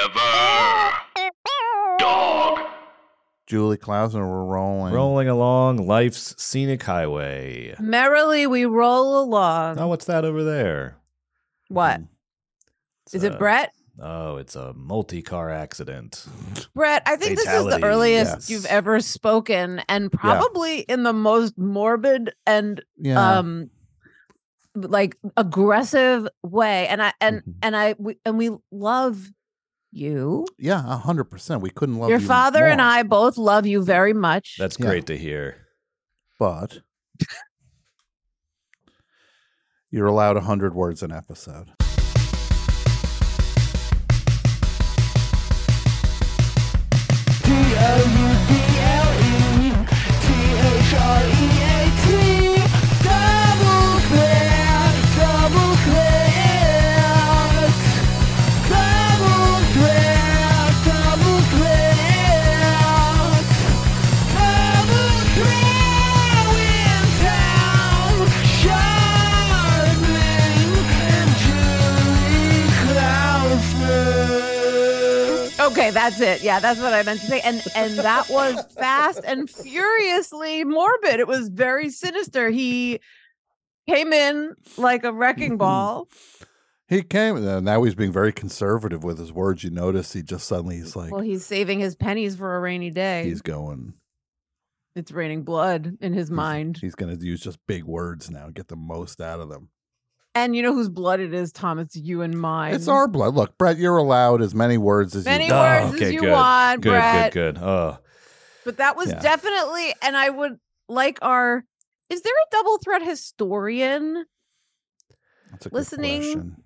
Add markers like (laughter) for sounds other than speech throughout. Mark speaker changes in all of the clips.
Speaker 1: Forever. Dog.
Speaker 2: Julie Klausner, we're rolling.
Speaker 3: Rolling along life's scenic highway.
Speaker 4: Merrily we roll along.
Speaker 3: Now, what's that over there?
Speaker 4: What?
Speaker 3: It's
Speaker 4: Is
Speaker 3: a-
Speaker 2: uh,
Speaker 4: it Brett?
Speaker 3: Oh, it's a multi-car accident.
Speaker 4: Brett, I think this is
Speaker 3: Fatality,
Speaker 4: the earliest
Speaker 3: yes.
Speaker 4: you've ever spoken and probably in the most morbid and
Speaker 2: Yeah.
Speaker 4: um like aggressive way. And I and
Speaker 2: Mhm.
Speaker 4: and I we, and we love you.
Speaker 2: yeah, a hundred percent. We couldn't love
Speaker 4: Your
Speaker 2: you
Speaker 4: father and
Speaker 2: more,
Speaker 4: I both love you very much.
Speaker 3: That's
Speaker 2: Yeah.
Speaker 3: great to hear.
Speaker 2: But you're allowed a hundred words an episode.
Speaker 4: Okay, that's it. Yeah, that's what I meant to say. And and that was fast and furiously morbid. It was very sinister. He came in like a
Speaker 2: Mm-hmm.
Speaker 4: wrecking ball.
Speaker 2: He came uh, now he's being very conservative with his words. You notice he just suddenly he's like
Speaker 4: Well, he's saving his pennies for a rainy day.
Speaker 2: he's going
Speaker 4: it's raining blood in his mind.
Speaker 2: He's gonna use just big words now and get the most out of them.
Speaker 4: And you know whose blood it is, Tom? It's you and mine.
Speaker 2: It's our blood. Look, Brett, you're allowed as many words as
Speaker 4: many
Speaker 2: you
Speaker 3: Oh,
Speaker 4: words
Speaker 3: okay,
Speaker 4: as you
Speaker 3: good.
Speaker 4: want,
Speaker 3: Good,
Speaker 4: Brett.
Speaker 3: good, good. Oh,
Speaker 4: But that was
Speaker 3: Yeah.
Speaker 4: definitely, and I would like our. Is there a double threat historian?
Speaker 2: That's a good
Speaker 4: Listening.
Speaker 2: question.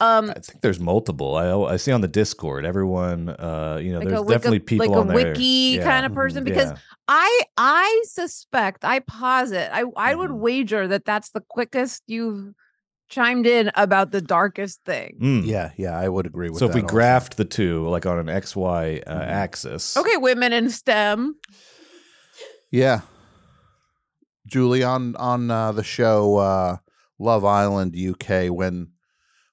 Speaker 4: Um,
Speaker 3: I think there's multiple. I I see on the Discord, everyone. Uh, you know,
Speaker 4: like
Speaker 3: there's
Speaker 4: a wiki,
Speaker 3: definitely people
Speaker 4: like a
Speaker 3: on there.
Speaker 4: wiki
Speaker 3: Yeah. Mm-hmm.
Speaker 4: kind of
Speaker 2: Mhm.
Speaker 4: person because
Speaker 3: Yeah.
Speaker 4: I I suspect I posit I I would
Speaker 3: Mhm.
Speaker 4: wager that that's the quickest you've chimed in about the darkest thing.
Speaker 3: Mm.
Speaker 2: Yeah, yeah, I would agree with
Speaker 3: So
Speaker 2: that.
Speaker 3: if we
Speaker 2: also.
Speaker 3: graphed the two like on an XY uh,
Speaker 2: Mhm.
Speaker 3: axis,
Speaker 4: Okay, women in STEM.
Speaker 2: Yeah. Julie on on uh, the show uh, Love Island UK when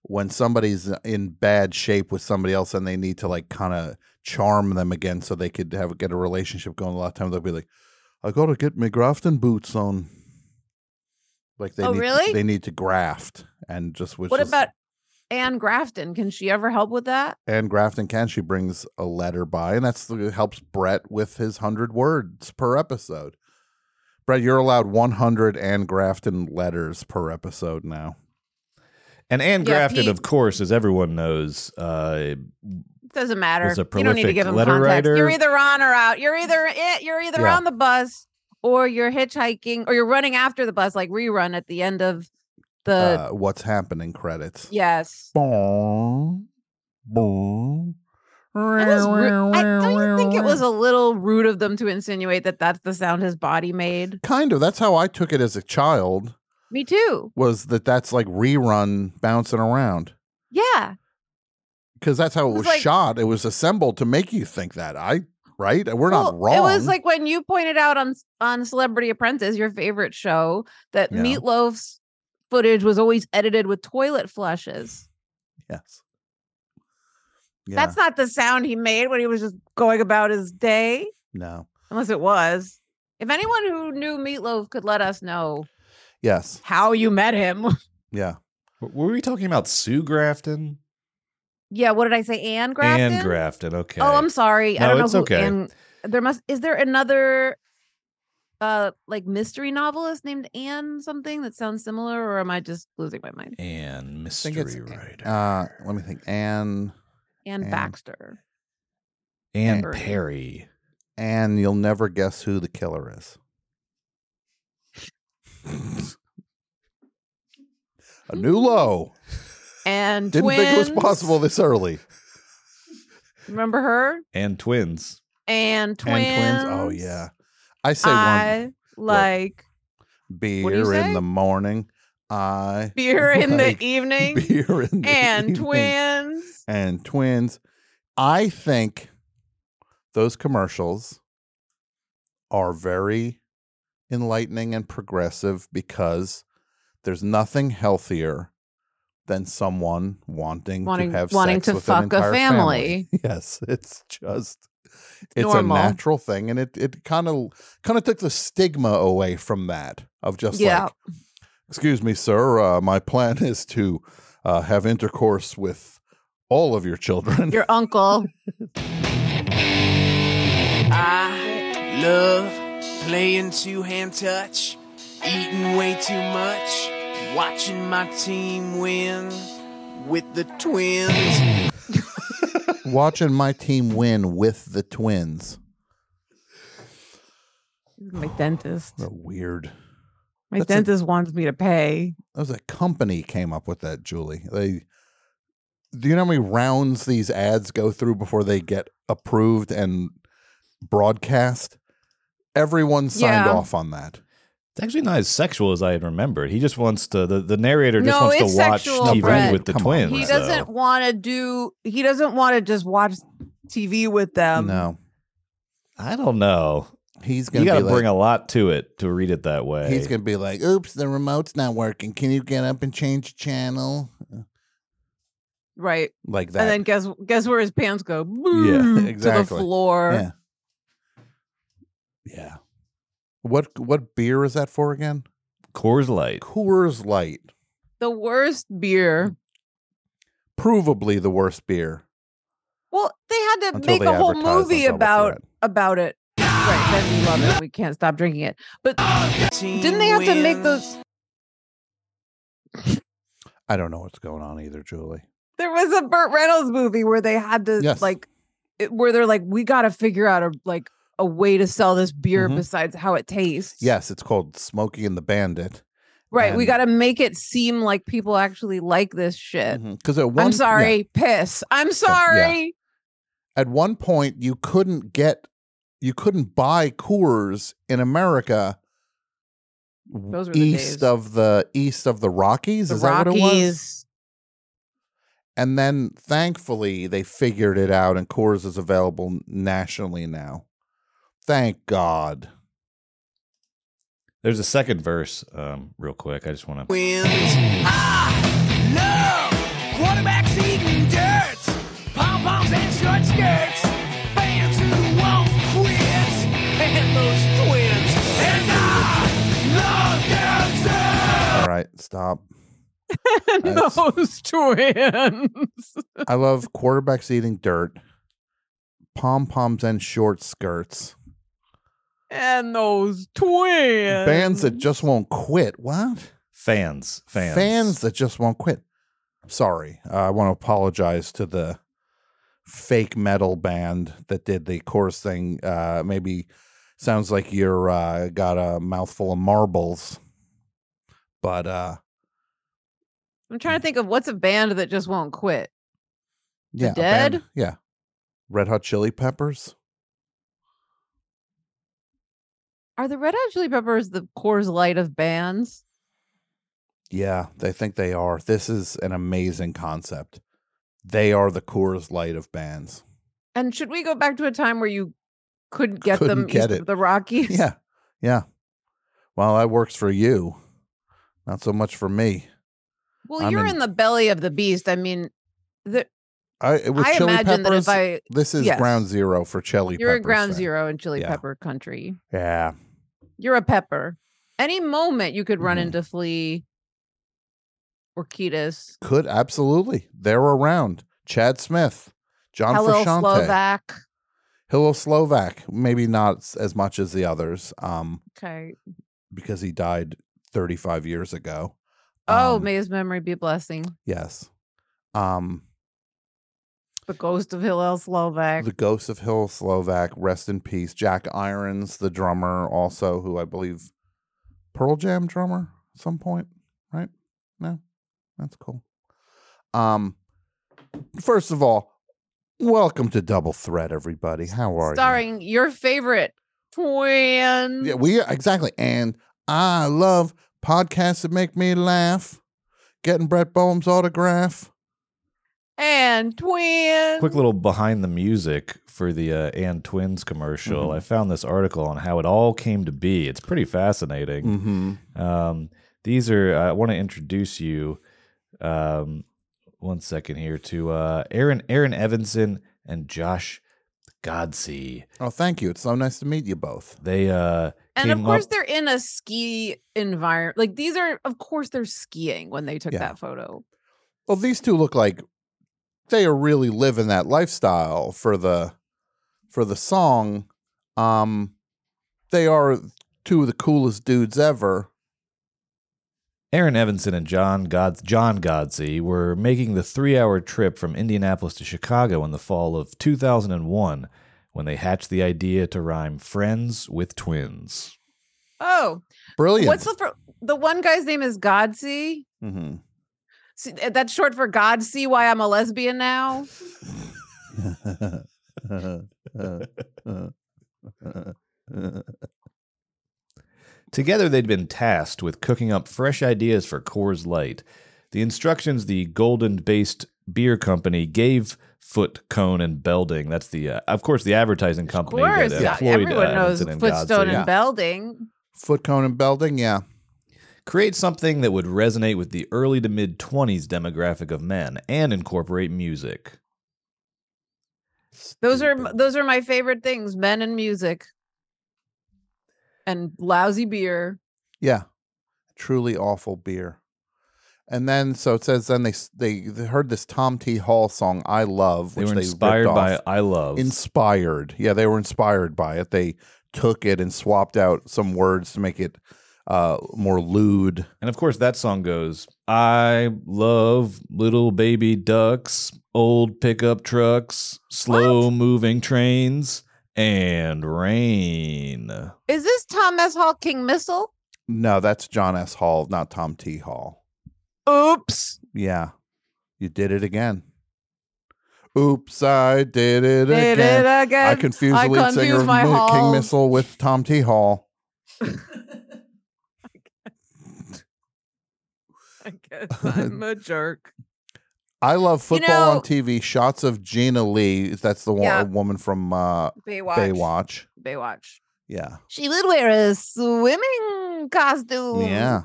Speaker 2: when somebody's in bad shape with somebody else and they need to like kind of charm them again so they could have get a relationship going a lot of times they'll be like I got to get my grafting boots on like they
Speaker 4: Oh,
Speaker 2: need to-
Speaker 4: really?
Speaker 2: they need to graft and just was
Speaker 4: what
Speaker 2: just-
Speaker 4: about Anne Grafton? Can she ever help with that?
Speaker 2: and Grafton can she brings a letter by and that's the helps Brett with his 100 words per episode. Brett, you're allowed 100 and Grafton letters per episode now.
Speaker 3: and Anne
Speaker 4: Yeah,
Speaker 3: Grafton,
Speaker 4: Pete-
Speaker 3: of course, as everyone knows, uh,
Speaker 4: Doesn't matter.
Speaker 3: Was a
Speaker 4: you don't need to
Speaker 3: prolific
Speaker 4: give him
Speaker 3: letter
Speaker 4: context. You're
Speaker 3: writer.
Speaker 4: either on or out. You're either it. You're either
Speaker 2: Yeah.
Speaker 4: on the bus or you're hitchhiking or you're running after the bus, like rerun at the end of the.
Speaker 2: Uh, what's happening credits.
Speaker 4: yes.
Speaker 2: Boom. Boom.
Speaker 4: It was ru- I, don't you think it was a little rude of them to insinuate that that's the sound his body made?
Speaker 2: kind of that's how I took it as a child
Speaker 4: Me too.
Speaker 2: was that that's like rerun bouncing around
Speaker 4: Yeah.
Speaker 2: because that's how it
Speaker 4: It
Speaker 2: was,
Speaker 4: was like-
Speaker 2: shot. It was assembled to make you think that. I right? We're not
Speaker 4: Well,
Speaker 2: wrong.
Speaker 4: It was like when you pointed out on on Celebrity Apprentice, your favorite show, that
Speaker 2: Yeah.
Speaker 4: Meatloaf's footage was always edited with toilet flushes.
Speaker 2: yes. Yeah.
Speaker 4: That's not the sound he made when he was just going about his day,
Speaker 2: No.
Speaker 4: unless it was. If anyone who knew Meatloaf could let us know
Speaker 2: Yes.
Speaker 4: how you met him. (laughs)
Speaker 2: Yeah.
Speaker 3: w- were we talking about Sue Grafton?
Speaker 4: yeah, what did I say? Anne Grafton?
Speaker 3: Anne Grafton. Okay.
Speaker 4: Oh, I'm sorry. I
Speaker 3: No,
Speaker 4: don't know
Speaker 3: it's
Speaker 4: who
Speaker 3: okay.
Speaker 4: Anne. There must is there another uh like mystery novelist named Anne something that sounds similar, or am I just losing my mind?
Speaker 3: Anne
Speaker 2: think it's-
Speaker 3: mystery writer.
Speaker 2: Uh, let me think. Anne,
Speaker 4: Anne,
Speaker 2: Anne.
Speaker 4: Baxter.
Speaker 3: Anne
Speaker 4: Perry.
Speaker 3: Perry.
Speaker 2: Anne, you'll never guess who the killer is. (laughs) A new low.
Speaker 4: And
Speaker 2: Didn't think it was
Speaker 4: twins.
Speaker 2: possible this early.
Speaker 4: Remember her?
Speaker 3: And twins.
Speaker 4: And twins.
Speaker 2: And twins. Oh yeah. I say
Speaker 4: I like
Speaker 2: one
Speaker 4: what do you
Speaker 2: beer in
Speaker 4: say?
Speaker 2: the morning. I (laughs)
Speaker 4: beer in the
Speaker 2: like
Speaker 4: evening.
Speaker 2: beer in the
Speaker 4: and
Speaker 2: evening. (laughs)
Speaker 4: twins.
Speaker 2: and twins. I think those commercials are very enlightening and progressive because there's nothing healthier than someone wanting,
Speaker 4: Wanting-
Speaker 2: to have
Speaker 4: wanting
Speaker 2: sex
Speaker 4: to
Speaker 2: with an
Speaker 4: fuck a
Speaker 2: entire
Speaker 4: family.
Speaker 2: (laughs) Yes, it's just it's
Speaker 4: normal.
Speaker 2: a natural thing, and it it kind of kind of took the stigma away from that of just
Speaker 4: Yeah.
Speaker 2: like, excuse me, sir, uh, my plan (laughs) is to uh, have intercourse with all of your children.
Speaker 4: Your uncle.
Speaker 5: I love playing two hand touch, eating way too much, watching my team win with the twins.
Speaker 2: (laughs) Watching my team win with the twins.
Speaker 4: My dentist.
Speaker 2: What weird.
Speaker 4: My
Speaker 2: That's a-
Speaker 4: dentist wants me to pay.
Speaker 2: That was a company came up with that, Julie. They do you know how many rounds these ads go through before they get approved and broadcast? Everyone signed
Speaker 4: Yeah.
Speaker 2: off on that.
Speaker 3: It's actually not as sexual as I had remembered. He just wants to. The, the narrator just
Speaker 4: No,
Speaker 3: wants
Speaker 4: it's
Speaker 3: to watch
Speaker 4: sexual,
Speaker 3: TV
Speaker 4: Brett.
Speaker 3: with the
Speaker 2: Come on,
Speaker 3: twins.
Speaker 4: He
Speaker 2: Right.
Speaker 3: so-
Speaker 4: doesn't want to do. He doesn't want to just watch TV with them.
Speaker 2: no,
Speaker 3: I don't know.
Speaker 2: he's
Speaker 3: You
Speaker 2: gonna
Speaker 3: got to
Speaker 2: be like,
Speaker 3: bring eh? a lot to it to read it that way.
Speaker 2: he's gonna be like, "Oops, the remote's not working. Can you get up and change channel?"
Speaker 4: Right.
Speaker 2: Like
Speaker 4: And
Speaker 2: that.
Speaker 4: then guess guess where his pants go? Boom, To the
Speaker 2: exactly.
Speaker 4: floor.
Speaker 2: yeah, yeah. What what beer is that for again?
Speaker 3: Coors Light.
Speaker 2: Coors Light,
Speaker 4: The worst beer.
Speaker 2: provably the worst beer.
Speaker 4: Well, they had to
Speaker 2: Until
Speaker 4: make
Speaker 2: they
Speaker 4: a whole
Speaker 2: advertised on
Speaker 4: movie
Speaker 2: Double
Speaker 4: about
Speaker 2: Threat.
Speaker 4: about it. Right. Then we love it. We can't stop drinking it. Didn't they have to make those?
Speaker 2: I don't know what's going on either, Julie.
Speaker 4: There was a Burt Reynolds movie where they had to
Speaker 2: Yes.
Speaker 4: like, it, where they're like, we got to figure out a like a way to sell this beer
Speaker 2: Mhm.
Speaker 4: besides how it tastes.
Speaker 2: Yes, it's called Smokey and the
Speaker 4: Uh,
Speaker 2: Bandit.
Speaker 4: Right. we
Speaker 2: And-
Speaker 4: got to make it seem like people actually like this shit.
Speaker 2: Because at Mm-hmm. one
Speaker 4: I'm
Speaker 2: yeah,
Speaker 4: sorry. Piss. I'm sorry.
Speaker 2: at one point you couldn't get you couldn't buy Coors in America w-
Speaker 4: Those were the
Speaker 2: east
Speaker 4: days.
Speaker 2: of the east of the Rockies.
Speaker 4: The
Speaker 2: Is that what it was?
Speaker 4: Rockies.
Speaker 2: And then thankfully they figured it out, and Coors is available nationally now. Thank God.
Speaker 3: There's a second verse, um, real quick. I just want to.
Speaker 5: twins? I love quarterbacks eating dirt, pom poms and short skirts, fans who won't quit, and those twins. And I love dancers.
Speaker 2: All right, stop.
Speaker 4: And
Speaker 2: That's- (laughs)
Speaker 4: those twins.
Speaker 2: I love quarterbacks eating dirt, pom poms and short skirts,
Speaker 4: and those twins.
Speaker 2: bands that just won't quit. What?
Speaker 3: Fans. Fans.
Speaker 2: that just won't quit. Sorry, uh, I want to apologize to the fake metal band that did the chorus thing. Uh, maybe sounds like you're uh, got a mouthful of marbles, but uh,
Speaker 4: I'm trying to think of what's a band that just won't quit.
Speaker 2: yeah, a
Speaker 4: Dead?
Speaker 2: band- yeah, Red Hot Chili Peppers.
Speaker 4: Are the Red Hot Chili Peppers the Coors Light of bands?
Speaker 2: Yeah, they think they are. This is an amazing concept. They are the Coors Light of bands.
Speaker 4: And should we go back to a time where you couldn't get
Speaker 2: Couldn't
Speaker 4: them
Speaker 2: get
Speaker 4: east
Speaker 2: it.
Speaker 4: of the Rockies?
Speaker 2: Yeah, yeah. Well, that works for you, not so much for me.
Speaker 4: (laughs) Well,
Speaker 2: I'm
Speaker 4: you're
Speaker 2: in-
Speaker 4: in... the belly of the beast. I mean, the,
Speaker 2: I eh, with
Speaker 4: I
Speaker 2: chili
Speaker 4: imagine
Speaker 2: peppers.
Speaker 4: that if I
Speaker 2: this is
Speaker 4: yes.
Speaker 2: ground zero for chili.
Speaker 4: you're at
Speaker 2: peppers
Speaker 4: ground
Speaker 2: then.
Speaker 4: zero in chili
Speaker 2: Yeah.
Speaker 4: pepper country,
Speaker 2: Yeah,
Speaker 4: you're a pepper. Any moment you could run
Speaker 2: Mhm.
Speaker 4: into Flea or Ketis.
Speaker 2: could absolutely. They're around. Chad Smith, John
Speaker 4: Hello,
Speaker 2: Frusciante,
Speaker 4: Slovak.
Speaker 2: Hello Slovak. Maybe not s- as much as the others, um,
Speaker 4: Okay.
Speaker 2: because he died 35 years ago.
Speaker 4: Oh,
Speaker 2: Um,
Speaker 4: may his memory be a blessing.
Speaker 2: yes. Um,
Speaker 4: The ghost of Hillel Slovak.
Speaker 2: The Ghost of Hill Slovak, rest in peace. Jack Irons, the drummer, also who I believe Pearl Jam drummer at some point, right? No, that's cool. Um, first of all, welcome to Double Threat, everybody. How are you?
Speaker 4: starring your favorite twin.
Speaker 2: Yeah, we exactly. And I love podcasts that make me laugh. Getting Brett Boehm's autograph.
Speaker 4: and twin.
Speaker 3: Quick little behind the music for the uh, and Twins commercial.
Speaker 2: Mhm.
Speaker 3: I found this article on how it all came to be. It's pretty fascinating.
Speaker 2: Mm-hmm.
Speaker 3: Um, these are, I want to introduce you Um, one second here to uh, Aaron Aaron Evanson and Josh Godsey.
Speaker 2: Oh, thank you. It's so nice to meet you both.
Speaker 3: They uh,
Speaker 4: And of
Speaker 3: came
Speaker 4: course,
Speaker 3: up-
Speaker 4: they're in a ski environment. Like these are, of course, they're skiing when they took
Speaker 2: Yeah.
Speaker 4: that photo.
Speaker 2: Well, these two look like they are really living that lifestyle for the for the song. Um they are two of the coolest dudes ever.
Speaker 3: Aaron Evanson and John God- John Godsey were making the three-hour trip from Indianapolis to Chicago in the fall of 2001 when they hatched the idea to rhyme friends with twins.
Speaker 4: Oh,
Speaker 2: Brilliant.
Speaker 4: what's the fir- the one guy's name is Godsey?
Speaker 2: hmm
Speaker 4: See, that's short for God. See why I'm a lesbian now.
Speaker 3: Together, they'd been tasked with cooking up fresh ideas for Coors Light. The instructions the Golden based beer company gave Foot, Cone, and Belding. That's the, uh, of course, the advertising
Speaker 4: Of
Speaker 3: company
Speaker 4: course,
Speaker 3: that
Speaker 4: yeah,
Speaker 3: employed
Speaker 4: everyone
Speaker 3: uh,
Speaker 4: knows
Speaker 3: Evanson and
Speaker 4: Footstone
Speaker 3: Godsey.
Speaker 4: and Belding.
Speaker 2: Foot cone and Belding, yeah.
Speaker 3: Create something that would resonate with the early to mid 20s demographic of men and incorporate music.
Speaker 4: Those are m- those are my favorite things: men and music, and lousy beer.
Speaker 2: Yeah, truly awful beer. And then, so it says, then they s- they they heard this Tom T. Hall song, "I Love,"
Speaker 3: They
Speaker 2: which
Speaker 3: were
Speaker 2: ripped
Speaker 3: inspired by
Speaker 2: off.
Speaker 3: I Love.
Speaker 2: inspired. Yeah, they were inspired by it. They took it and swapped out some words to make it uh, more lewd.
Speaker 3: And of course, that song goes, I love little baby ducks, old pickup trucks, slow moving trains, and rain.
Speaker 4: Is this Tom S. Hall King Missile?
Speaker 2: No, that's John S. Hall, not Tom T. Hall.
Speaker 4: Oops.
Speaker 2: Yeah, you did it again. Oops, I did it
Speaker 4: Did
Speaker 2: again.
Speaker 4: it again.
Speaker 2: I confused
Speaker 4: I
Speaker 2: the lead singer
Speaker 4: confused
Speaker 2: of
Speaker 4: my
Speaker 2: Mi- King
Speaker 4: halls.
Speaker 2: Missile with Tom T. Hall.
Speaker 4: I guess I'm a jerk.
Speaker 2: I love
Speaker 4: You
Speaker 2: football on
Speaker 4: know-
Speaker 2: TV. Shots of Gina Lee. That's the wo-
Speaker 4: Yeah.
Speaker 2: woman from uh,
Speaker 4: Baywatch.
Speaker 2: Baywatch.
Speaker 4: Baywatch.
Speaker 2: Yeah.
Speaker 4: She would wear a swimming costume.
Speaker 2: Yeah.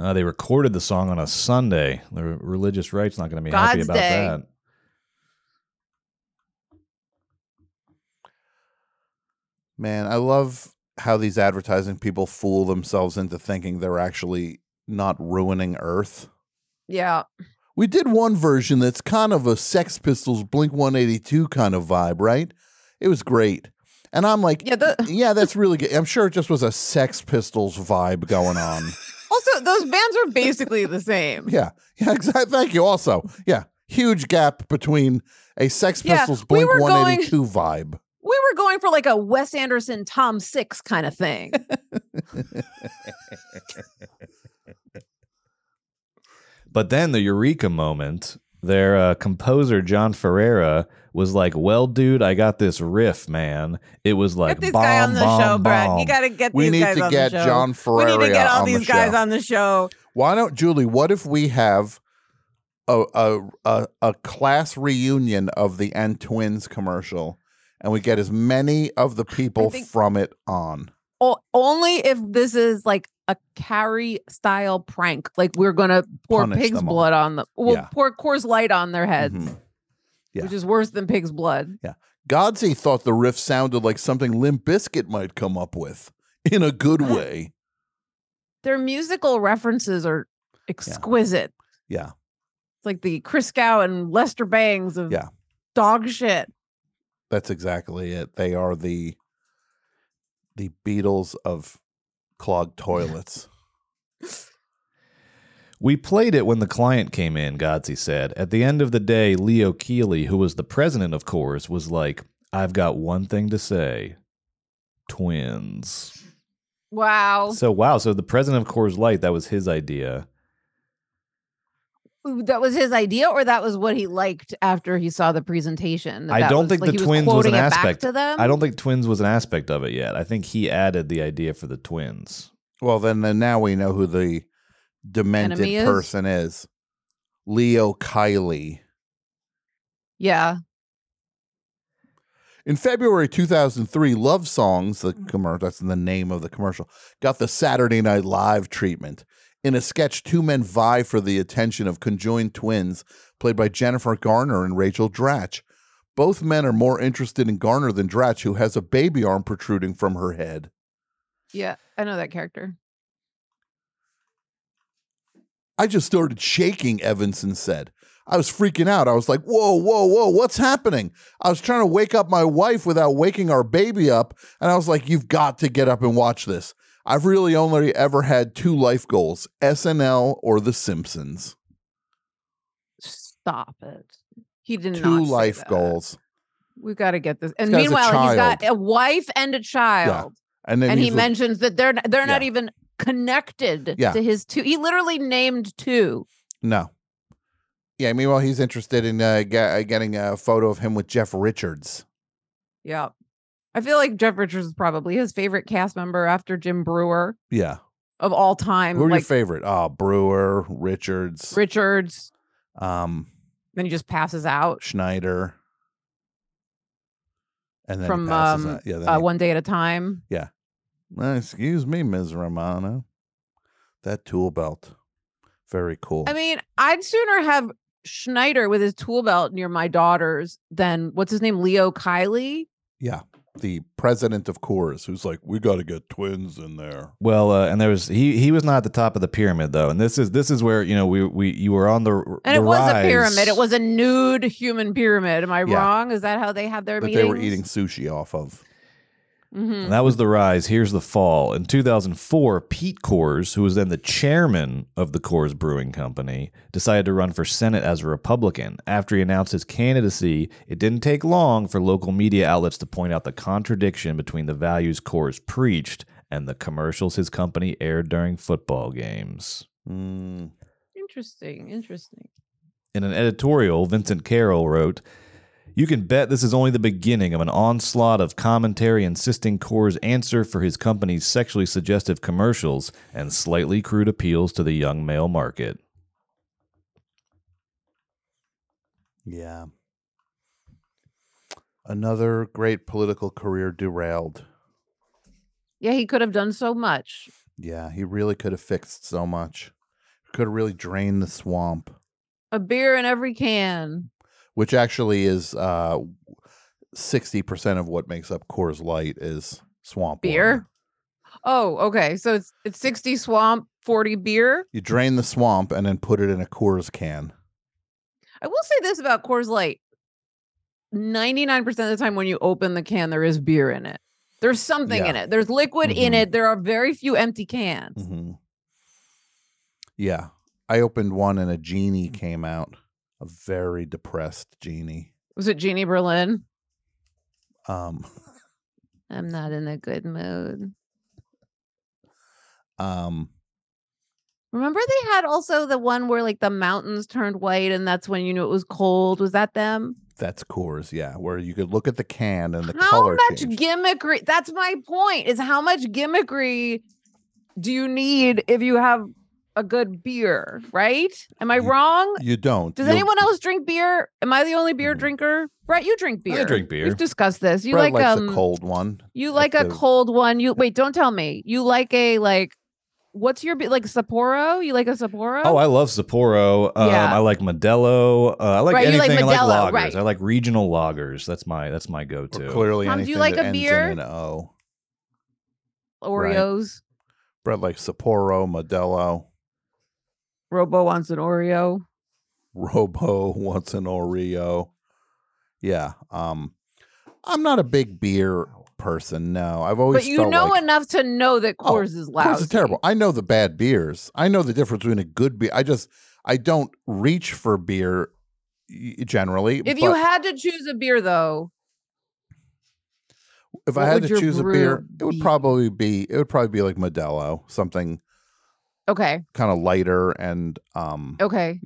Speaker 3: Uh, they recorded the song on a Sunday. The re- religious right's not going to be happy
Speaker 4: God's
Speaker 3: about
Speaker 4: day.
Speaker 3: that.
Speaker 2: Man, I love how these advertising people fool themselves into thinking they're actually not ruining Earth.
Speaker 4: Yeah.
Speaker 2: We did one version that's kind of a Sex Pistols Blink 182 kind of vibe, right? It was great. And I'm like,
Speaker 4: Yeah. The,
Speaker 2: (laughs) yeah, that's really good. I'm sure it just was a Sex Pistols vibe going
Speaker 4: (laughs)
Speaker 2: on.
Speaker 4: also, those bands are basically the
Speaker 2: (laughs)
Speaker 4: same.
Speaker 2: Yeah. Yeah, exactly. Thank you. Also, yeah, huge gap between a Sex
Speaker 4: Yeah,
Speaker 2: Pistols
Speaker 4: we
Speaker 2: Blink
Speaker 4: were going-
Speaker 2: 182 vibe.
Speaker 4: We were going for like a Wes Anderson, Tom Six kind
Speaker 2: (laughs)
Speaker 4: of thing.
Speaker 3: But then the eureka moment, their uh, composer John Ferreira was like, "Well, dude, I got this riff, man. It was like
Speaker 4: get this
Speaker 3: bomb,
Speaker 4: guy on the
Speaker 3: bomb,
Speaker 4: show, Brad.
Speaker 3: bomb.
Speaker 4: You got to get
Speaker 2: We
Speaker 4: these
Speaker 2: need
Speaker 4: guys
Speaker 2: to
Speaker 4: on
Speaker 2: get
Speaker 4: the show.
Speaker 2: John
Speaker 4: we
Speaker 2: Ferreira
Speaker 4: need to get all
Speaker 2: on
Speaker 4: these
Speaker 2: the
Speaker 4: guys
Speaker 2: show.
Speaker 4: on the show.
Speaker 2: Why don't Julie? What if we have a a a, a class reunion of the N Twins commercial, and we get as many of the people
Speaker 4: think-
Speaker 2: from it on?
Speaker 4: O- only if this is like a carry style prank. Like we're gonna pour
Speaker 2: Punish
Speaker 4: pig's
Speaker 2: them all.
Speaker 4: blood on them. We'll
Speaker 2: Yeah.
Speaker 4: pour Coors Light on their heads,
Speaker 2: Mhm. yeah.
Speaker 4: which is worse than pig's blood.
Speaker 2: Godsey thought the riff sounded like something Limp Biscuit might come up with in a good way.
Speaker 4: Their musical references are exquisite.
Speaker 2: Yeah.
Speaker 4: It's like the Criscow and Lester Bangs of
Speaker 2: Yeah.
Speaker 4: dog shit.
Speaker 2: That's exactly it. They are the the Beatles of clogged toilets.
Speaker 3: We played it when the client came in, Godsey said. At the end of the day, Leo Keeley, who was the president of Coors, was like, I've got one thing to say twins.
Speaker 4: Wow.
Speaker 3: So, wow. So, the president of Coors Light, that was his idea.
Speaker 4: Ooh, that was his idea, or that was what he liked after he saw the presentation. that
Speaker 3: I
Speaker 4: that
Speaker 3: don't
Speaker 4: was-
Speaker 3: think
Speaker 4: like
Speaker 3: the
Speaker 4: he
Speaker 3: twins was
Speaker 4: quoting
Speaker 3: an
Speaker 4: it back
Speaker 3: aspect.
Speaker 4: to them.
Speaker 3: I don't think twins was an aspect of it yet. I think he added the idea for the twins.
Speaker 2: Well, then, then now we know who the demented
Speaker 4: Enemy is?
Speaker 2: person is. Leo Kiley.
Speaker 4: Yeah.
Speaker 2: In February 2003, Love
Speaker 4: Mm.
Speaker 2: Songs, the commercial, that's the name of the commercial, got the Saturday Night Live treatment. In a sketch, two men vie for the attention of conjoined twins, played by Jennifer Garner and Rachel Dratch. Both men are more interested in Garner than Dratch, who has a baby arm protruding from her head.
Speaker 4: Yeah, I know that character.
Speaker 2: I just started shaking, Evanson said. I was freaking out. I was like, whoa, whoa, whoa, what's happening? I was trying to wake up my wife without waking our baby up. And I was like, you've got to get up and watch this. I've really only ever had two life goals SNL or The Simpsons.
Speaker 4: Stop it. He did not.
Speaker 2: two
Speaker 4: say
Speaker 2: life
Speaker 4: that.
Speaker 2: goals.
Speaker 4: We've got to get this. And
Speaker 2: guy's a
Speaker 4: meanwhile, he's got
Speaker 2: child.
Speaker 4: a wife and a child.
Speaker 2: And then
Speaker 4: and he
Speaker 2: he's like-
Speaker 4: mentions that they're they're not
Speaker 2: Yeah.
Speaker 4: even connected
Speaker 2: Yeah.
Speaker 4: to his two. He literally named two.
Speaker 2: No. Yeah, meanwhile, he's interested in uh, ge- uh, getting a photo of him with Jeff Richards.
Speaker 4: Yeah, I feel like Jeff Richards is probably his favorite cast member after Jim Brewer
Speaker 2: Yeah.
Speaker 4: of all time.
Speaker 2: Who are your
Speaker 4: like
Speaker 2: favorite? Oh, Brewer, Richards,
Speaker 4: Richards,
Speaker 2: um,
Speaker 4: then he just passes out
Speaker 2: Schneider. And then he
Speaker 4: From,
Speaker 2: passes
Speaker 4: um,
Speaker 2: out. yeah, then
Speaker 4: uh,
Speaker 2: he-
Speaker 4: one day at a time.
Speaker 2: Uh, excuse me, Ms. Romano. That tool belt. Very cool.
Speaker 4: I mean, I'd sooner have Schneider with his tool belt near my daughter's than what's his name, Leo Kiley.
Speaker 2: yeah. The president of Coors, who's like, we got to get twins in there.
Speaker 3: Well, uh, and there was he he was not at the top of the pyramid though, and this is this is where you know we we you were on the
Speaker 4: And
Speaker 3: the
Speaker 4: it was a pyramid.
Speaker 3: rise.
Speaker 4: It was a nude human pyramid. Am I
Speaker 2: Yeah.
Speaker 4: wrong? Is that how they had their
Speaker 2: That
Speaker 4: meetings?
Speaker 2: they were eating sushi off of.
Speaker 4: Mhm.
Speaker 3: And that was the rise. Here's the fall. In 2004, Pete Coors, who was then the chairman of the Coors Brewing Company, decided to run for Senate as a Republican. After he announced his candidacy, it didn't take long for local media outlets to point out the contradiction between the values Coors preached and the commercials his company aired during football games.
Speaker 2: Mm.
Speaker 4: Interesting. Interesting.
Speaker 3: In an editorial, Vincent Carroll wrote, You can bet this is only the beginning of an onslaught of commentary insisting Core's answer for his company's sexually suggestive commercials and slightly crude appeals to the young male market.
Speaker 2: Yeah. Another great political career derailed.
Speaker 4: Yeah, he could have done so much.
Speaker 2: Yeah, he really could have fixed so much. Could have really drained the swamp,
Speaker 4: A beer in every can.
Speaker 2: which actually is uh sixty percent of what makes up Coors Light is swamp
Speaker 4: Beer?
Speaker 2: water.
Speaker 4: Oh, okay. So it's it's 60 swamp, 40 beer.
Speaker 2: You drain the swamp and then put it in a Coors can.
Speaker 4: I will say this about Coors Light. 99% of the time when you open the can, there is beer in it. There's something in it. There's liquid in
Speaker 2: Mhm.
Speaker 4: it. There are very few empty cans.
Speaker 2: hmm Yeah, I opened one and a genie
Speaker 4: Mm.
Speaker 2: came out. A very depressed genie.
Speaker 4: Was it Jeannie Berlin?
Speaker 2: Um,
Speaker 4: I'm not in a good mood.
Speaker 2: um,
Speaker 4: Remember they had also the one where like the mountains turned white and that's when you knew it was cold. Was that them?
Speaker 2: that's Coors. Yeah, where you could look at the can and the
Speaker 4: how
Speaker 2: color.
Speaker 4: much
Speaker 2: changed.
Speaker 4: gimmickry? That's my point. Is how much gimmickry do you need if you have a good beer, right? Am I
Speaker 2: You-
Speaker 4: wrong?
Speaker 2: You don't.
Speaker 4: Does
Speaker 2: You'll-
Speaker 4: anyone else drink beer? Am I the only beer
Speaker 2: Mm.
Speaker 4: drinker? Brett, you drink
Speaker 3: I
Speaker 4: beer.
Speaker 3: drink beer.
Speaker 4: We've discussed this. You
Speaker 2: Brett
Speaker 4: like
Speaker 2: likes
Speaker 4: um
Speaker 2: a cold one.
Speaker 4: you
Speaker 2: like
Speaker 4: like a
Speaker 2: the-
Speaker 4: cold one. You wait, don't tell me. You like a like what's your be- like Sapporo? You like a Sapporo?
Speaker 3: Oh, I love Sapporo. Um,
Speaker 4: Yeah.
Speaker 3: I like Modelo. Uh, I like
Speaker 4: Right, you like
Speaker 3: anything. I
Speaker 4: Modelo,
Speaker 3: like lagers.
Speaker 4: right.
Speaker 3: I like regional lagers. That's my that's my go
Speaker 2: Or
Speaker 3: to.
Speaker 2: clearly,
Speaker 4: Tom, Um, do
Speaker 2: anything
Speaker 4: you like
Speaker 2: that
Speaker 4: a
Speaker 2: ends in
Speaker 4: beer?
Speaker 2: an O. Right.
Speaker 4: Oreos.
Speaker 2: Brett likes Sapporo, Modelo,
Speaker 4: Robo wants an Oreo.
Speaker 2: Robo. What's an Oreo? Yeah. Um, I'm not a big beer person. No, I've always.
Speaker 4: But you
Speaker 2: felt
Speaker 4: know
Speaker 2: like,
Speaker 4: enough to know that
Speaker 2: Oh,
Speaker 4: Coors is loud.
Speaker 2: Coors is terrible. I know the bad beers. I know the difference between a good beer. I just I don't reach for beer y- generally.
Speaker 4: If you
Speaker 2: but
Speaker 4: had to choose a beer, though,
Speaker 2: if
Speaker 4: what
Speaker 2: I had
Speaker 4: would
Speaker 2: to
Speaker 4: your
Speaker 2: choose a
Speaker 4: brew
Speaker 2: beer, it would
Speaker 4: be?
Speaker 2: probably be it would probably be like Modelo, something
Speaker 4: okay,
Speaker 2: kind of lighter and um
Speaker 4: okay.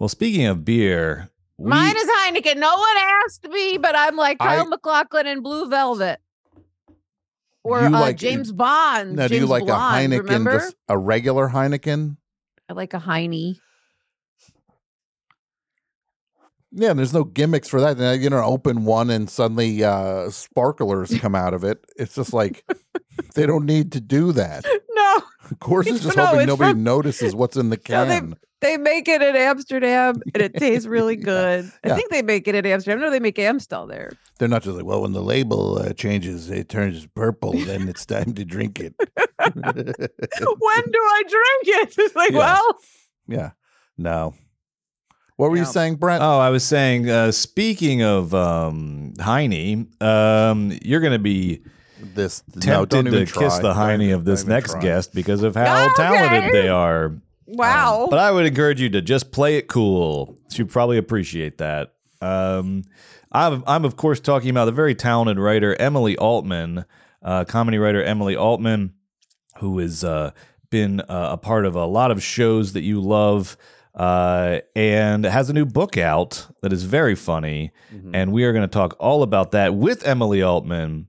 Speaker 3: Well, speaking of beer, we,
Speaker 4: Mine is Heineken. No one asked me, but I'm like
Speaker 2: I-
Speaker 4: Kyle McLaughlin and Blue Velvet, or
Speaker 2: You
Speaker 4: uh,
Speaker 2: like-
Speaker 4: James Bond.
Speaker 2: Now, do you
Speaker 4: James
Speaker 2: like
Speaker 4: Blonde,
Speaker 2: a Heineken,
Speaker 4: Remember?
Speaker 2: just a regular Heineken?
Speaker 4: I like a Heine.
Speaker 2: Yeah, and there's no gimmicks for that. Now, You know, open one and suddenly uh, sparklers come out of it. It's just like they don't need to do that.
Speaker 4: No,
Speaker 2: course, is just
Speaker 4: (laughs) No,
Speaker 2: hoping
Speaker 4: it's
Speaker 2: nobody
Speaker 4: from-
Speaker 2: notices what's in the
Speaker 4: (laughs) No, they-
Speaker 2: can.
Speaker 4: They make it in Amsterdam and it tastes
Speaker 2: (laughs)
Speaker 4: really (laughs) good.
Speaker 2: Yeah.
Speaker 4: I think they make it in Amsterdam. No, they make Amstel there.
Speaker 2: They're not just like, well, when the label uh, changes, it turns purple, then it's time to drink
Speaker 4: (laughs)
Speaker 2: it. (laughs)
Speaker 4: when do I drink it? (laughs) It's like,
Speaker 2: Yeah. Um,
Speaker 4: well,
Speaker 2: yeah. No. What were you
Speaker 4: No.
Speaker 2: saying, Brent?
Speaker 3: Oh, I was saying, uh, speaking of um, Heine, um, you're going to be
Speaker 2: this no,
Speaker 3: tempted
Speaker 2: don't even
Speaker 3: to
Speaker 2: try.
Speaker 3: kiss the
Speaker 2: Don't
Speaker 3: Heine
Speaker 2: even-
Speaker 3: of this
Speaker 2: don't even
Speaker 3: next
Speaker 2: try.
Speaker 3: guest because of how
Speaker 4: Okay.
Speaker 3: talented they are.
Speaker 4: wow.
Speaker 3: Um, but I would encourage you to just play it cool. She'd probably appreciate that. Um, I'm, I'm, of course, talking about the very talented writer Emily Altman, uh, comedy writer Emily Altman, who has uh, been uh, a part of a lot of shows that you love uh, and has a new book out that is very funny.
Speaker 2: Mhm.
Speaker 3: And we are going to talk all about that with Emily Altman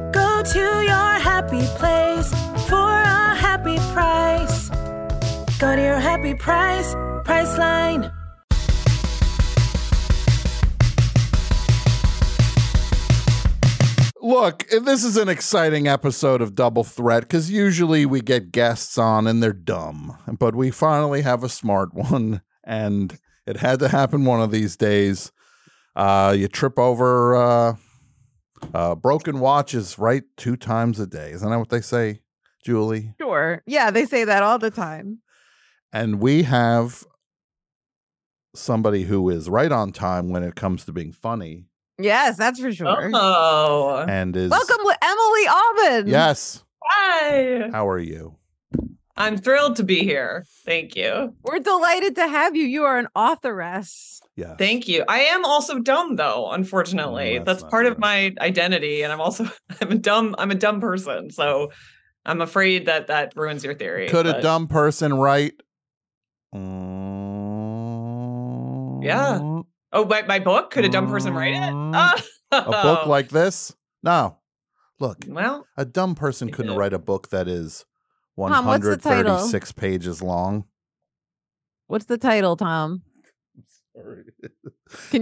Speaker 6: Go to your happy place for a happy price. Go to your happy price, Priceline.
Speaker 2: Look, this is an exciting episode of Double Threat because usually we get guests on and they're dumb, but we finally have a smart (laughs) one, and it had to happen one of these days. Uh, you trip over uh, uh, broken watches, right? Two times a day. Isn't that what they say, Julie?
Speaker 4: sure. Yeah, they say that all the time.
Speaker 2: And we have somebody who is right on time when it comes to being funny
Speaker 4: Yes, that's for sure.
Speaker 7: Oh,
Speaker 2: and is.
Speaker 4: Welcome, Le- Emily Alban.
Speaker 2: Yes.
Speaker 7: hi.
Speaker 2: How are you?
Speaker 7: I'm thrilled to be here. Thank you.
Speaker 4: We're delighted to have you. You are an authoress.
Speaker 2: Yeah.
Speaker 7: Thank you. I am also dumb though, unfortunately.
Speaker 2: Mm, that's
Speaker 7: that's
Speaker 2: not
Speaker 7: part of
Speaker 2: good.
Speaker 7: my identity and I'm also (laughs) I'm a dumb I'm a dumb person. So I'm afraid that that ruins your theory.
Speaker 2: Could a
Speaker 7: but-
Speaker 2: dumb person write?
Speaker 7: Yeah. Oh, my, my book? Could a dumb person write it? Oh,
Speaker 2: Mm, A
Speaker 8: Oh.
Speaker 2: book like this? No. Look,
Speaker 7: (laughs) Well,
Speaker 2: a dumb person couldn't
Speaker 7: Yeah.
Speaker 2: write a book that is
Speaker 4: Tom, what's the title?
Speaker 2: 136 pages long.
Speaker 4: What's the title, Tom? Can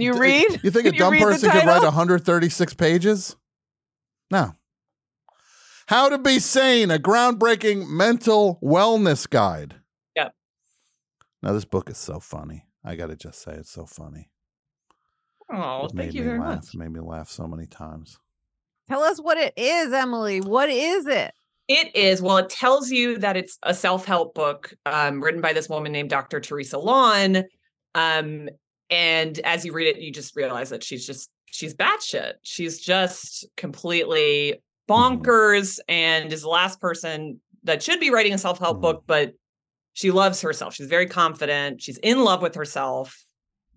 Speaker 2: (laughs)
Speaker 4: you
Speaker 2: D-
Speaker 4: read?
Speaker 2: You think
Speaker 4: Can
Speaker 2: a
Speaker 4: you
Speaker 2: dumb
Speaker 4: read the
Speaker 2: person could write
Speaker 4: title?
Speaker 2: 136 pages? No. How to Be Sane, a groundbreaking mental wellness guide.
Speaker 7: Yep.
Speaker 2: Now, this book is so funny. I got to just say, it's so funny.
Speaker 7: oh,
Speaker 2: It
Speaker 7: thank
Speaker 2: made
Speaker 7: you
Speaker 2: me
Speaker 7: very
Speaker 2: laugh.
Speaker 7: much.
Speaker 2: It made me laugh so many times.
Speaker 4: Tell us what it is, Emily. What is it?
Speaker 7: It is. Well, it tells you that it's a self help book um, written by this woman named Dr. Teresa Lawn. Um, and as you read it, you just realize that she's just, she's batshit. She's just completely
Speaker 2: Mhm.
Speaker 7: bonkers and is the last person that should be writing a self help
Speaker 2: Mhm.
Speaker 7: book, but she loves herself. She's very confident. She's in love with herself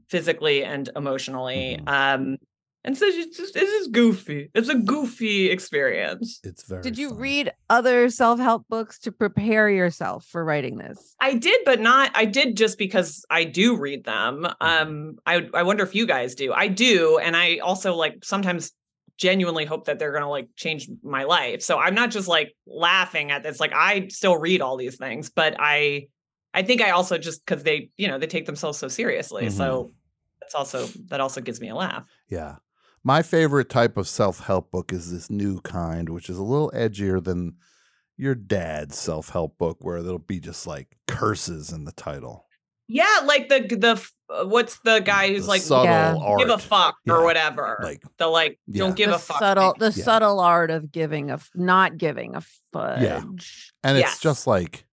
Speaker 7: physically and emotionally.
Speaker 2: Mhm.
Speaker 7: Um, and so it's just, it's just goofy. It's a goofy experience.
Speaker 2: It's very.
Speaker 4: Did you
Speaker 2: funny.
Speaker 4: read other self help books to prepare yourself for writing this?
Speaker 7: I did, but not. I did just because I do read them.
Speaker 2: Mm-hmm.
Speaker 7: Um, I I wonder if you guys do. I do, and I also like sometimes genuinely hope that they're gonna like change my life. So I'm not just like laughing at this. Like I still read all these things, but I I think I also just because they you know they take themselves so seriously.
Speaker 2: Mm-hmm.
Speaker 7: So that's also that also gives me a laugh.
Speaker 2: Yeah. My favorite type of self help book is this new kind, which is a little edgier than your dad's self help book, where there'll be just like curses in the title.
Speaker 7: Yeah, like the the f- uh, what's the guy who's
Speaker 2: The
Speaker 7: like
Speaker 2: subtle
Speaker 4: Yeah.
Speaker 2: art.
Speaker 7: give a fuck
Speaker 2: Yeah.
Speaker 7: or whatever.
Speaker 2: Like,
Speaker 7: the like
Speaker 2: Yeah.
Speaker 7: don't give
Speaker 4: the
Speaker 7: a fuck. thing.
Speaker 4: subtle, the
Speaker 2: Yeah.
Speaker 4: subtle art of giving a f- not giving a fudge.
Speaker 2: and it's
Speaker 7: Yes.
Speaker 2: just like,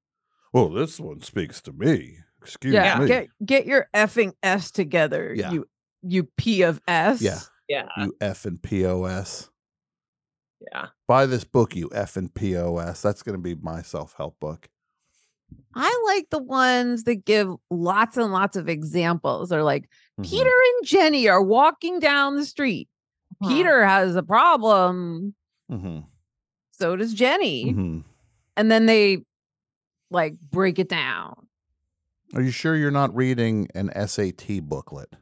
Speaker 2: well, this one speaks to me. Excuse
Speaker 4: yeah,
Speaker 2: me.
Speaker 4: get get your effing s together
Speaker 2: Yeah.
Speaker 4: you you p of s
Speaker 2: Yeah.
Speaker 7: Yeah,
Speaker 2: you F and POS.
Speaker 7: yeah.
Speaker 2: Buy this book, you F and POS. That's going to be my self help book.
Speaker 4: i like the ones that give lots and lots of examples or like
Speaker 2: Mhm.
Speaker 4: peter and jenny are walking down the street
Speaker 7: Uh-huh.
Speaker 4: peter has a problem
Speaker 2: Mhm.
Speaker 4: so does jenny
Speaker 2: Mhm.
Speaker 4: and then they like break it down
Speaker 2: Are you sure you're not reading an SAT booklet?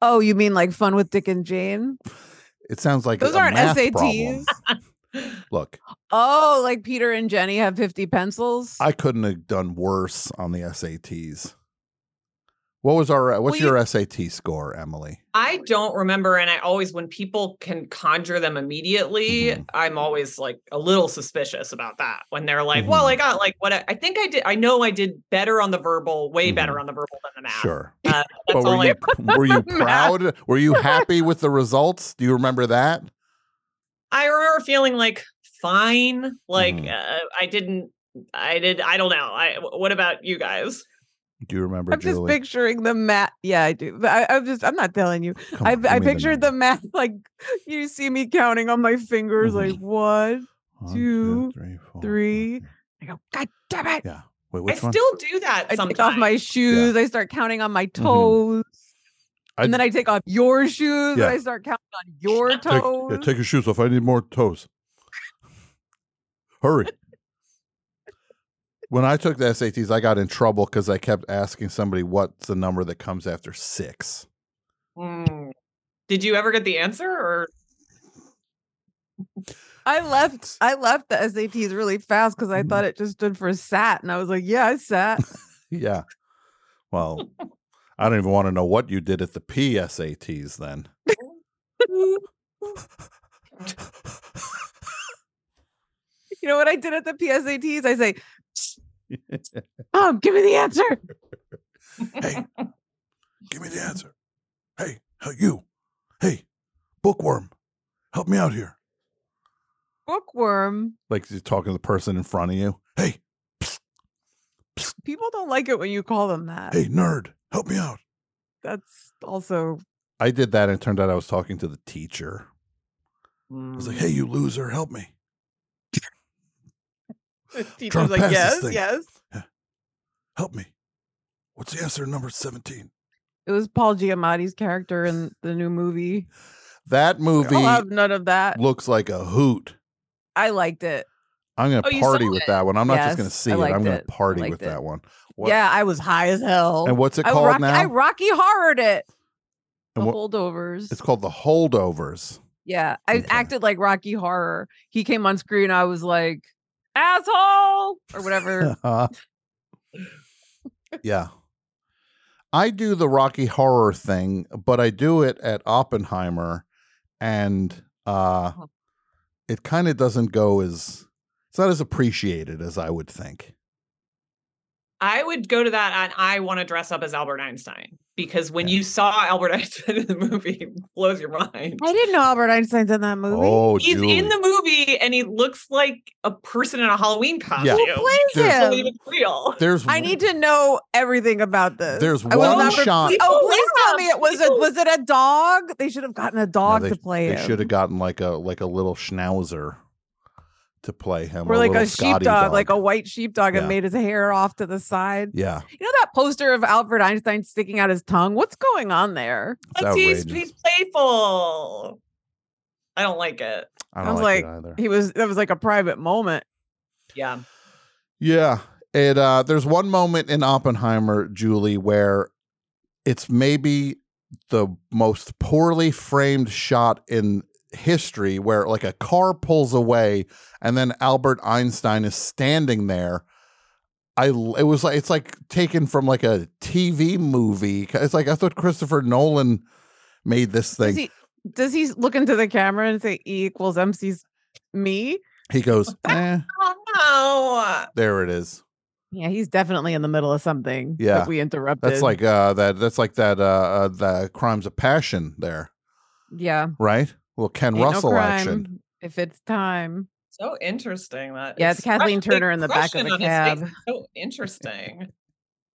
Speaker 4: Oh, you mean like fun with Dick and Jane?
Speaker 2: It sounds like
Speaker 4: Those
Speaker 2: a
Speaker 4: aren't
Speaker 2: math
Speaker 4: SATs.
Speaker 2: problem. Look,
Speaker 4: Oh, like Peter and Jenny have 50 pencils.
Speaker 2: I couldn't have done worse on the SATs. What was our what's
Speaker 7: Well, you-
Speaker 2: your SAT score, Emily?
Speaker 7: I don't remember. And I always, when people can conjure them immediately,
Speaker 2: Mhm.
Speaker 7: I'm always like a little suspicious about that when they're like, well,
Speaker 2: Mm-hmm.
Speaker 7: I got like what I, I think I did. I know I did better on the verbal, way better
Speaker 2: Mhm.
Speaker 7: on the verbal than the math.
Speaker 2: Sure.
Speaker 7: Uh,
Speaker 2: But
Speaker 7: that's all
Speaker 2: were
Speaker 7: I
Speaker 2: you, were you proud? Were you happy with the results? Do you remember that?
Speaker 7: I remember feeling like fine. Like
Speaker 2: Mhm.
Speaker 7: uh, I didn't. I did. I don't know. I. What about you guys?
Speaker 2: Do you remember
Speaker 4: I'm just
Speaker 2: Julie?
Speaker 4: picturing the math. Yeah, I do. But I, I'm just, I'm not telling you.
Speaker 2: Come
Speaker 4: I,
Speaker 2: on,
Speaker 4: I
Speaker 2: give me
Speaker 4: pictured the
Speaker 2: number.
Speaker 4: math (laughs) like you see me counting on my fingers,
Speaker 2: Mhm.
Speaker 4: like one,
Speaker 2: One, two,
Speaker 4: two,
Speaker 2: three, four, five,
Speaker 4: three.
Speaker 2: six.
Speaker 4: I go, God damn it.
Speaker 2: Yeah. Wait, which
Speaker 7: I
Speaker 2: one?
Speaker 7: still do that
Speaker 4: I
Speaker 7: sometimes.
Speaker 4: take off my shoes. I start counting on my toes.
Speaker 2: Mm-hmm. I-
Speaker 4: and then I take off your shoes.
Speaker 2: Yeah.
Speaker 4: And I start counting on your
Speaker 2: Take-
Speaker 4: toes.
Speaker 2: yeah, take your shoes off. I need more toes. Hurry. when I took the SATs, I got in trouble because I kept asking somebody what's the number that comes after six.
Speaker 7: Mm. Did you ever get the answer? Or
Speaker 4: I left. I left the SATs really fast because I
Speaker 2: Mhm.
Speaker 4: thought it just stood for SAT, and I was like, "Yeah, I (laughs) sat."
Speaker 2: Yeah. Well, I don't even want to know what you did at the PSATs then.
Speaker 4: You know what I did at the PSATs? I (laughs) say, "Um, give me the answer."
Speaker 2: Give me the answer. Hey, h- you. Hey, bookworm, help me out here.
Speaker 4: Bookworm.
Speaker 2: Like you're talking to the person in front of you. Hey,
Speaker 4: People don't like it when you call them that.
Speaker 2: hey, nerd, help me out.
Speaker 4: That's also
Speaker 2: I did that and it turned out I was talking to the teacher. I was like, hey, you loser, help me.
Speaker 4: the teacher's
Speaker 2: Trump
Speaker 4: like,
Speaker 2: passed this
Speaker 4: "Yes,
Speaker 2: thing."
Speaker 4: yes."
Speaker 2: Help me. What's the answer to number 17?
Speaker 4: It was Paul Giamatti's character in the new movie.
Speaker 2: That movie
Speaker 4: I'll have none of that.
Speaker 2: looks like a hoot.
Speaker 4: I liked it.
Speaker 2: I'm going
Speaker 7: Oh,
Speaker 2: to
Speaker 7: you
Speaker 2: party
Speaker 7: saw
Speaker 2: with
Speaker 7: it.
Speaker 2: that one. I'm not just
Speaker 4: Yes,
Speaker 2: going to see it.
Speaker 4: I
Speaker 2: I'm
Speaker 4: liked
Speaker 2: going to
Speaker 4: it. I
Speaker 2: party
Speaker 4: liked
Speaker 2: with that
Speaker 4: it.
Speaker 2: one. What-
Speaker 4: Yeah, I was high as hell.
Speaker 2: And what's it
Speaker 4: I
Speaker 2: called
Speaker 4: rock-
Speaker 2: now?
Speaker 4: I Rocky Horrored it. The
Speaker 2: And what-
Speaker 4: holdovers.
Speaker 2: it's called The Holdovers.
Speaker 4: Yeah, I
Speaker 2: Okay.
Speaker 4: acted like Rocky Horror. He came on screen. I was like, asshole
Speaker 2: (laughs)
Speaker 4: or whatever. (laughs)
Speaker 2: yeah. I do the Rocky Horror thing, but I do it at Oppenheimer and uh
Speaker 4: Oh.
Speaker 2: it kind of doesn't go as it's not as appreciated as I would think.
Speaker 7: I would go to that, and I want to dress up as Albert Einstein because when you saw Albert (laughs) Einstein in the movie, it blows your mind.
Speaker 4: I didn't know Albert Einstein's in that movie.
Speaker 2: Oh,
Speaker 7: He's
Speaker 2: Julie.
Speaker 7: in the movie, and he looks like a person in a Halloween costume.
Speaker 4: Who plays
Speaker 2: There's-
Speaker 7: I believe
Speaker 4: him?
Speaker 7: it's
Speaker 4: (laughs)
Speaker 7: real.
Speaker 2: there's
Speaker 4: I need to know everything about this.
Speaker 2: there's
Speaker 4: I was
Speaker 2: one
Speaker 4: not pre-
Speaker 2: shot.
Speaker 4: Oh,
Speaker 7: People
Speaker 4: please tell
Speaker 7: laugh.
Speaker 4: me it was a
Speaker 7: People-
Speaker 4: was it a dog? They should have gotten a dog
Speaker 2: they-
Speaker 4: to play
Speaker 2: They
Speaker 4: him.
Speaker 2: should have gotten like a like a little schnauzer to play him,
Speaker 4: or like
Speaker 2: little
Speaker 4: a
Speaker 2: Scotty
Speaker 4: sheepdog, like a
Speaker 2: dog.
Speaker 4: white sheepdog,
Speaker 2: Yeah.
Speaker 4: and made his hair off to the side.
Speaker 2: yeah.
Speaker 4: (laughs) You know that poster of Albert Einstein sticking out his tongue? What's going on there?
Speaker 2: It's
Speaker 7: Let's see, he's,
Speaker 2: outrageous.
Speaker 7: he's playful. I don't like it.
Speaker 2: I don't
Speaker 4: I was
Speaker 2: like,
Speaker 4: like,
Speaker 2: it either.
Speaker 4: He was that was like a private moment.
Speaker 7: Yeah.
Speaker 2: Yeah. It uh there's one moment in Oppenheimer, Julie, where it's maybe the most poorly framed shot in history where like a car pulls away and then Albert Einstein is standing there. I l- it was like it's like taken from like a TV movie. It's like I thought Christopher Nolan made this thing.
Speaker 4: Does he does he look into the camera and say E equals MC's me?
Speaker 2: He goes, eh,
Speaker 7: Oh
Speaker 2: there it is.
Speaker 4: Yeah, he's definitely in the middle of something.
Speaker 2: Yeah.
Speaker 4: that we interrupted.
Speaker 2: That's like uh that that's like that uh, uh the crimes of passion there,
Speaker 4: yeah,
Speaker 2: right? Well, Ken
Speaker 4: ain't no
Speaker 2: Russell action.
Speaker 4: crime If it's time,
Speaker 7: no! So interesting that.
Speaker 4: Yeah, it's
Speaker 7: express-
Speaker 4: Kathleen
Speaker 7: the
Speaker 4: Turner in the back of
Speaker 7: expression
Speaker 4: a
Speaker 7: on his face
Speaker 4: cab.
Speaker 7: is So interesting.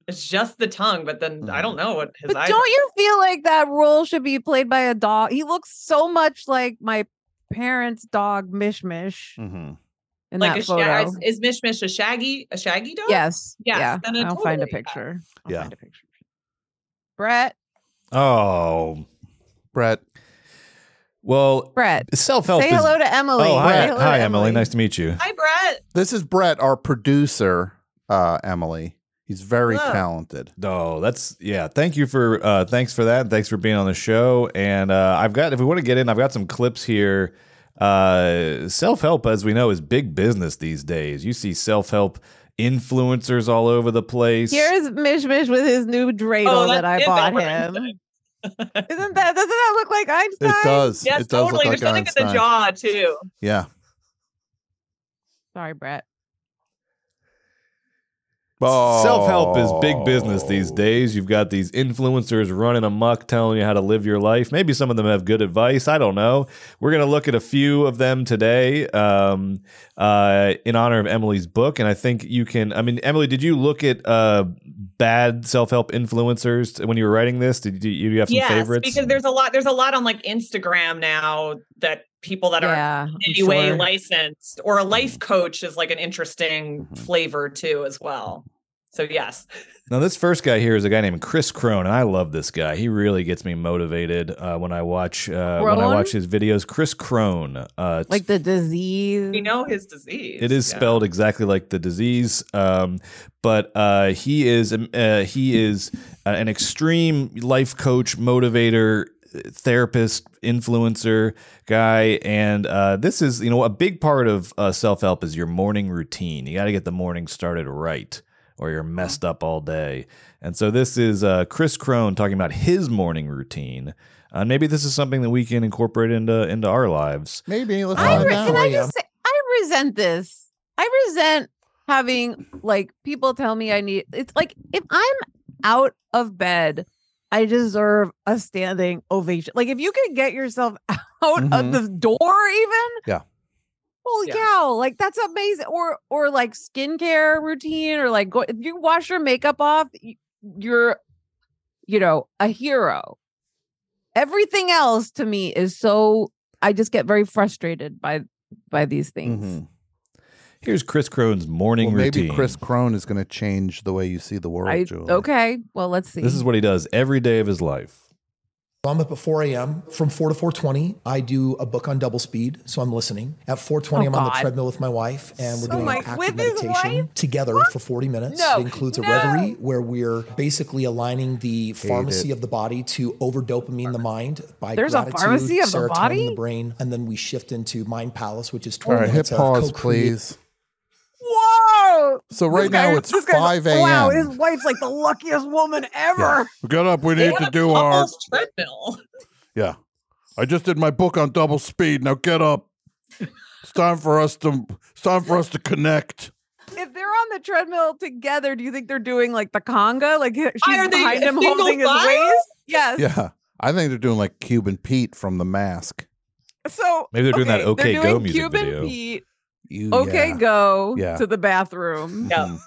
Speaker 7: it's just the tongue, but then I
Speaker 2: Mhm.
Speaker 7: don't know what his
Speaker 4: but
Speaker 7: eyes.
Speaker 4: don't you feel like that role should be played by a dog? He looks so much like my parents' dog Mish Mish
Speaker 2: Mm-hmm.
Speaker 4: in
Speaker 7: like
Speaker 4: that
Speaker 7: a sha-
Speaker 4: photo.
Speaker 7: is, is Mish Mish a shaggy a shaggy dog?
Speaker 4: yes,
Speaker 7: Yes,
Speaker 4: yeah.
Speaker 7: then it
Speaker 4: I'll find a
Speaker 7: totally- yeah.
Speaker 4: picture. I'll
Speaker 2: Yeah.
Speaker 4: find a picture. Brett,
Speaker 3: Oh,
Speaker 2: Brett,
Speaker 3: well,
Speaker 4: Brett,
Speaker 3: self help.
Speaker 4: say
Speaker 3: is-
Speaker 4: hello to Emily.
Speaker 3: Oh, hi,
Speaker 4: Say
Speaker 3: hi,
Speaker 4: hello to
Speaker 3: Emily. Nice to meet you.
Speaker 7: Hi, Brett.
Speaker 2: this is Brett, our producer, uh, Emily. He's very
Speaker 4: Whoa.
Speaker 2: talented.
Speaker 3: No, Oh, that's yeah. Thank you for uh thanks for that. Thanks for being on the show. And uh I've got if we want to get in, I've got some clips here. Uh self-help as we know is big business these days. You see self-help influencers all over the place.
Speaker 4: Here's Mish Mish with his new dreidel
Speaker 7: Oh,
Speaker 4: that
Speaker 7: (laughs) that's
Speaker 4: I
Speaker 7: it, that
Speaker 4: bought
Speaker 7: we're
Speaker 4: him.
Speaker 7: inside.
Speaker 2: (laughs)
Speaker 4: Isn't that doesn't that look like Einstein?
Speaker 2: It does.
Speaker 7: Yes,
Speaker 2: it does
Speaker 7: totally.
Speaker 2: look
Speaker 7: There's
Speaker 2: like
Speaker 7: something
Speaker 2: Einstein.
Speaker 7: at the jaw too.
Speaker 2: Yeah.
Speaker 4: Sorry, Brett.
Speaker 3: Self-help is big business these days. You've got these influencers running amok telling you how to live your life. Maybe some of them have good advice. I don't know. We're going to look at a few of them today um, uh, in honor of Emily's book. And I think you can, I mean, Emily, did you look at uh, bad self-help influencers when you were writing this? Did you, you have some favorites?
Speaker 7: because there's a lot. There's a lot on like Instagram now that people that are
Speaker 4: yeah. I'm
Speaker 7: in any way
Speaker 4: sure.
Speaker 7: licensed or a
Speaker 2: Mm-hmm.
Speaker 7: life coach is like an interesting flavor too as well. So yes,
Speaker 3: Now, this first guy here is a guy named Chris Crone, and I love this guy. He really gets me motivated uh, when I watch uh, when I
Speaker 4: Crone?
Speaker 3: watch his videos. Chris Crone, uh, it's-
Speaker 4: like the disease.
Speaker 7: we know his disease.
Speaker 3: it is
Speaker 7: Yeah.
Speaker 3: spelled exactly like the disease, um, but uh, he is um, uh, he is uh, an extreme life coach, motivator, therapist, influencer guy, and uh, this is you know a big part of uh, self help is your morning routine. You got to get the morning started right, or you're messed up all day. And so this is uh, Chris Crone talking about his morning routine. Uh, maybe this is something that we can incorporate into into our lives.
Speaker 2: Maybe let's
Speaker 4: I
Speaker 3: Uh,
Speaker 2: find
Speaker 4: re-
Speaker 3: now
Speaker 4: can
Speaker 2: out.
Speaker 4: I just say I resent this. I resent having like people tell me I need it's like if I'm out of bed, I deserve a standing ovation. Like if you can get yourself (laughs) out
Speaker 2: Mhm.
Speaker 4: of the door even.
Speaker 2: Yeah.
Speaker 4: Holy
Speaker 7: Yeah.
Speaker 4: cow, like that's amazing. Or or like skincare routine or like go if you wash your makeup off, y- you're you know, a hero. Everything else to me is so I just get very frustrated by by these things.
Speaker 3: Mm-hmm.
Speaker 2: Mhm.
Speaker 3: Here's Chris Crone's morning
Speaker 2: Well, maybe
Speaker 3: routine.
Speaker 2: Chris Crone is going to change the way you see the world,
Speaker 4: I
Speaker 2: Julie.
Speaker 4: okay. Well, let's see.
Speaker 3: This is what he does every day of his life.
Speaker 9: So I'm up at 4 a.m. From 4 to 4:20, I do a book on double speed, so I'm listening. At 4:20,
Speaker 4: Oh,
Speaker 9: I'm on the
Speaker 4: God.
Speaker 9: treadmill with my wife, and we're
Speaker 4: Oh
Speaker 9: doing
Speaker 4: my-
Speaker 9: an active
Speaker 4: with his
Speaker 9: meditation
Speaker 4: wife?
Speaker 9: together for 40 minutes.
Speaker 4: No,
Speaker 9: It includes a
Speaker 4: no.
Speaker 9: reverie where we're basically aligning the pharmacy of the body to over dopamine the mind by
Speaker 4: There's a
Speaker 9: gratitude,
Speaker 4: pharmacy of the
Speaker 9: serotonin in
Speaker 4: body?
Speaker 9: the brain, and then we shift into mind palace, which is
Speaker 2: All
Speaker 9: 20
Speaker 2: right, hit
Speaker 9: minutes
Speaker 2: pause,
Speaker 9: of co-create-
Speaker 2: please.
Speaker 4: Whoa!
Speaker 2: So right now it's 5 a.m.
Speaker 4: oh, Wow, his wife's like the luckiest woman ever.
Speaker 2: Yeah. Get up. We
Speaker 7: They
Speaker 2: need
Speaker 7: have
Speaker 2: to
Speaker 7: a
Speaker 2: do our.
Speaker 7: couple's treadmill.
Speaker 2: Yeah. I just did my book on double speed. Now get up. It's time for us to. It's time for us to connect.
Speaker 4: If they're on the treadmill together, do you think they're doing like the conga? Like she's
Speaker 7: Are they
Speaker 4: behind
Speaker 7: a
Speaker 4: him
Speaker 7: single
Speaker 4: holding his
Speaker 7: file?
Speaker 4: waist? Yes.
Speaker 2: Yeah, I think they're doing like Cuban Pete from The Mask.
Speaker 4: So
Speaker 3: Maybe they're doing that OK
Speaker 4: they're
Speaker 3: Go
Speaker 4: doing
Speaker 3: music
Speaker 4: Cuban
Speaker 3: video.
Speaker 4: Pete,
Speaker 2: You,
Speaker 4: okay, go
Speaker 2: Yeah.
Speaker 4: to the bathroom.
Speaker 7: Yeah.
Speaker 2: Mhm.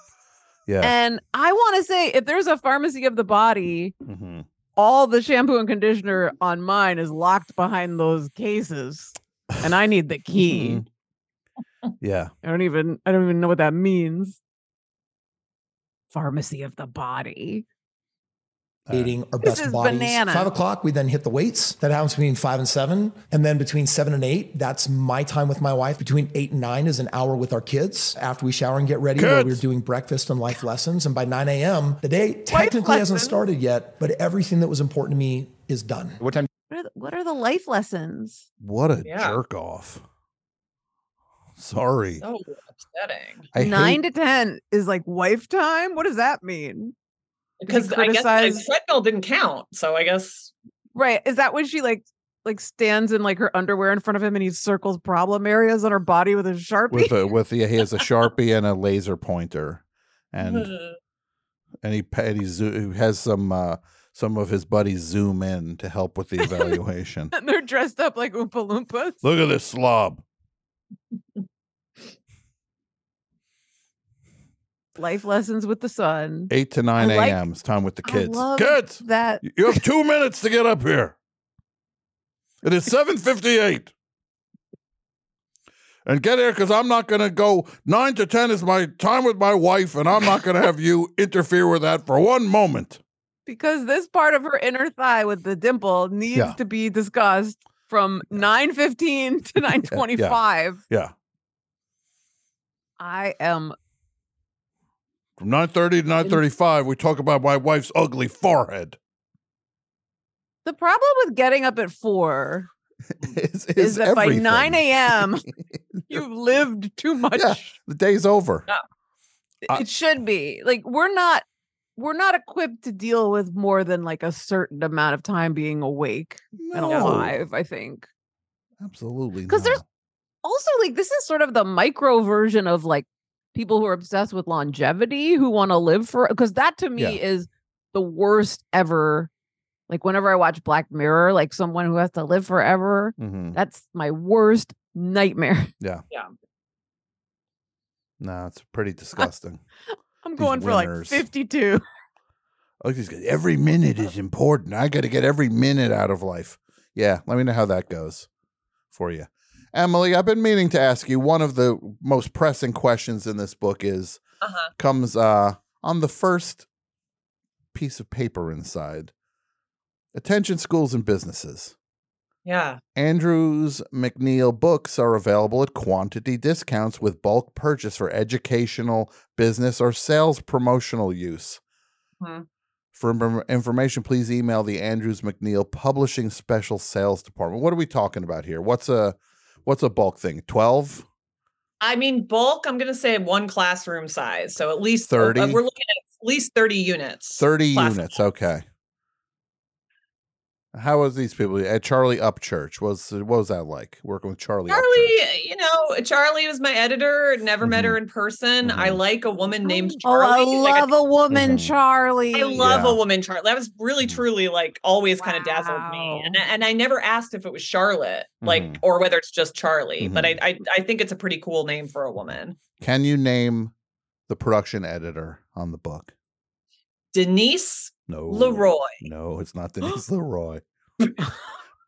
Speaker 2: Yeah.
Speaker 4: And I want to say, if there's a pharmacy of the body,
Speaker 2: Mhm.
Speaker 4: all the shampoo and conditioner on mine is locked behind those cases and i need the key
Speaker 2: Mm-hmm. Yeah.
Speaker 4: i don't even i don't even know what that means pharmacy of the body
Speaker 9: Dating our
Speaker 4: This
Speaker 9: best
Speaker 4: is
Speaker 9: bodies.
Speaker 4: banana.
Speaker 9: Five o'clock, we then hit the weights. That happens between five and seven. And then between seven and eight, that's my time with my wife. Between eight and nine is an hour with our kids after we shower and get ready, where we're doing breakfast and life lessons. And by 9 a.m., the day technically hasn't
Speaker 4: lessons.
Speaker 9: started yet, but everything that was important to me is done.
Speaker 4: what are the, what are the life lessons
Speaker 2: What a
Speaker 7: Yeah.
Speaker 2: jerk off. Sorry.
Speaker 7: So Oh, upsetting.
Speaker 2: I
Speaker 4: nine
Speaker 2: hate-
Speaker 4: to ten is like wife time what does that mean
Speaker 7: Because I guess the
Speaker 4: criticize-
Speaker 7: treadmill didn't count. So I
Speaker 4: (laughs)
Speaker 7: guess
Speaker 4: right is that when she like like stands in like her underwear in front of him and he circles problem areas on her body with a sharpie (laughs)
Speaker 2: with a with the, he has a sharpie and a laser pointer,
Speaker 4: Uh-huh,
Speaker 2: and and he pa- and he, zo- he has some uh, some of his buddies zoom in to help with the
Speaker 4: (laughs)
Speaker 2: evaluation.
Speaker 4: and they're dressed up like oompa loompas
Speaker 2: Look at this slob.
Speaker 4: life lessons with the sun
Speaker 2: Eight to nine
Speaker 4: I like-
Speaker 2: a.m. is time with the
Speaker 4: I
Speaker 2: kids.
Speaker 4: love
Speaker 2: Kids,
Speaker 4: that
Speaker 2: you have two minutes to get up here. It is seven fifty-eight, and get here because I'm not going to go. Nine to ten is my time with my wife, and I'm not going to have (laughs) you interfere with that for one moment.
Speaker 4: because this part of her inner thigh with the dimple needs
Speaker 2: Yeah.
Speaker 4: to be discussed from
Speaker 2: (laughs)
Speaker 4: 915 to 925
Speaker 2: Yeah,
Speaker 4: i am
Speaker 2: From 9.30 to 9.35, we talk about my wife's ugly forehead.
Speaker 4: The problem with getting up at four
Speaker 2: (laughs) is,
Speaker 4: is, that
Speaker 2: everything.
Speaker 4: by 9 a.m., you've lived too much.
Speaker 2: Yeah. (laughs) The day's over. I-
Speaker 4: It should be. Like, we're not. We're not equipped to deal with more than like a certain amount of time being awake and
Speaker 2: No.
Speaker 4: alive, I think.
Speaker 2: Absolutely. Because
Speaker 4: 'Cause there's- also like this is sort of the micro version of like people who are obsessed with longevity who want to live for because that to me
Speaker 2: Yeah.
Speaker 4: is the worst ever like whenever i watch black mirror like someone who has to live forever
Speaker 2: hmm
Speaker 4: that's my worst nightmare (laughs)
Speaker 2: No, it's pretty disgusting.
Speaker 4: i'm
Speaker 2: These
Speaker 4: going for like
Speaker 2: winners.
Speaker 4: 52
Speaker 2: Look, he's got- every minute is important. I got to get every minute out of life. Yeah, let me know how that goes for you. Emily, I've been meaning to ask you one of the most pressing questions in this book is
Speaker 7: Uh-huh.
Speaker 2: comes uh, on the first piece of paper inside. Attention schools and businesses.
Speaker 7: Yeah.
Speaker 2: Andrews McNeil books are available at quantity discounts with bulk purchase for educational, business, or sales promotional use.
Speaker 7: Mhm.
Speaker 2: For im- information, please email the Andrews McNeil Publishing Special Sales Department. What are we talking about here? What's a what's a bulk thing? Twelve?
Speaker 7: I mean, bulk, I'm going to say one classroom size. So at least
Speaker 2: 30?
Speaker 7: uh, we're looking at at least 30 units.
Speaker 2: 30
Speaker 7: Class-
Speaker 2: units. Okay. How was these people at Charlie Upchurch? Was what was that like working with Charlie? Upchurch?
Speaker 7: Charlie, you know, Charlie was my editor. Never met
Speaker 2: Mhm.
Speaker 7: her in person. I
Speaker 2: Mhm.
Speaker 7: like a woman named
Speaker 4: oh i
Speaker 7: Charlie. Like,
Speaker 4: love a woman
Speaker 2: Mhm.
Speaker 4: charlie
Speaker 7: I love
Speaker 2: Yeah.
Speaker 7: a woman Charlie. That was really
Speaker 2: Mhm.
Speaker 7: truly like always kind of dazzled me. And,
Speaker 4: Wow.
Speaker 7: and I never asked if it was Charlotte, like
Speaker 2: Mhm.
Speaker 7: or whether it's just Charlie. But I,
Speaker 2: Mhm.
Speaker 7: I I think it's a pretty cool name for a woman.
Speaker 2: Can you name the production editor on the book?
Speaker 7: Denise
Speaker 2: No.
Speaker 7: Leroy.
Speaker 2: No, it's not
Speaker 4: (gasps)
Speaker 2: Denise Leroy.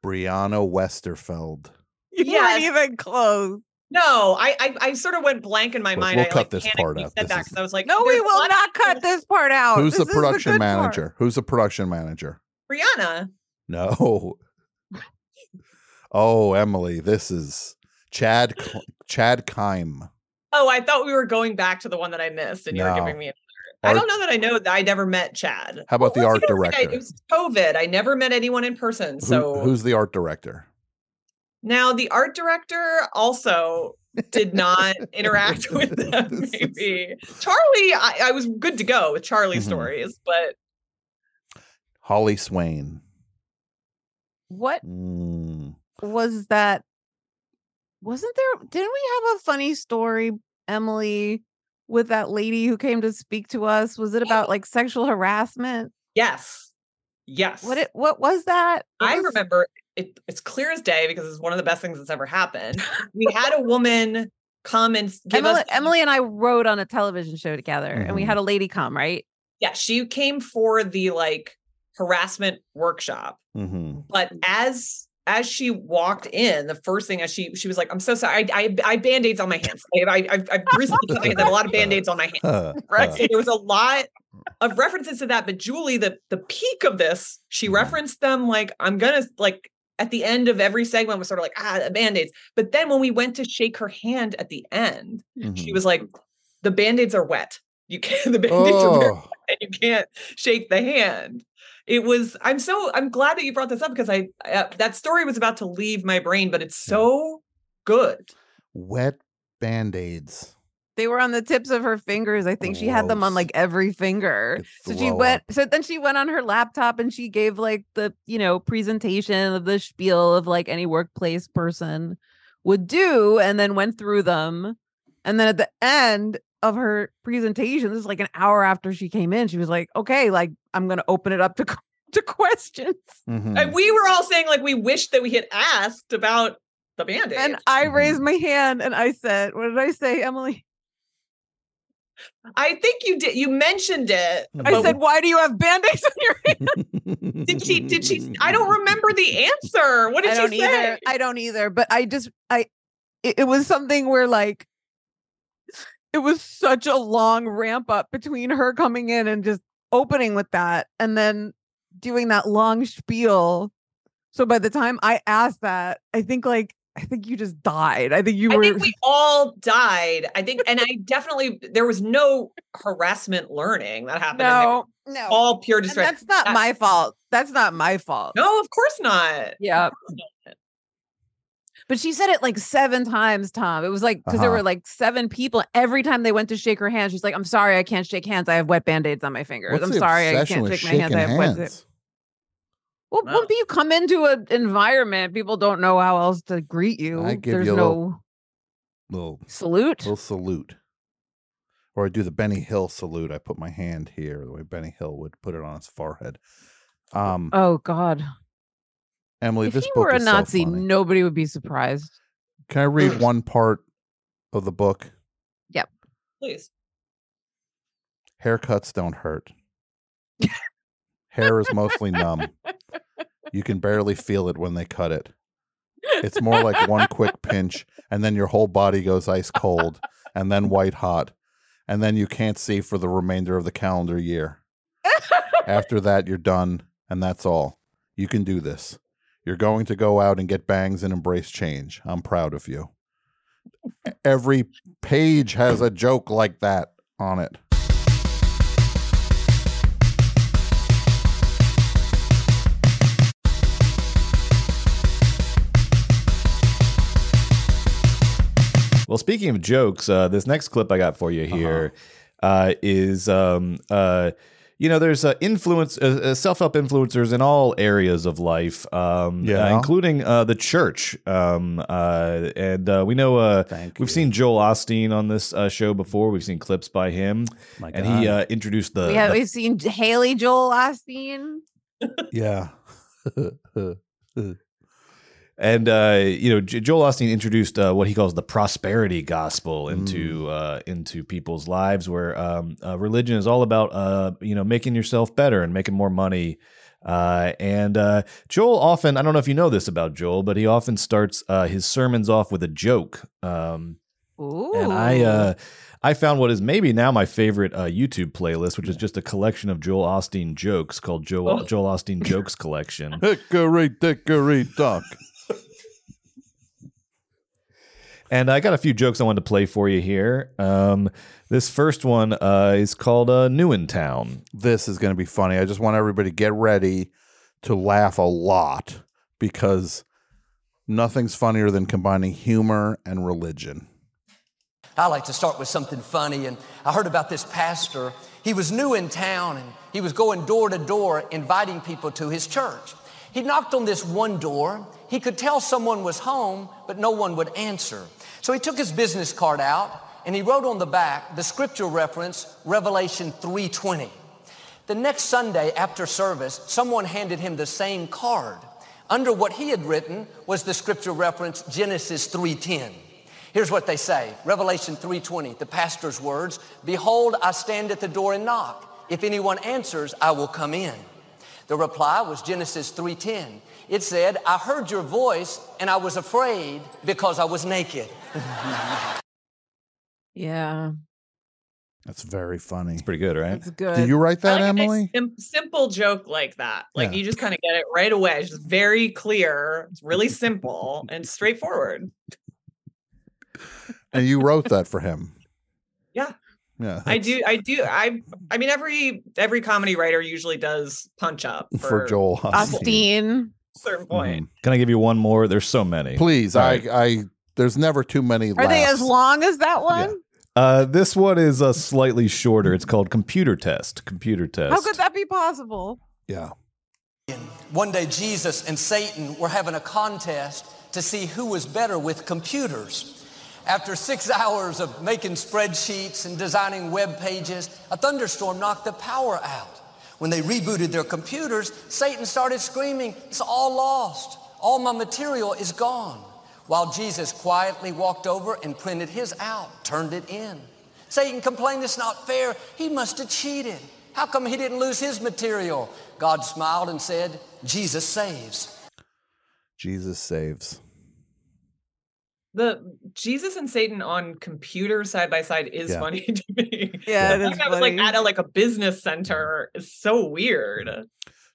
Speaker 2: Brianna Westerfeld.
Speaker 4: you
Speaker 7: Yes.
Speaker 4: weren't even close
Speaker 7: No, I, I I sort of went blank in my
Speaker 2: We'll-
Speaker 7: mind.
Speaker 2: we'll
Speaker 7: I
Speaker 2: cut
Speaker 7: like,
Speaker 2: this
Speaker 7: panicked
Speaker 2: part
Speaker 7: when you
Speaker 2: out.
Speaker 7: Said
Speaker 2: This
Speaker 7: that
Speaker 2: is-
Speaker 7: 'cause I was like,
Speaker 4: no we
Speaker 7: there's a
Speaker 4: will
Speaker 7: lot of
Speaker 4: not cut
Speaker 7: people-
Speaker 4: this part out
Speaker 2: Who's the
Speaker 4: Oh, This is
Speaker 2: production
Speaker 4: good part.
Speaker 2: manager? Who's the production manager?
Speaker 7: Brianna.
Speaker 2: No. (laughs) oh, Emily, this is Chad Cl- Chad Kime.
Speaker 7: Oh, I thought we were going back to the one that I missed, and you
Speaker 2: No.
Speaker 7: were giving me. Another. I
Speaker 2: Art-
Speaker 7: don't know that I know that I never met Chad.
Speaker 2: How about the
Speaker 7: was
Speaker 2: art
Speaker 7: other thing I-
Speaker 2: director?
Speaker 7: it was COVID. I never met anyone in person.
Speaker 2: Who-
Speaker 7: So
Speaker 2: who's the art director?
Speaker 7: Now, the art director also did not
Speaker 2: (laughs)
Speaker 7: interact with them.
Speaker 2: This is-
Speaker 7: Maybe Charlie, I, I was good to go with Charlie
Speaker 2: Mhm.
Speaker 7: stories, but
Speaker 2: Holly Swain.
Speaker 4: what (laughs)
Speaker 2: Mm.
Speaker 4: was that wasn't there didn't we have a funny story emily with that lady who came to speak to us was it about like sexual harassment
Speaker 7: yes, yes,
Speaker 4: what it what was that What
Speaker 7: I
Speaker 4: was-
Speaker 7: remember it, it's clear as day because it's one of the best things that's ever happened.
Speaker 4: (laughs)
Speaker 7: We had a woman come and give
Speaker 4: emily,
Speaker 7: us Mm-hmm.
Speaker 4: emily and i wrote on a television show together and we had a lady come right
Speaker 7: Yeah, she came for the like harassment workshop.
Speaker 8: (laughs)
Speaker 2: hmm
Speaker 7: but
Speaker 4: Mm.
Speaker 7: as as she walked in, the first thing as she she was like, "I'm so sorry. I I, I band aids on my hands. I I I've, I've recently come
Speaker 4: (laughs)
Speaker 7: in, I had a lot of band aids on my
Speaker 2: Uh,
Speaker 7: hands."
Speaker 3: Uh,
Speaker 7: Right. So there was a lot of references to that, but Julie, the the peak of this, she
Speaker 2: Mhm.
Speaker 7: referenced them like, "I'm gonna like." At the end of every segment was sort of like ah band aids, but then when we went to shake her hand at the end,
Speaker 8: mm-hmm.
Speaker 4: (laughs)
Speaker 7: she was like, "The band aids are wet. You can't. (laughs) The band aids are wet
Speaker 2: Oh,
Speaker 7: and you can't shake the hand. It was. I'm so. I'm glad that you brought this up because I, I that story was about to leave my brain, but it's so good.
Speaker 2: wet band aids.
Speaker 4: they were on the tips of her fingers i think she had them on
Speaker 2: Gross.
Speaker 4: like every finger so she went so then she went on her laptop and she gave like the you know presentation of the spiel of like any workplace person would do and then went through them and then at the end of her presentation this is like an hour after she came in she was like okay like i'm gonna open it up to (laughs) to questions
Speaker 7: And we were all saying like we wish that we had asked about the band aid.
Speaker 4: and i
Speaker 2: Mhm.
Speaker 4: raised my hand and i said what did i say emily
Speaker 7: I think you did. You mentioned it.
Speaker 4: i said why do you have band-aids on your hand
Speaker 2: Mm-hmm.
Speaker 4: (laughs)
Speaker 7: Did she? Did she? I don't remember the answer. What did
Speaker 4: I don't
Speaker 7: she say?
Speaker 4: either. I don't either. But I just I it, it was something where like it was such a long ramp up between her coming in and just opening with that and then doing that long spiel. So by the time I asked that, I think like I think you just died. I think you
Speaker 7: I
Speaker 4: were.
Speaker 7: think
Speaker 4: (laughs)
Speaker 7: we all died. I think, and I definitely there was no harassment learning that happened. in there.
Speaker 4: no, no.
Speaker 7: all pure
Speaker 4: And
Speaker 7: distraction.
Speaker 4: that's not
Speaker 7: That-
Speaker 4: my fault. That's not my fault.
Speaker 7: No, of course not.
Speaker 4: Yeah. (laughs) But she said it like seven times, Tom. It was like because there
Speaker 2: Uh-huh.
Speaker 4: were like seven people. Every time they went to shake her hand, she's like, "I'm sorry, I can't shake hands. I have wet band aids on my fingers.
Speaker 2: What's
Speaker 4: I'm
Speaker 2: the
Speaker 4: sorry, I
Speaker 2: obsession
Speaker 4: can't
Speaker 2: with
Speaker 4: shake my hands.
Speaker 2: shaking
Speaker 4: I have wet."
Speaker 2: hands?
Speaker 4: Well,
Speaker 7: Wow.
Speaker 4: when you come into an environment, people don't know how else to greet you.
Speaker 2: I give
Speaker 4: There's
Speaker 2: you a
Speaker 4: no
Speaker 2: little- Little
Speaker 4: salute.
Speaker 2: little salute. Or I do the Benny Hill salute. I put my hand here the way Benny Hill would put it on his forehead. Um,
Speaker 4: Oh God!
Speaker 2: Emily,
Speaker 4: if
Speaker 2: this
Speaker 4: he
Speaker 2: book
Speaker 4: were a
Speaker 2: is so
Speaker 4: Nazi,
Speaker 2: funny.
Speaker 4: nobody would be surprised.
Speaker 2: Can I
Speaker 4: (clears throat)
Speaker 2: read one part of the book?
Speaker 7: Please.
Speaker 2: Haircuts don't hurt. Hair is mostly numb. You can barely feel it when they cut it. It's more like one quick pinch, and then your whole body goes ice cold, and then white hot, and then you can't see for the remainder of the calendar year. After that, you're done, and that's all. You can do this. You're going to go out and get bangs and embrace change. I'm proud of you. E-, Every page has a joke like that on it.
Speaker 3: Well, speaking of jokes, uh, this next clip I got for you
Speaker 2: Uh-huh.
Speaker 3: here uh is, um, uh, you know, there's uh, influence, uh, uh, self-help influencers in all areas of life, um,
Speaker 2: Yeah.
Speaker 3: uh, including uh, the church. Um, uh, and uh, we know uh,
Speaker 2: Thank
Speaker 3: we've seen Joel Osteen on this uh, show before. We've seen clips by him,
Speaker 2: My
Speaker 3: and he uh, introduced the,
Speaker 4: we have we've seen Haley Joel Osteen.
Speaker 2: yeah.
Speaker 3: and uh, you know J- Joel Osteen introduced uh, what he calls the prosperity gospel into uh, into people's lives, where um, uh, religion is all about uh, you know making yourself better and making more money. Uh, and uh, Joel often, I don't know if you know this about Joel, but he often starts uh, his sermons off with a joke. Um,
Speaker 4: Ooh.
Speaker 3: and I uh, I found what is maybe now my favorite uh, YouTube playlist, which is just a collection of Joel Osteen jokes called Joel
Speaker 7: Oh.
Speaker 3: Joel Osteen Jokes Collection.
Speaker 2: Hickory dickory dock.
Speaker 3: And I got a few jokes I wanted to play for you here. Um, this first one uh, is called uh, New in Town.
Speaker 2: This is going to be funny. I just want everybody to get ready to laugh a lot because nothing's funnier than combining humor and religion.
Speaker 8: I like to start with something funny. And I heard about this pastor. He was new in town and he was going door to door inviting people to his church. He knocked on this one door. He could tell someone was home, but no one would answer. So he took his business card out and he wrote on the back the scripture reference Revelation 3:20. The next Sunday after service, someone handed him the same card. Under what he had written was the scripture reference Genesis 3:10. Here's what they say. Revelation 3:20, the pastor's words, "Behold, I stand at the door and knock. If anyone answers, I will come in." The reply was Genesis 3:10. It said, "I heard your voice and I was afraid because I was naked."
Speaker 4: yeah,
Speaker 2: That's very funny.
Speaker 3: It's pretty good, right?
Speaker 4: it's good.
Speaker 2: Did you write
Speaker 7: I
Speaker 2: that,
Speaker 7: like a nice
Speaker 2: Emily?
Speaker 7: sim- simple joke like that. Like
Speaker 2: Yeah.
Speaker 7: you just kind of get it right away. It's just very clear.
Speaker 2: (laughs)
Speaker 7: It's really simple and straightforward.
Speaker 2: and you wrote that for him.
Speaker 7: Yeah.
Speaker 2: Yeah.
Speaker 7: I do. I do. I. I mean, every every comedy writer usually does punch up
Speaker 2: (laughs) (laughs)
Speaker 7: for,
Speaker 2: For Joel Mm-hmm. Osteen.
Speaker 4: Osteen?
Speaker 7: a certain point.
Speaker 3: Can I give you one more? There's so many.
Speaker 2: Please,
Speaker 3: All
Speaker 2: I,
Speaker 3: right.
Speaker 2: I, there's never too many.
Speaker 4: Are they as
Speaker 2: laughs.
Speaker 4: long as that one?
Speaker 3: Uh, this one is uh, slightly shorter. It's called Computer Test. Computer Test.
Speaker 4: How could that be possible?
Speaker 2: Yeah.
Speaker 8: One day Jesus and Satan were having a contest to see who was better with computers. After six (laughs) hours of making spreadsheets and designing web pages, a thunderstorm knocked the power out. When they rebooted their computers, Satan started screaming, it's all lost. All my material is gone. While Jesus quietly walked over and printed his out, turned it in. Satan complained it's not fair. He must have cheated. How come he didn't lose his material? God smiled and said, Jesus saves.
Speaker 2: Jesus saves.
Speaker 7: The Jesus and Satan on computer side by side is
Speaker 2: Yeah.
Speaker 7: funny (laughs) to me.
Speaker 4: Yeah, it
Speaker 7: Like,
Speaker 4: is
Speaker 7: I was like
Speaker 4: funny.
Speaker 7: at a, like a business center. It's so weird.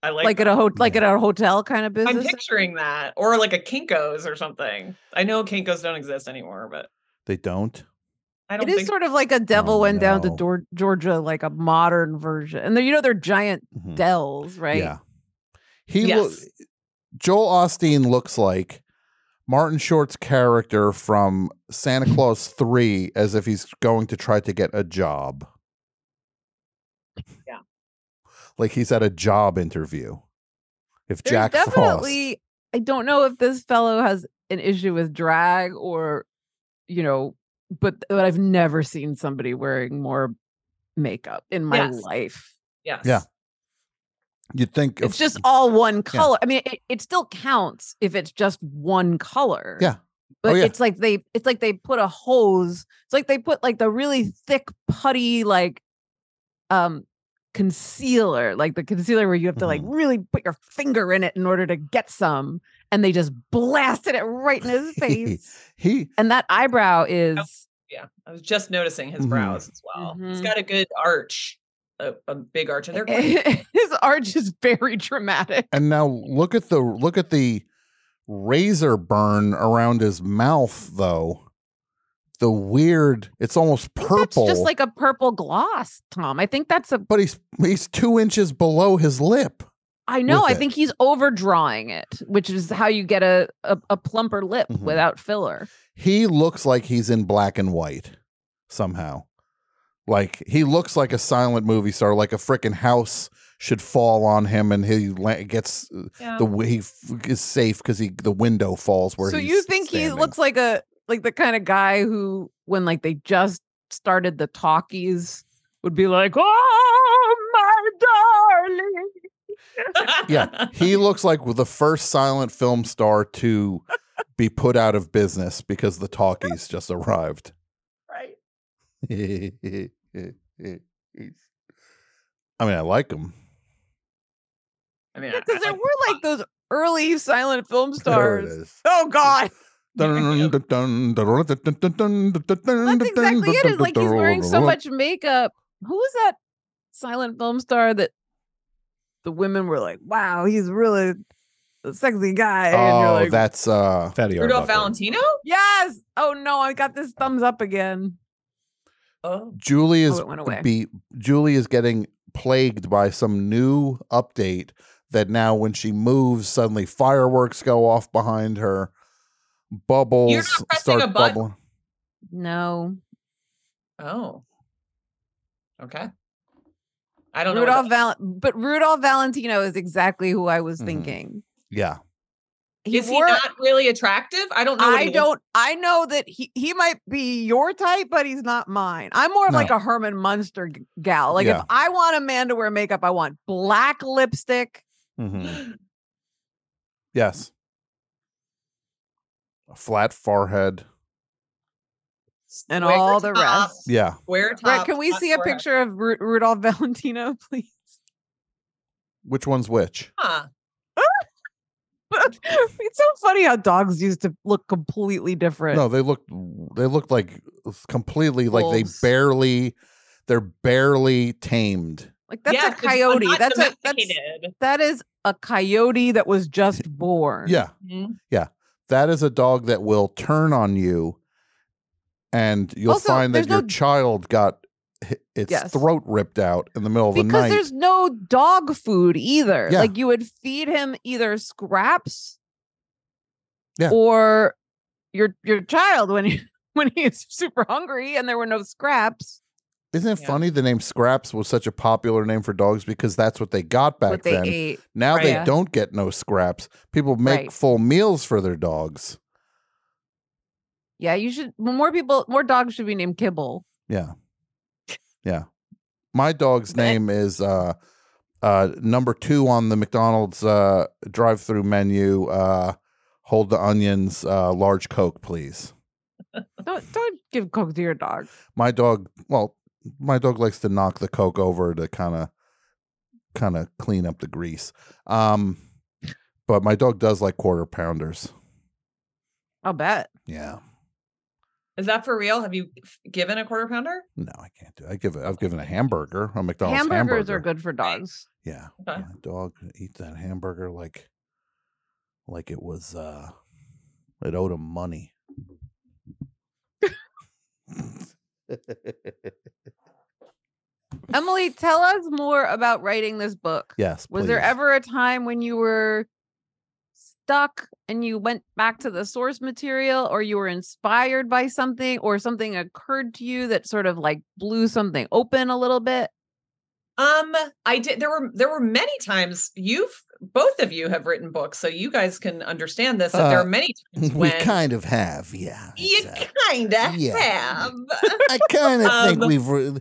Speaker 7: I like,
Speaker 4: like at a ho- like at a hotel kind of business.
Speaker 7: I'm picturing that, or like a Kinkos or something. I know Kinkos don't exist anymore, but
Speaker 2: They don't.
Speaker 7: I don't
Speaker 4: It is
Speaker 7: think
Speaker 4: sort of like a devil
Speaker 3: Oh,
Speaker 4: went down to
Speaker 3: no.
Speaker 4: Dor- Georgia, like a modern version. And they're, you know, they're giant
Speaker 2: Mhm.
Speaker 4: dells, right?
Speaker 2: Yeah. He
Speaker 7: yes.
Speaker 2: lo- Joel Austin looks like Martin Short's character from Santa Claus 3 as if he's going to try to get a job.
Speaker 7: Yeah.
Speaker 2: Like he's at a job interview. If
Speaker 4: There's
Speaker 2: Jack
Speaker 4: definitely, I don't know if this fellow has an issue with drag or, you know, but, but I've never seen somebody wearing more makeup in my
Speaker 7: Yes.
Speaker 4: life.
Speaker 7: yes.
Speaker 2: Yeah. Frost, you'd think of
Speaker 4: It's just all one color. I mean, it, it still counts if it's just one color.
Speaker 2: Yeah. Oh,
Speaker 4: But
Speaker 2: yeah.
Speaker 4: it's like they it's like they put a hose. It's like they put like the really thick putty like um concealer, like the concealer where you have to
Speaker 2: Mm-hmm.
Speaker 4: like really put your finger in it in order to get some and they just blasted it right in his face.
Speaker 2: (laughs) he
Speaker 4: and that eyebrow is
Speaker 7: Yeah. I was just noticing his
Speaker 2: Mhm.
Speaker 7: brows as well. He's
Speaker 4: Mhm.
Speaker 7: got a good arch, a, a big arch. And
Speaker 4: (laughs)
Speaker 7: they're
Speaker 4: Eh,
Speaker 7: quite-
Speaker 4: his arch is very dramatic.
Speaker 2: and now look at the look at the razor burn around his mouth though. The weird, it's almost
Speaker 4: I think
Speaker 2: purple.
Speaker 4: That's just like a purple gloss, Tom. I think that's a
Speaker 2: but he's he's two inches below his lip.
Speaker 4: I know.
Speaker 2: with
Speaker 4: I
Speaker 2: it.
Speaker 4: think he's overdrawing it, which is how you get a a, a plumper lip
Speaker 2: Mhm.
Speaker 4: without filler.
Speaker 2: He looks like he's in black and white somehow. Like he looks like a silent movie star. Like a freaking house should fall on him, and he la- gets uh,
Speaker 7: yeah.
Speaker 2: the way he f- is safe because he the window falls where.
Speaker 4: So
Speaker 2: he's
Speaker 4: you think he
Speaker 2: standing.
Speaker 4: looks like a like the kind of guy who, when like they just started the talkies, would be like, "Oh my darling." eh.
Speaker 7: (laughs)
Speaker 2: Yeah, he looks like the first silent film star to be put out of business because the talkies just arrived.
Speaker 7: right.
Speaker 2: I mean, I like him.
Speaker 7: I mean, I-
Speaker 4: Because
Speaker 7: I
Speaker 4: there
Speaker 7: like-
Speaker 4: were like those early silent
Speaker 2: (laughs)
Speaker 4: film
Speaker 2: There it
Speaker 4: stars.
Speaker 2: is.
Speaker 4: Oh God,
Speaker 2: That's
Speaker 4: that's exactly
Speaker 2: exactly
Speaker 4: it. It's like he's wearing so much makeup. Who was that silent film star that the women were like, "Wow, he's really a sexy guy," and you're
Speaker 2: Oh,
Speaker 4: like,
Speaker 2: that's uh,
Speaker 3: Fatty
Speaker 7: Rudolph
Speaker 3: Arbuckle.
Speaker 7: Valentino?
Speaker 4: Yes. Oh no, I got this thumbs up again.
Speaker 7: Oh.
Speaker 2: Julie
Speaker 4: Oh,
Speaker 2: is
Speaker 4: it went away.
Speaker 2: be Julie is getting plagued by some new update that now when she moves, suddenly fireworks go off behind her, bubbles
Speaker 7: pressing
Speaker 2: start
Speaker 7: a button.
Speaker 2: bubbling.
Speaker 4: No.
Speaker 7: Oh. Okay. I don't know. what
Speaker 4: Rudolph Val- but Rudolph Valentino is exactly who I was
Speaker 2: Mhm.
Speaker 4: thinking.
Speaker 2: Yeah,
Speaker 7: that- Is he not really attractive? I don't know. what
Speaker 4: I
Speaker 7: he
Speaker 4: don't I know that he he might be your type, but he's not mine. I'm more of like a Herman Munster g- gal. Like
Speaker 2: Yeah.
Speaker 4: if I want a man to wear makeup, I want black lipstick.
Speaker 2: Mhm.
Speaker 7: looks-
Speaker 2: yes, a flat forehead.
Speaker 4: And
Speaker 7: Square
Speaker 4: all the
Speaker 7: top,
Speaker 4: rest.
Speaker 2: Yeah,
Speaker 7: Square top.
Speaker 4: Brett, can we
Speaker 7: flat
Speaker 4: see a
Speaker 7: forehead.
Speaker 4: picture of Ru- Rudolph (laughs) Valentino, please?
Speaker 2: which one's which?
Speaker 7: Huh.
Speaker 4: it's so funny how dogs used to look completely different.
Speaker 2: No, they looked they looked like completely like they
Speaker 4: Wolves.
Speaker 2: barely they're barely tamed.
Speaker 4: Like that's
Speaker 7: Yeah,
Speaker 4: a
Speaker 7: 'cause we're
Speaker 4: coyote.
Speaker 7: not
Speaker 4: That's a that's
Speaker 7: domesticated.
Speaker 4: that is a coyote that was just born.
Speaker 2: Yeah.
Speaker 7: Mhm.
Speaker 2: That is a dog that will turn on you and you'll
Speaker 4: Also,
Speaker 2: find that
Speaker 4: there's
Speaker 2: your
Speaker 4: no-
Speaker 2: child got hi- its
Speaker 4: Yes.
Speaker 2: throat ripped out in the middle of the
Speaker 4: because
Speaker 2: night.
Speaker 4: there's no dog food either.
Speaker 2: Yeah.
Speaker 4: Like you would feed him either scraps
Speaker 2: Yeah.
Speaker 4: or your your child when he (laughs) when he's super hungry and there were no scraps.
Speaker 2: Isn't it
Speaker 7: Yeah.
Speaker 2: funny the name Scraps was such a popular name for dogs because that's what they got back
Speaker 4: what they
Speaker 2: then.
Speaker 4: ate.
Speaker 2: Now they
Speaker 4: Right.
Speaker 2: don't get no scraps. People make
Speaker 4: Right.
Speaker 2: full meals for their dogs.
Speaker 4: Yeah, you should more people more dogs should be named kibble.
Speaker 2: Yeah. Yeah. My dog's name is uh uh number 2 on the McDonald's uh drive-through menu uh hold the onions uh large coke please.
Speaker 4: Don't don't give coke to your dog.
Speaker 2: My dog well my dog likes to knock the coke over to kind of kind of clean up the grease. Um but my dog does like quarter pounders.
Speaker 4: I'll bet.
Speaker 2: Yeah.
Speaker 7: Is that for real? Have you f- given a quarter pounder?
Speaker 2: No, I can't do. It. I give it. I've given a hamburger, a McDonald's
Speaker 4: Hamburgers
Speaker 2: hamburger.
Speaker 4: are good for dogs. (laughs)
Speaker 2: Yeah.
Speaker 7: Okay.
Speaker 2: My dog eat that hamburger like like it was uh it owed him
Speaker 4: (laughs)
Speaker 2: money.
Speaker 4: Emily, tell us more about writing this book.
Speaker 2: yes.
Speaker 4: Was there
Speaker 2: please.
Speaker 4: ever a time when you were stuck and you went back to the source material or you were inspired by something or something occurred to you that sort of like blew something open a little bit?
Speaker 7: Um, I did. There were there were many times you've both of you have written books, so you guys can understand this. That there
Speaker 2: Uh,
Speaker 7: are many
Speaker 2: (laughs) (laughs)
Speaker 7: times
Speaker 2: we
Speaker 7: when
Speaker 2: kind of have, yeah.
Speaker 7: you
Speaker 2: it's, uh,
Speaker 7: kind of
Speaker 2: yeah.
Speaker 7: have. (laughs)
Speaker 2: I kind of think
Speaker 7: Um,
Speaker 2: we've re-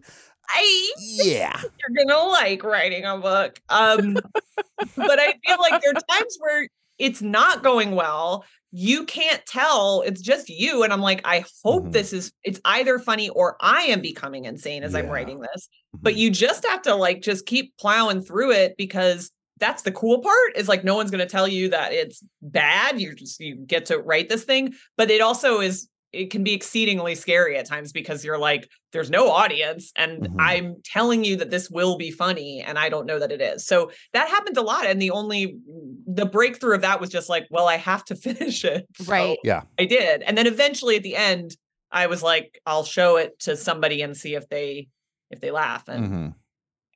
Speaker 7: I
Speaker 2: yeah.
Speaker 7: you're gonna like writing a book. Um, but I feel like there are times where it's not going well. You can't tell. It's just you. And I'm like, I hope
Speaker 2: Mhm.
Speaker 7: this is it's either funny or I am becoming insane as I'm
Speaker 2: Yeah.
Speaker 7: writing this. But you just have to like just keep plowing through it because that's the cool part is like no one's gonna tell you that it's bad. You just you get to write this thing, but it also is it can be exceedingly scary at times because you're like, there's no audience, and
Speaker 2: Mhm.
Speaker 7: I'm telling you that this will be funny, and I don't know that it is. So that happened a lot and the only the breakthrough of that was just like well i have to (laughs) finish it So
Speaker 4: Right.
Speaker 2: Yeah.
Speaker 7: i did and then eventually at the end i was like i'll show it to somebody and see if they if they laugh and
Speaker 2: hmm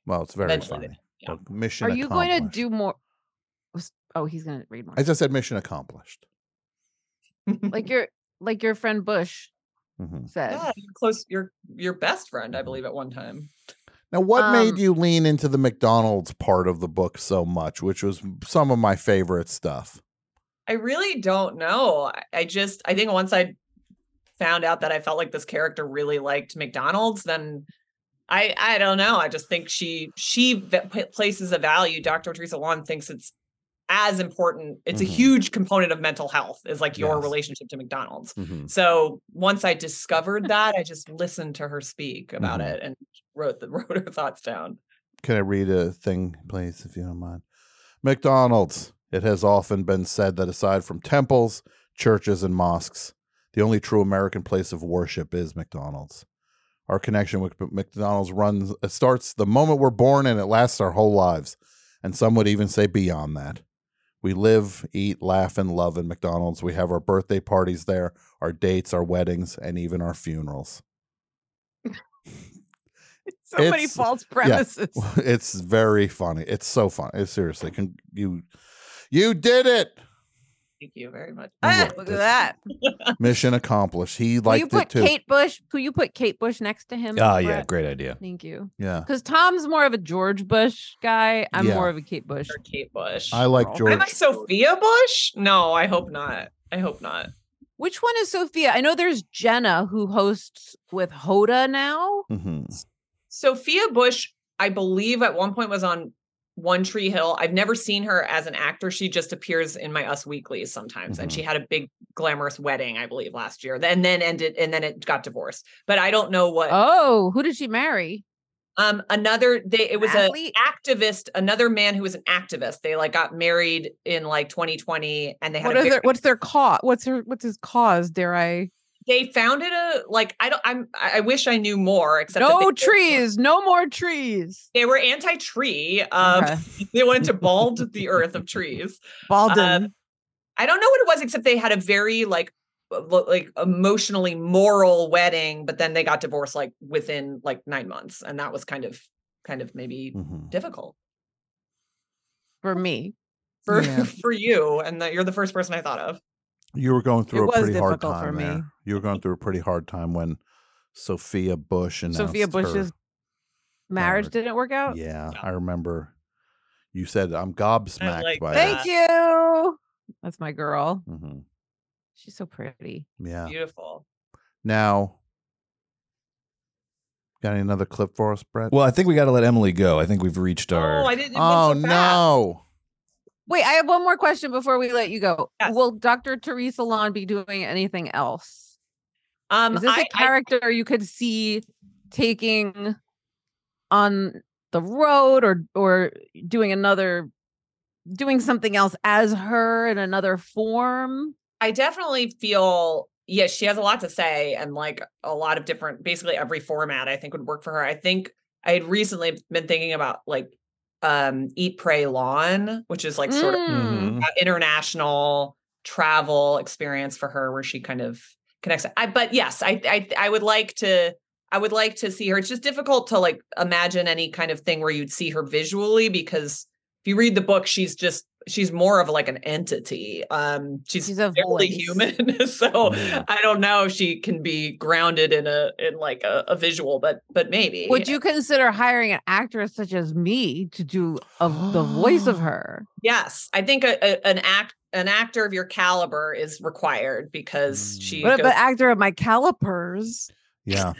Speaker 2: Well, it's very
Speaker 7: uh, eventually they-
Speaker 2: funny.
Speaker 7: yeah.
Speaker 2: Look, Mission
Speaker 4: Are you going to
Speaker 2: accomplished.
Speaker 4: do more? Was- Oh, he's going to read more.
Speaker 2: As I said, mission accomplished.
Speaker 4: like your like your friend Bush
Speaker 2: Mhm.
Speaker 4: said.
Speaker 7: yeah, (laughs) you're close your your best friend i believe at one time
Speaker 2: Now, what
Speaker 4: Um,
Speaker 2: made you lean into the McDonald's part of the book so much, which was some of my favorite stuff?
Speaker 7: i really don't know I- i just i think once i found out that i felt like this character really liked mcdonald's then i i don't know i just think she she v- p- places a value dr teresa Lawn thinks it's as important it's
Speaker 2: Mhm.
Speaker 7: a huge component of mental health is like your
Speaker 2: Yes. Mm-hmm.
Speaker 7: relationship to mcdonald's so once i discovered that i just listened to her speak about
Speaker 2: Mhm.
Speaker 7: it and wrote the (laughs) wrote her thoughts down
Speaker 2: Can I read a thing, please, if you don't mind? McDonald's. It has often been said that aside from temples, churches, and mosques, the only true American place of worship is McDonald's. Our connection with McDonald's runs it starts the moment we're born and it lasts our whole lives. And some would even say beyond that. We live, eat, laugh, and love in McDonald's. We have our birthday parties there, our dates, our weddings, and even our funerals.
Speaker 4: (laughs) so many
Speaker 2: It's-
Speaker 4: false premises. (laughs)
Speaker 2: (laughs) it's very funny. It's so funny. It's seriously, can you you did it?
Speaker 7: thank you very much
Speaker 2: You're
Speaker 4: Ah,
Speaker 2: welcome.
Speaker 4: look at that.
Speaker 2: Mission accomplished. He
Speaker 4: Will
Speaker 2: liked
Speaker 4: you put
Speaker 2: it too.
Speaker 4: Kate Bush? Could you put Kate Bush next to him?
Speaker 3: Ah, yeah,
Speaker 4: Brett?
Speaker 3: great idea.
Speaker 4: Thank you.
Speaker 2: yeah,
Speaker 4: Because Tom's more of a George Bush guy. I'm
Speaker 2: Yeah.
Speaker 4: more of a Kate Bush.
Speaker 7: Or kate bush
Speaker 2: I like
Speaker 4: Girl.
Speaker 2: George. (laughs)
Speaker 7: am i sophia bush no i hope not i hope not
Speaker 4: Which one is Sophia? I know there's Jenna who hosts with Hoda now.
Speaker 2: Mhm.
Speaker 7: Sophia Bush, I believe at one point was on One Tree Hill. I've never seen her as an actor. She just appears in my Us Weeklies sometimes. And
Speaker 4: Mm-hmm.
Speaker 7: she had a big glamorous wedding, I believe, last year. And then ended and then it got divorced. But I don't know what
Speaker 4: Oh, who did she marry?
Speaker 7: um another they it was an
Speaker 4: Athlete?
Speaker 7: activist, another man who was an activist. They like got married in like 2020 and they had
Speaker 4: What
Speaker 7: a
Speaker 4: are
Speaker 7: very-
Speaker 4: their, what's their cause? What's her what's his cause? Dare I?
Speaker 7: they founded a like I don't I'm I I wish I knew more except that
Speaker 4: No
Speaker 7: they-
Speaker 4: trees, no more trees.
Speaker 7: They were anti-tree. Um,
Speaker 4: Okay.
Speaker 7: They wanted to
Speaker 2: (laughs)
Speaker 7: bald the earth of trees. Um,
Speaker 4: Baldwin.
Speaker 7: I don't know what it was, except they had a very like uh, lo- like emotionally moral wedding, but then they got divorced like within like nine months, and that was kind of kind of maybe
Speaker 2: Mhm.
Speaker 7: difficult
Speaker 4: for me.
Speaker 7: for
Speaker 2: Yeah.
Speaker 7: (laughs) for you, and that you're the first person I thought of.
Speaker 2: You were going through a
Speaker 4: was
Speaker 2: pretty hard
Speaker 4: difficult for
Speaker 2: time
Speaker 4: me.
Speaker 2: there. You were going through a pretty hard time when Sophia Bush and
Speaker 4: Sophia Bush's marriage
Speaker 2: Marriage.
Speaker 4: didn't work out.
Speaker 2: Yeah, I remember. You said I'm gobsmacked
Speaker 7: like
Speaker 2: by
Speaker 4: Thank
Speaker 2: that.
Speaker 4: you. That's my girl.
Speaker 2: Mhm.
Speaker 4: She's so pretty.
Speaker 2: Yeah.
Speaker 7: Beautiful. Oh,
Speaker 2: Now, got any another clip for us, Brett?
Speaker 3: Well, I think we got to let Emily go. I think we've reached our.
Speaker 7: Oh, I didn't. it went
Speaker 2: oh
Speaker 7: so fast.
Speaker 2: no.
Speaker 4: Wait, I have one more question before we let you go.
Speaker 7: Yes.
Speaker 4: Will Dr. Teresa Lawn be doing anything else?
Speaker 7: Um,
Speaker 4: Is this
Speaker 7: I-
Speaker 4: a character you could see taking on the road or or doing another doing something else as her in another form?
Speaker 7: I definitely feel yes, she has a lot to say and like a lot of different basically every format I think would work for her. I think I had recently been thinking about like um, Eat, Pray, Lawn, which is like sort of
Speaker 4: Mm.
Speaker 3: Mm-hmm.
Speaker 7: uh, international travel experience for her where she kind of connects I, but yes I, I i would like to i would like to see her it's just difficult to like imagine any kind of thing where you'd see her visually because if you read the book she's just she's more of like an entity um she's,
Speaker 4: She's a
Speaker 7: barely
Speaker 4: voice.
Speaker 7: human (laughs) so
Speaker 3: Yeah.
Speaker 7: i don't know if she can be grounded in a in like a, a visual but but maybe
Speaker 4: Would you consider hiring an actress such as me to do of the
Speaker 7: (gasps)
Speaker 4: voice of her?
Speaker 7: yes i think a, a- an act an actor of your caliber is required because she
Speaker 4: What if
Speaker 7: goes-
Speaker 4: an actor of my calipers?
Speaker 2: Yeah.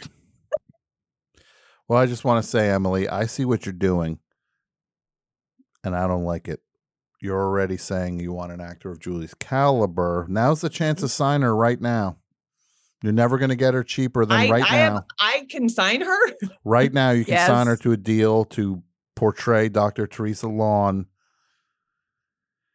Speaker 2: well, I just want to say, Emily, I see what you're doing, and I don't like it. You're already saying you want an actor of Julie's caliber. Now's the chance to sign her right now. You're never going to get her cheaper than
Speaker 7: I,
Speaker 2: right
Speaker 7: I
Speaker 2: now.
Speaker 7: Am, I can sign her. (laughs)
Speaker 2: Right now, you can sign her
Speaker 4: Yes.
Speaker 2: to a deal to portray Dr. Teresa Lawn.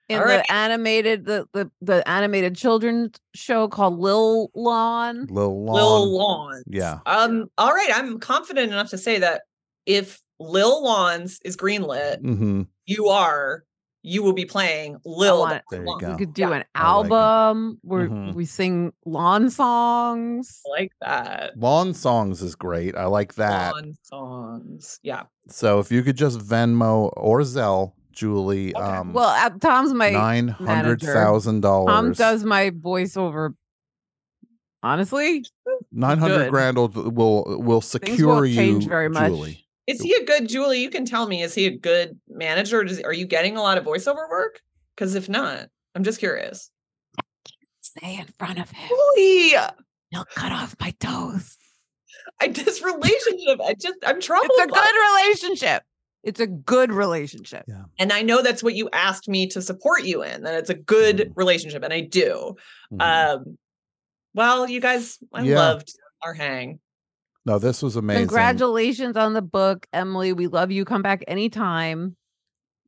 Speaker 4: in
Speaker 7: All right.
Speaker 4: the animated the, the the animated children's show called Lil Lawn.
Speaker 2: Lil Lawn.
Speaker 7: Lil Lawns.
Speaker 2: Yeah.
Speaker 7: Um. All right. I'm confident enough to say that if Lil Lawns is greenlit,
Speaker 2: Mm-hmm.
Speaker 7: you are. You will be playing Lil.
Speaker 4: want it.
Speaker 2: There you
Speaker 7: Lawns.
Speaker 2: go.
Speaker 4: We could do
Speaker 7: Yeah.
Speaker 4: an
Speaker 2: I like it.
Speaker 4: album where
Speaker 2: Mhm.
Speaker 4: we sing lawn songs.
Speaker 7: I like that.
Speaker 2: Lawn Songs is great. I like that.
Speaker 7: Lawn songs. Yeah.
Speaker 2: So if you could just Venmo or Zelle, Julie,
Speaker 7: Okay.
Speaker 2: um,
Speaker 4: Well, uh, Tom's my
Speaker 2: nine hundred thousand dollars.
Speaker 4: Tom does my voiceover. Honestly,
Speaker 2: nine hundred
Speaker 4: good.
Speaker 2: grand will will, will
Speaker 4: things
Speaker 2: secure
Speaker 4: won't
Speaker 2: you,
Speaker 4: change very much.
Speaker 2: Julie.
Speaker 7: Is he a good Julie? You can tell me. Is he a good manager? Does, are you getting a lot of voiceover work? Because if not, I'm just curious.
Speaker 4: Stay in front of him.
Speaker 7: Julie,
Speaker 4: He'll cut off my (laughs) toes.
Speaker 7: I this relationship. I just I'm troubled.
Speaker 4: It's a
Speaker 7: by it.
Speaker 4: good relationship. It's a good relationship.
Speaker 7: And I know that's what you asked me to support you in, that it's a good
Speaker 2: Mhm.
Speaker 7: relationship. And I do.
Speaker 2: Mhm.
Speaker 4: Uh,
Speaker 7: Um, well, you guys, I
Speaker 2: Yeah.
Speaker 7: loved our hang.
Speaker 2: no, this was amazing.
Speaker 4: Congratulations on the book, Emily. We love you. Come back anytime.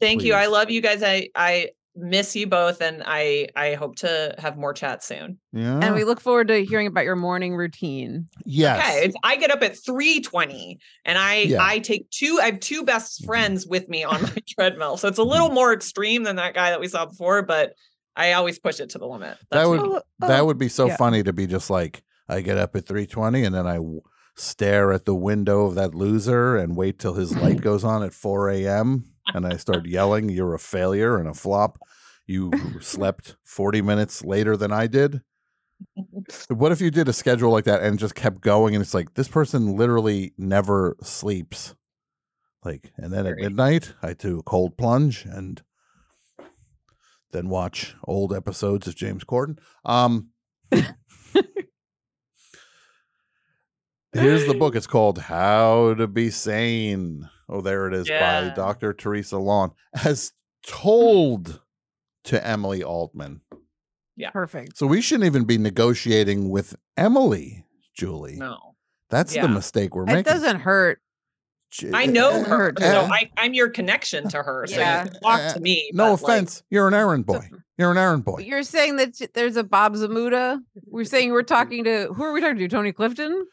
Speaker 7: Thank you. I
Speaker 2: Please.
Speaker 7: love you guys. I I miss you both and I I hope to have more chat soon.
Speaker 2: Yeah.
Speaker 4: And we look forward to hearing about your morning routine.
Speaker 2: yes.
Speaker 7: Okay. It's, I get up at 3:20 and I
Speaker 2: Yeah.
Speaker 7: I take two I have two best
Speaker 2: Mhm.
Speaker 7: friends with me
Speaker 2: (laughs)
Speaker 7: on my treadmill. So it's a
Speaker 2: Mm-hmm.
Speaker 7: little more extreme than that guy that we saw before, but I always push it to the limit.
Speaker 2: That
Speaker 7: That's
Speaker 2: would
Speaker 7: me.
Speaker 4: Oh,
Speaker 2: that would be so
Speaker 4: yeah.
Speaker 2: funny to be just like I get up at three twenty and then I w- stare at the window of that loser and wait till his light goes on at four a.m. and I start yelling, "You're a failure and a flop." You slept 40 minutes later than I did. What if you did a schedule like that and just kept going? And it's like, this person literally never sleeps. Like, and then at
Speaker 7: Agreed.
Speaker 2: midnight, I do a cold plunge and then watch old episodes of James Corden.
Speaker 7: (laughs)
Speaker 2: Um, here's the book. It's called How to Be Sane. Oh, there it is by
Speaker 7: Yeah.
Speaker 2: Dr. Teresa Lawn, as told to Emily Altman.
Speaker 4: Perfect.
Speaker 2: So we shouldn't even be negotiating with Emily, Julie.
Speaker 7: no.
Speaker 2: That's
Speaker 7: Yeah.
Speaker 2: the mistake we're
Speaker 4: It
Speaker 2: making.
Speaker 4: doesn't hurt.
Speaker 2: Ju-
Speaker 7: I know
Speaker 2: eh, (laughs)
Speaker 7: her.
Speaker 2: eh,
Speaker 7: So I, I'm your connection to her. So
Speaker 4: Yeah.
Speaker 7: you can talk
Speaker 2: Uh,
Speaker 7: to me.
Speaker 2: no
Speaker 7: but, like,
Speaker 2: offense. you're an errand boy. You're an errand boy.
Speaker 4: You're saying that sh- there's a Bob Zamuda. We're
Speaker 2: (laughs)
Speaker 4: saying we're talking to who are we talking to? Tony Clifton?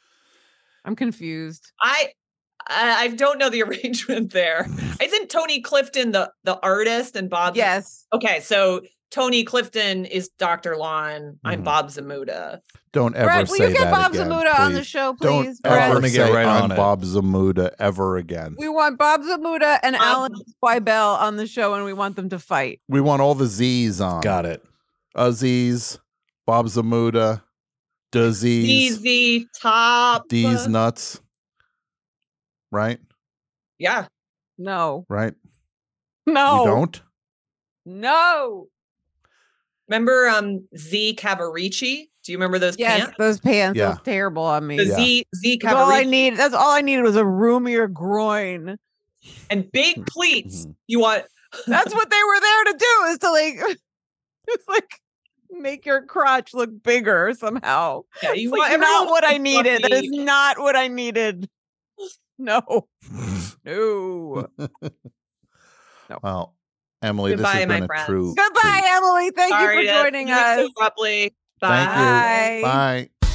Speaker 4: I'm confused.
Speaker 7: I I I don't know the (laughs)
Speaker 2: (laughs)
Speaker 7: arrangement there. Isn't Tony Clifton the the artist and Bob?
Speaker 4: Yes.
Speaker 7: Okay, so Tony Clifton is Dr. Lon. I'm
Speaker 2: Mhm.
Speaker 7: Bob Zamuda.
Speaker 2: Don't ever
Speaker 4: Brett, will
Speaker 2: say
Speaker 4: you get
Speaker 2: that
Speaker 4: Bob
Speaker 2: again,
Speaker 4: Zamuda on the
Speaker 2: please.
Speaker 4: show,
Speaker 2: Don't
Speaker 4: please? Brett?
Speaker 2: ever
Speaker 3: Let me
Speaker 2: say
Speaker 3: get right
Speaker 2: I'm
Speaker 3: on it.
Speaker 2: Bob Zamuda ever again.
Speaker 4: We want Bob Zamuda and
Speaker 7: Um,
Speaker 4: Alan Swibel on the show, and we want them to fight.
Speaker 2: We want all the Z's on.
Speaker 3: Got it.
Speaker 2: Aziz, Bob Zamuda, Disease,
Speaker 7: Easy top.
Speaker 2: D's nuts. Right?
Speaker 7: Yeah.
Speaker 4: No,
Speaker 2: Right?
Speaker 4: no,
Speaker 2: You
Speaker 4: Oh.
Speaker 2: don't?
Speaker 4: no.
Speaker 7: Remember um Z Cavarici? Do you remember those
Speaker 4: Yes,
Speaker 7: pants?
Speaker 4: those pants
Speaker 2: Yeah.
Speaker 4: look terrible on me.
Speaker 7: The
Speaker 4: That's
Speaker 2: Yeah.
Speaker 7: Z Z
Speaker 4: all I
Speaker 7: Cavarici
Speaker 4: need. That's all I needed was a roomier groin.
Speaker 7: and
Speaker 2: Mm-hmm.
Speaker 7: big pleats. You want
Speaker 4: That's what they were there to do is to like, (laughs) it's like make your crotch look bigger somehow.
Speaker 7: yeah, you
Speaker 4: It's
Speaker 7: want
Speaker 4: like not
Speaker 7: everyone
Speaker 4: what I
Speaker 7: wants
Speaker 4: needed. That is
Speaker 7: fluffy-
Speaker 4: not what I needed. (laughs) No, no.
Speaker 2: Well, Emily, this
Speaker 7: Goodbye,
Speaker 2: has been
Speaker 7: my
Speaker 2: a
Speaker 7: friends.
Speaker 2: true.
Speaker 4: (laughs) Goodbye,
Speaker 2: treat.
Speaker 4: Emily. Thank
Speaker 7: Sorry
Speaker 4: you for
Speaker 7: to
Speaker 4: joining
Speaker 7: leave
Speaker 4: us.
Speaker 7: So abruptly.
Speaker 2: Thank you.
Speaker 4: Bye.
Speaker 2: Bye.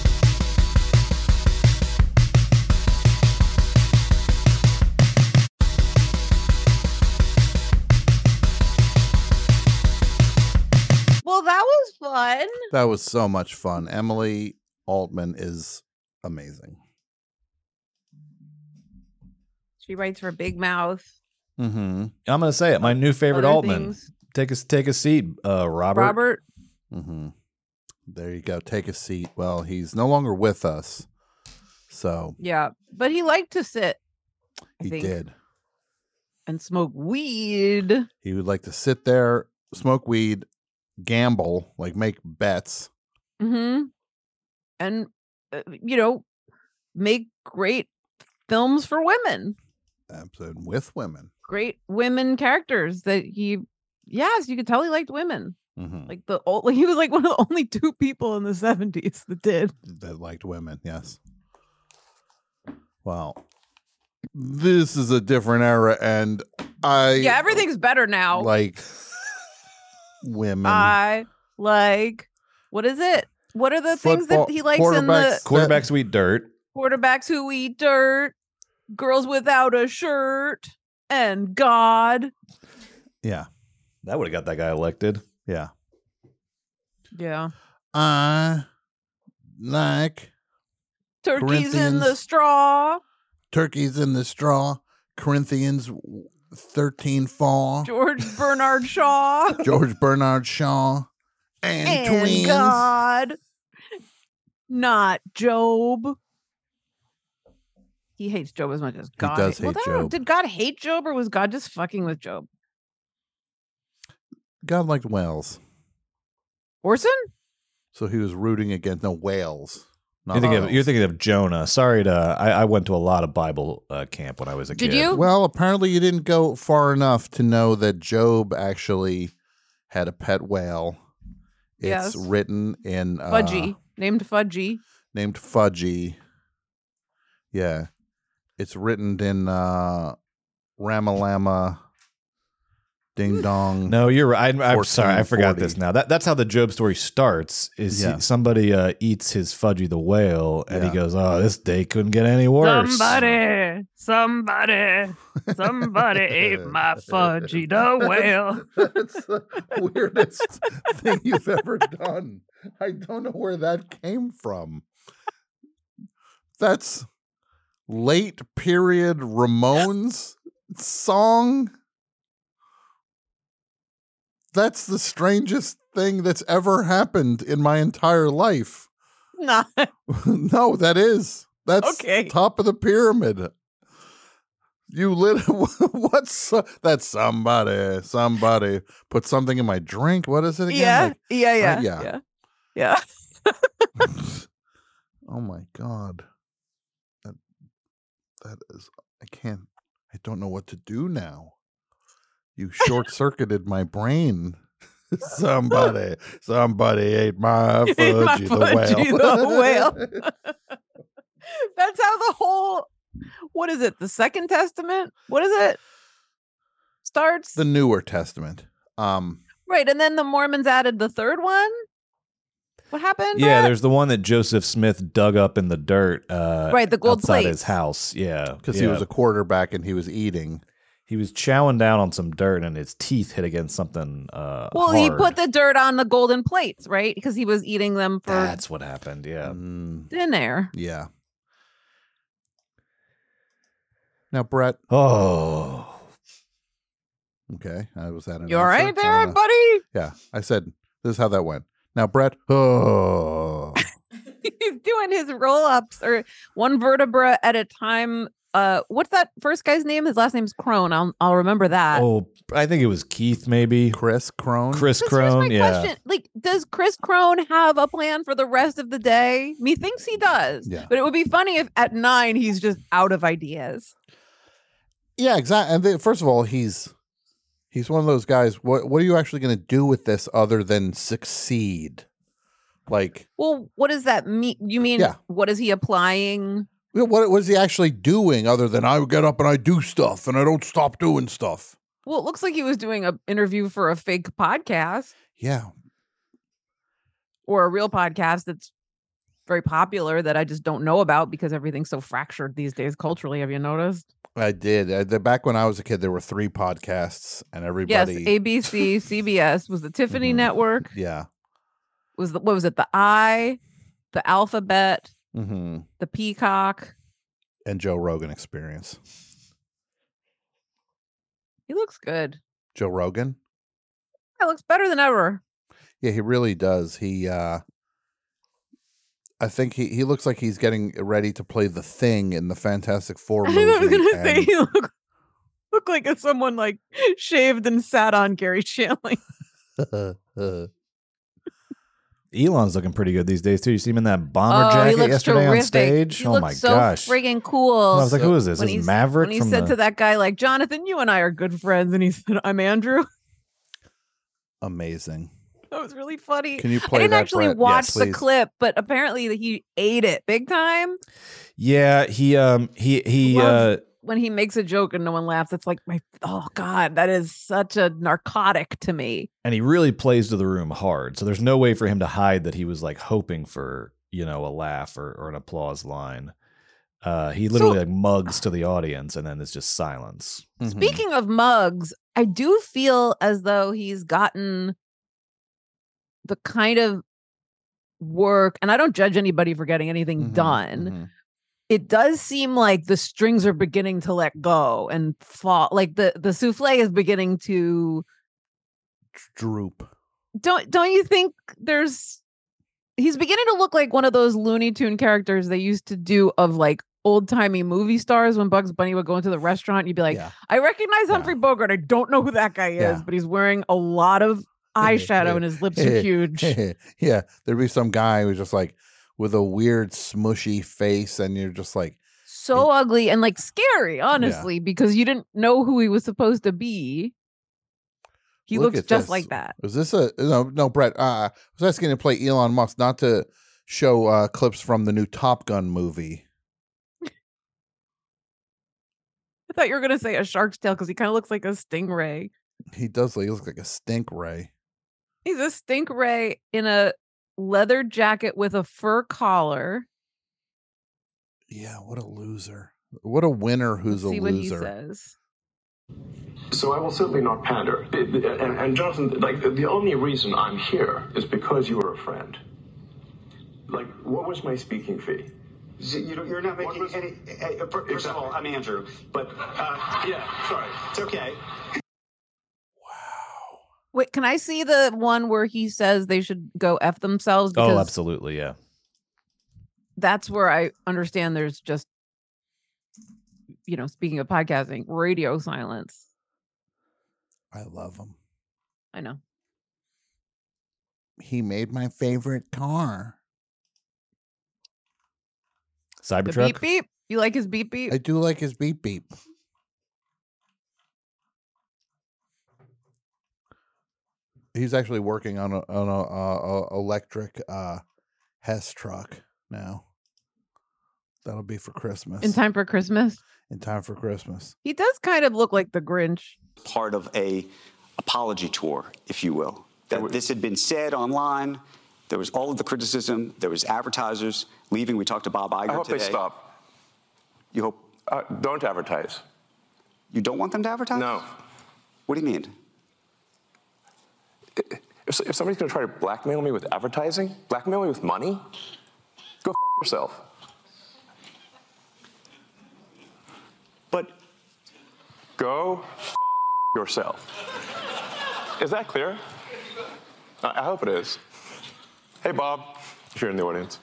Speaker 4: fun.
Speaker 2: That was so much fun. Emily Altman is amazing.
Speaker 4: She writes for Big Mouth.
Speaker 2: Mm-hmm.
Speaker 3: I'm gonna say it. My new favorite
Speaker 4: other
Speaker 3: Altman.
Speaker 4: things.
Speaker 3: Take a take a seat, uh, Robert.
Speaker 4: Robert.
Speaker 2: Mm-hmm. There you go. Take a seat. Well, he's no longer with us, so
Speaker 4: Yeah, but he liked to sit. I
Speaker 2: he
Speaker 4: think,
Speaker 2: did.
Speaker 4: and smoke weed.
Speaker 2: He would like to sit there, smoke weed, gamble, like make bets.
Speaker 4: hmm And uh, you know, make great films for women.
Speaker 2: Absolutely. uh, With women.
Speaker 4: Great women characters that he. Yes, you could tell he liked women.
Speaker 2: Mm-hmm.
Speaker 4: Like the old, (laughs) he was like one of the only two people in the seventies that did.
Speaker 2: that liked women. Yes. Wow. This is a different era, and I
Speaker 4: Yeah, everything's better now.
Speaker 2: like women.
Speaker 4: I like. What is it? What are the things that
Speaker 2: Football-
Speaker 4: he likes in the
Speaker 2: quarterbacks-
Speaker 3: Quarterbacks eat dirt.
Speaker 4: quarterbacks who eat dirt, girls without a shirt, and God?
Speaker 2: yeah,
Speaker 3: That would have got that guy elected.
Speaker 2: yeah.
Speaker 4: Yeah.
Speaker 2: I like
Speaker 4: Turkeys in the
Speaker 2: Corinthians.
Speaker 4: straw.
Speaker 2: turkeys in the straw. Corinthians thirteen four.
Speaker 4: (laughs) George Bernard Shaw
Speaker 2: George Bernard Shaw (laughs) and,
Speaker 4: and
Speaker 2: twins.
Speaker 4: God, not Job. He hates Job as much as God.
Speaker 2: does
Speaker 4: hate- well,
Speaker 2: hate
Speaker 4: I don't know,
Speaker 2: Job.
Speaker 4: Did God hate Job, or was God just fucking with Job?
Speaker 2: God liked whales,
Speaker 4: Orson?
Speaker 2: so he was rooting against no whales. Not
Speaker 3: You're thinking, of,
Speaker 2: whales.
Speaker 3: you're thinking of Jonah. Sorry to. I, I went to a lot of Bible uh, camp when I was a
Speaker 4: Did
Speaker 3: kid.
Speaker 4: you?
Speaker 2: Well, apparently you didn't go far enough to know that Job actually had a pet whale. It's
Speaker 4: Yes.
Speaker 2: written in uh,
Speaker 4: Fudgy, named Fudgy.
Speaker 2: named Fudgy. Yeah, it's written in uh, Ramalama, Ding Dong.
Speaker 3: No, you're right. I'm, I'm
Speaker 2: 14,
Speaker 3: sorry. I forgot this
Speaker 2: 40.
Speaker 3: now. That that's how the Job story starts. Is he-
Speaker 2: Yeah.
Speaker 3: somebody uh, eats his Fudgy the whale, and
Speaker 2: Yeah.
Speaker 3: he goes, "Oh, this day couldn't get any worse."
Speaker 4: Somebody, somebody,
Speaker 2: (laughs)
Speaker 4: somebody ate my Fudgy the whale.
Speaker 2: That's the weirdest thing you've ever done. I don't know where that came from. That's late period Ramones song. That's the strangest thing that's ever happened in my entire life.
Speaker 4: Not
Speaker 2: (laughs) no, that is. That's
Speaker 4: Okay.
Speaker 2: top of the pyramid. You lit (laughs) what's that's somebody somebody put something in my drink. What is it again?
Speaker 4: yeah,
Speaker 2: Like,
Speaker 4: yeah, yeah,
Speaker 2: yeah.
Speaker 4: yeah, yeah.
Speaker 2: (laughs) oh my god. That that is I can't I don't know what to do now. You short circuited my brain. (laughs) somebody somebody ate my
Speaker 4: (laughs) Ate my
Speaker 2: fudgy, (laughs)
Speaker 4: fudgy
Speaker 2: the
Speaker 4: the
Speaker 2: whale.
Speaker 4: That's how the whole what is it? The Second Testament? What is it? Starts
Speaker 2: the newer testament. Um
Speaker 4: right, and then the Mormons added the third one. What happened?
Speaker 3: Yeah,
Speaker 4: Matt?
Speaker 3: there's the one that Joseph Smith dug up in the dirt. Uh,
Speaker 4: right. The gold
Speaker 3: outside
Speaker 4: plate.
Speaker 3: his house. Yeah,
Speaker 2: because
Speaker 3: yeah.
Speaker 2: he was a quarterback and he was eating.
Speaker 3: he was chowing down on some dirt, and his teeth hit against something. Uh,
Speaker 4: well, he put
Speaker 3: hard.
Speaker 4: the dirt on the golden plates, right? Because he was eating them for
Speaker 3: That's what happened. Yeah.
Speaker 2: Mm,
Speaker 4: dinner.
Speaker 2: yeah. Now, Brett.
Speaker 3: Oh,
Speaker 2: Okay, I was at. an
Speaker 4: You all
Speaker 2: answer.
Speaker 4: right there,
Speaker 2: Uh,
Speaker 4: buddy? (laughs)
Speaker 2: Yeah, I said this is how that went. Now, Brett.
Speaker 3: (laughs)
Speaker 2: Oh,
Speaker 4: He's doing his roll ups or one vertebra at a time. Uh, what's that first guy's name? His last name's Crone. I'll I'll remember that.
Speaker 3: oh, I think it was Keith, maybe
Speaker 2: Chris Crone.
Speaker 3: Chris
Speaker 4: This
Speaker 3: Crone.
Speaker 4: my
Speaker 3: Yeah.
Speaker 4: question. Like, does Chris Crone have a plan for the rest of the day? Methinks he does.
Speaker 2: Yeah.
Speaker 4: But it would be funny if at nine he's just out of ideas.
Speaker 2: Yeah, exactly. And they, first of all, he's he's one of those guys. What what are you actually going to do with this other than succeed? Like,
Speaker 4: Well, what does that mean? You mean
Speaker 2: Yeah.
Speaker 4: what is he applying?
Speaker 2: what what is he actually doing other than I get up and I do stuff and I don't stop doing stuff?
Speaker 4: Well, it looks like he was doing an interview for a fake podcast
Speaker 2: Yeah,
Speaker 4: or a real podcast that's very popular that I just don't know about because everything's so fractured these days culturally. Have you noticed?
Speaker 2: I did. I, the, back when I was a kid, there were three podcasts, and everybody.
Speaker 4: Yes, ABC, CBS was the Tiffany
Speaker 2: Mhm.
Speaker 4: Network.
Speaker 2: yeah,
Speaker 4: was the, what was it? The I, the alphabet,
Speaker 2: Mm-hmm.
Speaker 4: the peacock.
Speaker 2: And Joe Rogan experience.
Speaker 4: He looks good.
Speaker 2: Joe Rogan.
Speaker 4: That looks better than ever. (laughs)
Speaker 2: Yeah, he really does. He uh I think he, he looks like he's getting ready to play the thing in the Fantastic Four
Speaker 4: (laughs) I
Speaker 2: movie.
Speaker 4: was gonna say
Speaker 2: and-
Speaker 4: he look look like if someone like shaved and sat on Gary (laughs) Shanley.
Speaker 3: Elon's looking pretty good these days too. You see him in that
Speaker 4: Oh,
Speaker 3: bomber jacket yesterday on stage.
Speaker 4: He
Speaker 3: oh
Speaker 4: looked
Speaker 3: my
Speaker 4: so
Speaker 3: gosh!
Speaker 4: friggin' cool.
Speaker 3: I was like, who is this?
Speaker 4: when
Speaker 3: This
Speaker 4: he's-
Speaker 3: is Maverick
Speaker 4: when he
Speaker 3: from
Speaker 4: said
Speaker 3: the-
Speaker 4: to that guy, like, Jonathan, you and I are good friends, and he (laughs) said, I'm Andrew.
Speaker 2: (laughs) Amazing.
Speaker 4: That was really funny.
Speaker 2: Can you
Speaker 4: I
Speaker 2: play
Speaker 4: didn't
Speaker 2: that,
Speaker 4: actually
Speaker 2: Brett? Yeah,
Speaker 4: watch the
Speaker 2: please.
Speaker 4: clip, but apparently that he ate it big time
Speaker 3: Yeah, he um he he uh
Speaker 4: Love- when he makes a joke and no one laughs. It's like my oh god, that is such a narcotic to me.
Speaker 3: and he really plays to the room hard. So there's no way for him to hide that he was like hoping for you know a laugh or, or an applause line. Uh, he literally
Speaker 4: So-
Speaker 3: like mugs to the audience, and then it's just silence.
Speaker 2: Mhm.
Speaker 4: Speaking of mugs, I do feel as though he's gotten the kind of work, and I don't judge anybody for getting anything
Speaker 2: Mhm,
Speaker 4: done.
Speaker 2: mhm.
Speaker 4: It does seem like the strings are beginning to let go and fall. Like the the souffle is beginning to
Speaker 2: Droop.
Speaker 4: don't don't you think there's he's beginning to look like one of those Looney Tune characters they used to do of like old timey movie stars when Bugs Bunny would go into the restaurant, you'd be like,
Speaker 2: Yeah.
Speaker 4: I recognize
Speaker 2: Yeah.
Speaker 4: Humphrey Bogart. I don't know who that guy is,
Speaker 2: Yeah.
Speaker 4: but he's wearing a
Speaker 2: (laughs)
Speaker 4: lot of eyeshadow and his lips are huge.
Speaker 2: yeah. There'd be some guy who's just like with a weird smushy face, and you're just like,
Speaker 4: So ugly and like scary, honestly, because you didn't know who he was supposed to be. He
Speaker 2: Look
Speaker 4: looks
Speaker 2: at
Speaker 4: just
Speaker 2: this.
Speaker 4: like that.
Speaker 2: Is this a no? No, Brett. Uh, I was asking to play Elon Musk, not to show uh, clips from the new Top Gun movie.
Speaker 4: I thought you were gonna say a shark's tail because he kind of looks like a stingray.
Speaker 2: He does. Like, he looks like a stink ray.
Speaker 4: He's a stink ray in a leather jacket with a fur collar.
Speaker 2: Yeah. What a loser. What a winner who's
Speaker 4: Let's see
Speaker 2: a
Speaker 4: what he
Speaker 2: loser.
Speaker 4: says.
Speaker 10: So I will certainly not pander. It- it- And, and Jonathan, like, the only reason I'm here is because you were a friend. Like, what was my speaking fee?
Speaker 11: You don't, you're not
Speaker 10: What
Speaker 11: making
Speaker 10: was-
Speaker 11: any. eh, eh, fir- First of
Speaker 10: Exactly.
Speaker 11: all, I'm Andrew, but uh, yeah, sorry, it's okay.
Speaker 4: Wait, can I see the one where he says they should go f themselves?
Speaker 3: Oh,
Speaker 4: Because
Speaker 3: absolutely, yeah.
Speaker 4: That's where I understand. There's just, you know, speaking of podcasting, radio silence.
Speaker 2: I love him.
Speaker 4: I know.
Speaker 2: He made my favorite car.
Speaker 4: The
Speaker 3: Cybertruck.
Speaker 4: beep beep. You like his beep beep?
Speaker 2: I do like his beep beep. He's actually working on a on a, a, a electric uh, Hess truck now. That'll be for Christmas.
Speaker 4: In time for Christmas.
Speaker 2: In time for Christmas.
Speaker 4: He does kind of look like the Grinch.
Speaker 11: Part of a apology tour, if you will. That this had been said online. There was all of the criticism. There was advertisers leaving. We talked to Bob Iger
Speaker 10: I hope
Speaker 11: today.
Speaker 10: they stop.
Speaker 11: You hope
Speaker 10: Uh, don't advertise.
Speaker 11: you don't want them to advertise?
Speaker 10: No.
Speaker 11: What do you mean?
Speaker 10: If, if somebody's going to try to blackmail me with advertising, blackmail me with money, go f- yourself.
Speaker 11: But
Speaker 10: Go f- yourself. Is that clear? I, I hope it is. Hey, Bob, if you're in the audience.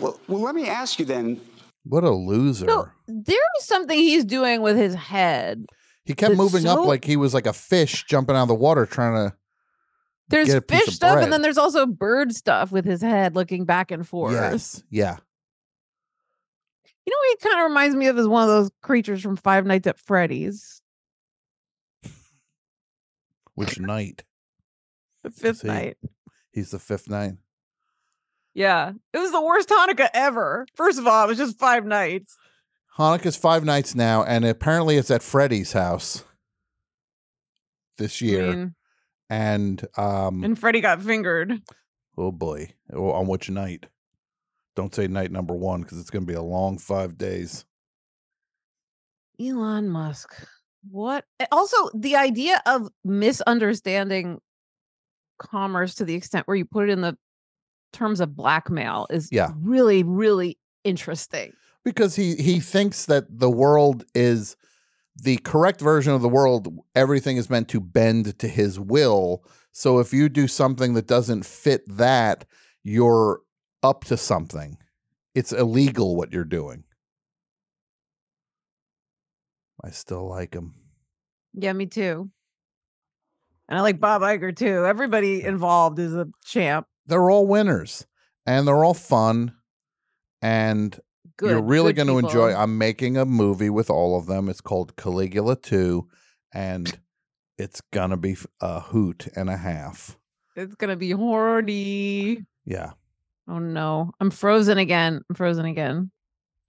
Speaker 11: well, well, let me ask you then.
Speaker 2: What a loser.
Speaker 4: No, there is something he's doing with his head.
Speaker 2: he kept
Speaker 4: it's
Speaker 2: moving up
Speaker 4: so-
Speaker 2: like he was like a fish jumping out of the water trying to
Speaker 4: There's
Speaker 2: Get a piece
Speaker 4: fish
Speaker 2: of
Speaker 4: stuff, and
Speaker 2: bread.
Speaker 4: then there's also bird stuff with his head looking back and forth.
Speaker 2: Yes. Yeah.
Speaker 4: You know what he kind of reminds me of is one of those creatures from Five Nights at Freddy's,
Speaker 2: Which night?
Speaker 4: the fifth
Speaker 2: See?
Speaker 4: night.
Speaker 2: He's the fifth night.
Speaker 4: Yeah. It was the worst Hanukkah ever. First of all, it was just five nights.
Speaker 2: Hanukkah's five nights now, and apparently it's at Freddy's house this year.
Speaker 4: I mean,
Speaker 2: and um
Speaker 4: and Freddie got fingered.
Speaker 2: oh boy Oh, on which night don't say night number one because it's going to be a long five days
Speaker 4: Elon Musk. What? and Also, the idea of misunderstanding commerce to the extent where you put it in the terms of blackmail is
Speaker 2: Yeah.
Speaker 4: really, really interesting.
Speaker 2: because he he thinks that the world is the correct version of the world everything is meant to bend to his will so if you do something that doesn't fit that you're up to something it's illegal what you're doing i still like him
Speaker 4: Yeah, me too. And I like Bob Iger too. Everybody involved is a champ.
Speaker 2: they're all winners and they're all fun and you're
Speaker 4: Good-
Speaker 2: really
Speaker 4: good
Speaker 2: going to enjoy
Speaker 4: people.
Speaker 2: i'm making a movie with all of them it's called caligula 2 and it's going to be f- a hoot and a half
Speaker 4: It's gonna be horny.
Speaker 2: yeah
Speaker 4: Oh no. I'm frozen again. I'm frozen again.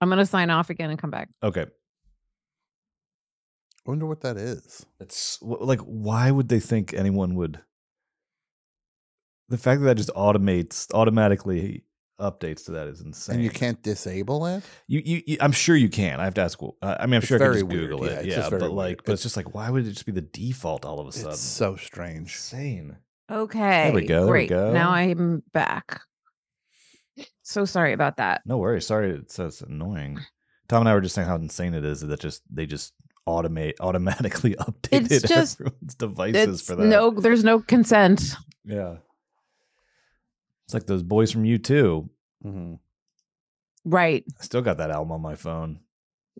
Speaker 4: I'm gonna sign off again and come back.
Speaker 3: Okay.
Speaker 2: i wonder what that is
Speaker 3: That's wh- like, why would they think anyone would? The fact that that just automates automatically updates to that is insane.
Speaker 2: and you can't disable it
Speaker 3: You, you, you- I'm sure you can. I have to ask. uh, I mean, I'm
Speaker 2: It's
Speaker 3: sure I can
Speaker 2: very
Speaker 3: just
Speaker 2: weird.
Speaker 3: Google
Speaker 2: Yeah,
Speaker 3: it.
Speaker 2: it's
Speaker 3: Yeah,
Speaker 2: just very
Speaker 3: but like,
Speaker 2: weird.
Speaker 3: but it's just like, why would it just be the default all of a sudden?
Speaker 2: it's so strange
Speaker 3: insane.
Speaker 4: Okay.
Speaker 3: go, there we
Speaker 4: Great. Now
Speaker 3: go.
Speaker 4: I'm back. So sorry about that.
Speaker 3: No worries. Sorry, it's, it's annoying. Tom and I were just saying how insane it is that just they just automate automatically (laughs) updated
Speaker 4: It's just-
Speaker 3: everyone's devices
Speaker 4: It's
Speaker 3: for that.
Speaker 4: no there's no consent.
Speaker 3: yeah. It's like those boys from U two.
Speaker 4: Mm-hmm.
Speaker 2: Mhm.
Speaker 4: Right.
Speaker 3: I still got that album on my phone.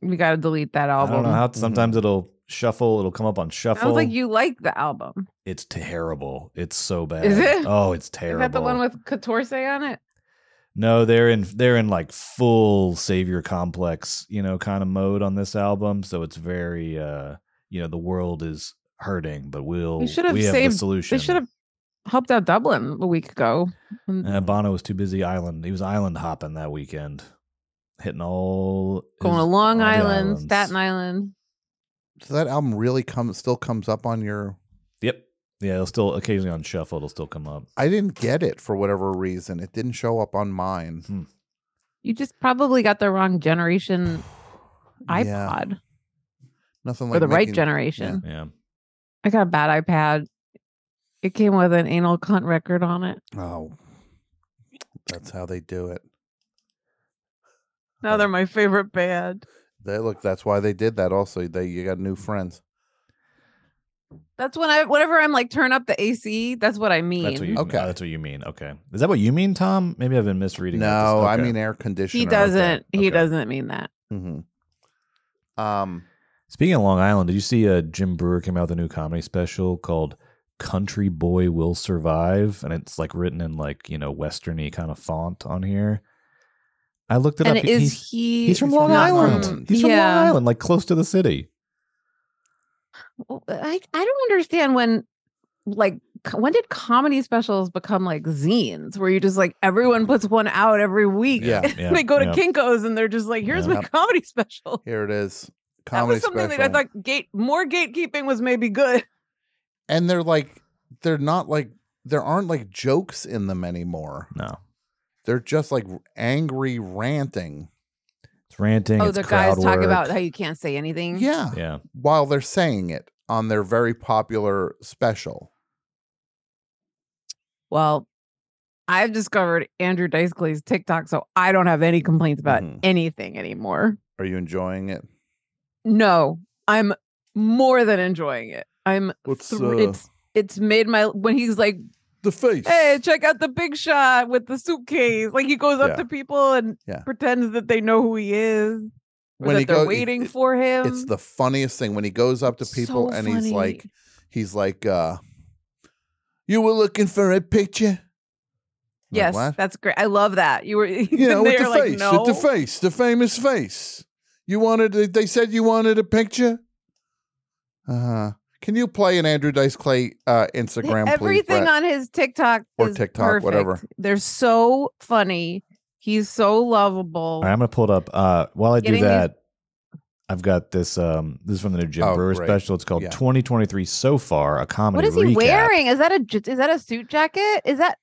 Speaker 4: We gotta delete that
Speaker 3: I
Speaker 4: album. Mm-hmm.
Speaker 3: don't know how. Sometimes it'll shuffle. It'll come up on shuffle.
Speaker 4: Sounds like you like the album.
Speaker 3: it's terrible. It's so bad.
Speaker 4: Is it?
Speaker 3: Oh, it's terrible.
Speaker 4: Is that the one with Catorce on it?
Speaker 3: No, they're in they're in like full savior complex, you know, kind of mode on this album. So it's very uh, you know, the world is hurting, but we'll
Speaker 4: They should have
Speaker 3: we have
Speaker 4: saved.
Speaker 3: the solution.
Speaker 4: They should have helped out Dublin a week ago. And
Speaker 3: Uh, Bono was too busy island. He was island hopping that weekend, hitting all
Speaker 4: going
Speaker 3: his-
Speaker 4: to Long
Speaker 3: all the
Speaker 4: Island,
Speaker 3: islands.
Speaker 4: Staten Island.
Speaker 2: so that album really comes still comes up on your
Speaker 3: Yep. Yeah, it'll still occasionally on shuffle. It'll still come up.
Speaker 2: i didn't get it for whatever reason it didn't show up on mine
Speaker 4: You just probably got the wrong generation
Speaker 2: Yeah.
Speaker 4: iPod
Speaker 2: nothing
Speaker 4: or
Speaker 2: like
Speaker 4: the right
Speaker 2: making-
Speaker 4: generation.
Speaker 3: Yeah.
Speaker 4: I got a bad iPad. It came with an anal cunt record on it.
Speaker 2: oh that's how they do it
Speaker 4: Now they're my favorite band.
Speaker 2: They look. That's why they did that. Also, they you got new friends.
Speaker 4: That's when I, whenever I'm like, turn up the AC. That's what I mean.
Speaker 3: That's what you
Speaker 2: Okay.
Speaker 3: okay. that's what you mean. Okay. Is that what you mean, Tom? Maybe I've been misreading. what this-
Speaker 2: No, I
Speaker 3: okay.
Speaker 2: mean air conditioner.
Speaker 4: he doesn't. He
Speaker 3: okay.
Speaker 4: doesn't mean that.
Speaker 2: Mhm. Um,
Speaker 3: Speaking of Long Island, did you see uh, Jim Brewer came out with a new comedy special called Country Boy Will Survive? And it's like written in like, you know, westerny kind of font on here. I looked it
Speaker 4: And
Speaker 3: up.
Speaker 4: is
Speaker 3: he's,
Speaker 4: he?
Speaker 3: he's from Long
Speaker 4: not
Speaker 3: Island.
Speaker 4: from-
Speaker 3: he's from
Speaker 4: yeah.
Speaker 3: Long Island, like close to the
Speaker 4: (laughs)
Speaker 3: city.
Speaker 4: Well, I I don't understand when like co- when did comedy specials become like zines where you just like everyone puts one out every week. (laughs)
Speaker 2: Yeah,
Speaker 3: yeah,
Speaker 4: they go to
Speaker 3: yeah.
Speaker 4: Kinkos and they're just like, here's
Speaker 3: Yeah.
Speaker 4: my (laughs) comedy special.
Speaker 2: here it is.
Speaker 4: (laughs) that
Speaker 2: Comedy
Speaker 4: was something
Speaker 2: special.
Speaker 4: that I thought gate more gatekeeping was maybe good.
Speaker 2: and they're like, they're not like there aren't like jokes in them anymore.
Speaker 3: No.
Speaker 2: They're just like angry ranting.
Speaker 3: It's ranting.
Speaker 4: oh,
Speaker 3: it's
Speaker 4: the guys
Speaker 3: crowd
Speaker 4: talk
Speaker 3: work.
Speaker 4: about how you can't say anything.
Speaker 2: Yeah,
Speaker 3: Yeah.
Speaker 2: while they're saying it on their very popular special.
Speaker 4: Well, I've discovered Andrew Dice Clay's TikTok, so I don't have any complaints about
Speaker 2: Mhm.
Speaker 4: anything anymore.
Speaker 2: Are you enjoying it?
Speaker 4: No, I'm more than enjoying it. I'm
Speaker 2: What's
Speaker 4: thr-
Speaker 2: uh,
Speaker 4: it's it's made my when he's like
Speaker 2: the face?
Speaker 4: hey, check out the big shot with the suitcase. Like he goes up
Speaker 2: Yeah.
Speaker 4: to people and
Speaker 2: Yeah.
Speaker 4: pretends that they know who he is, or that they're
Speaker 2: go-
Speaker 4: waiting
Speaker 2: it-
Speaker 4: for him.
Speaker 2: it's the funniest thing when he goes up to
Speaker 4: So
Speaker 2: people and he's
Speaker 4: funny.
Speaker 2: like he's like uh you were looking for a picture I'm like,
Speaker 4: yes, (laughs)
Speaker 2: "What?"
Speaker 4: that's great. I love that. You were, (laughs)
Speaker 2: you know with the
Speaker 4: like,
Speaker 2: face
Speaker 4: no.
Speaker 2: with the face the famous face you wanted they- they said you wanted a picture uh-huh can you play an andrew dice clay uh instagram
Speaker 4: Everything
Speaker 2: please Brett?
Speaker 4: on his TikTok
Speaker 2: Or
Speaker 4: is
Speaker 2: TikTok,
Speaker 4: perfect.
Speaker 2: whatever.
Speaker 4: They're so funny. He's so lovable.
Speaker 3: All right, I'm gonna pull it up. Uh, while I do
Speaker 4: Getting these-
Speaker 3: that, I've got this. Um, this is from the new Jim
Speaker 2: Oh,
Speaker 3: Brewer
Speaker 2: great.
Speaker 3: special. It's called
Speaker 2: Yeah.
Speaker 3: 2023 so far, a
Speaker 4: what
Speaker 3: comedy.
Speaker 4: is he
Speaker 3: recap.
Speaker 4: wearing? Is that a j- is that a suit jacket? Is that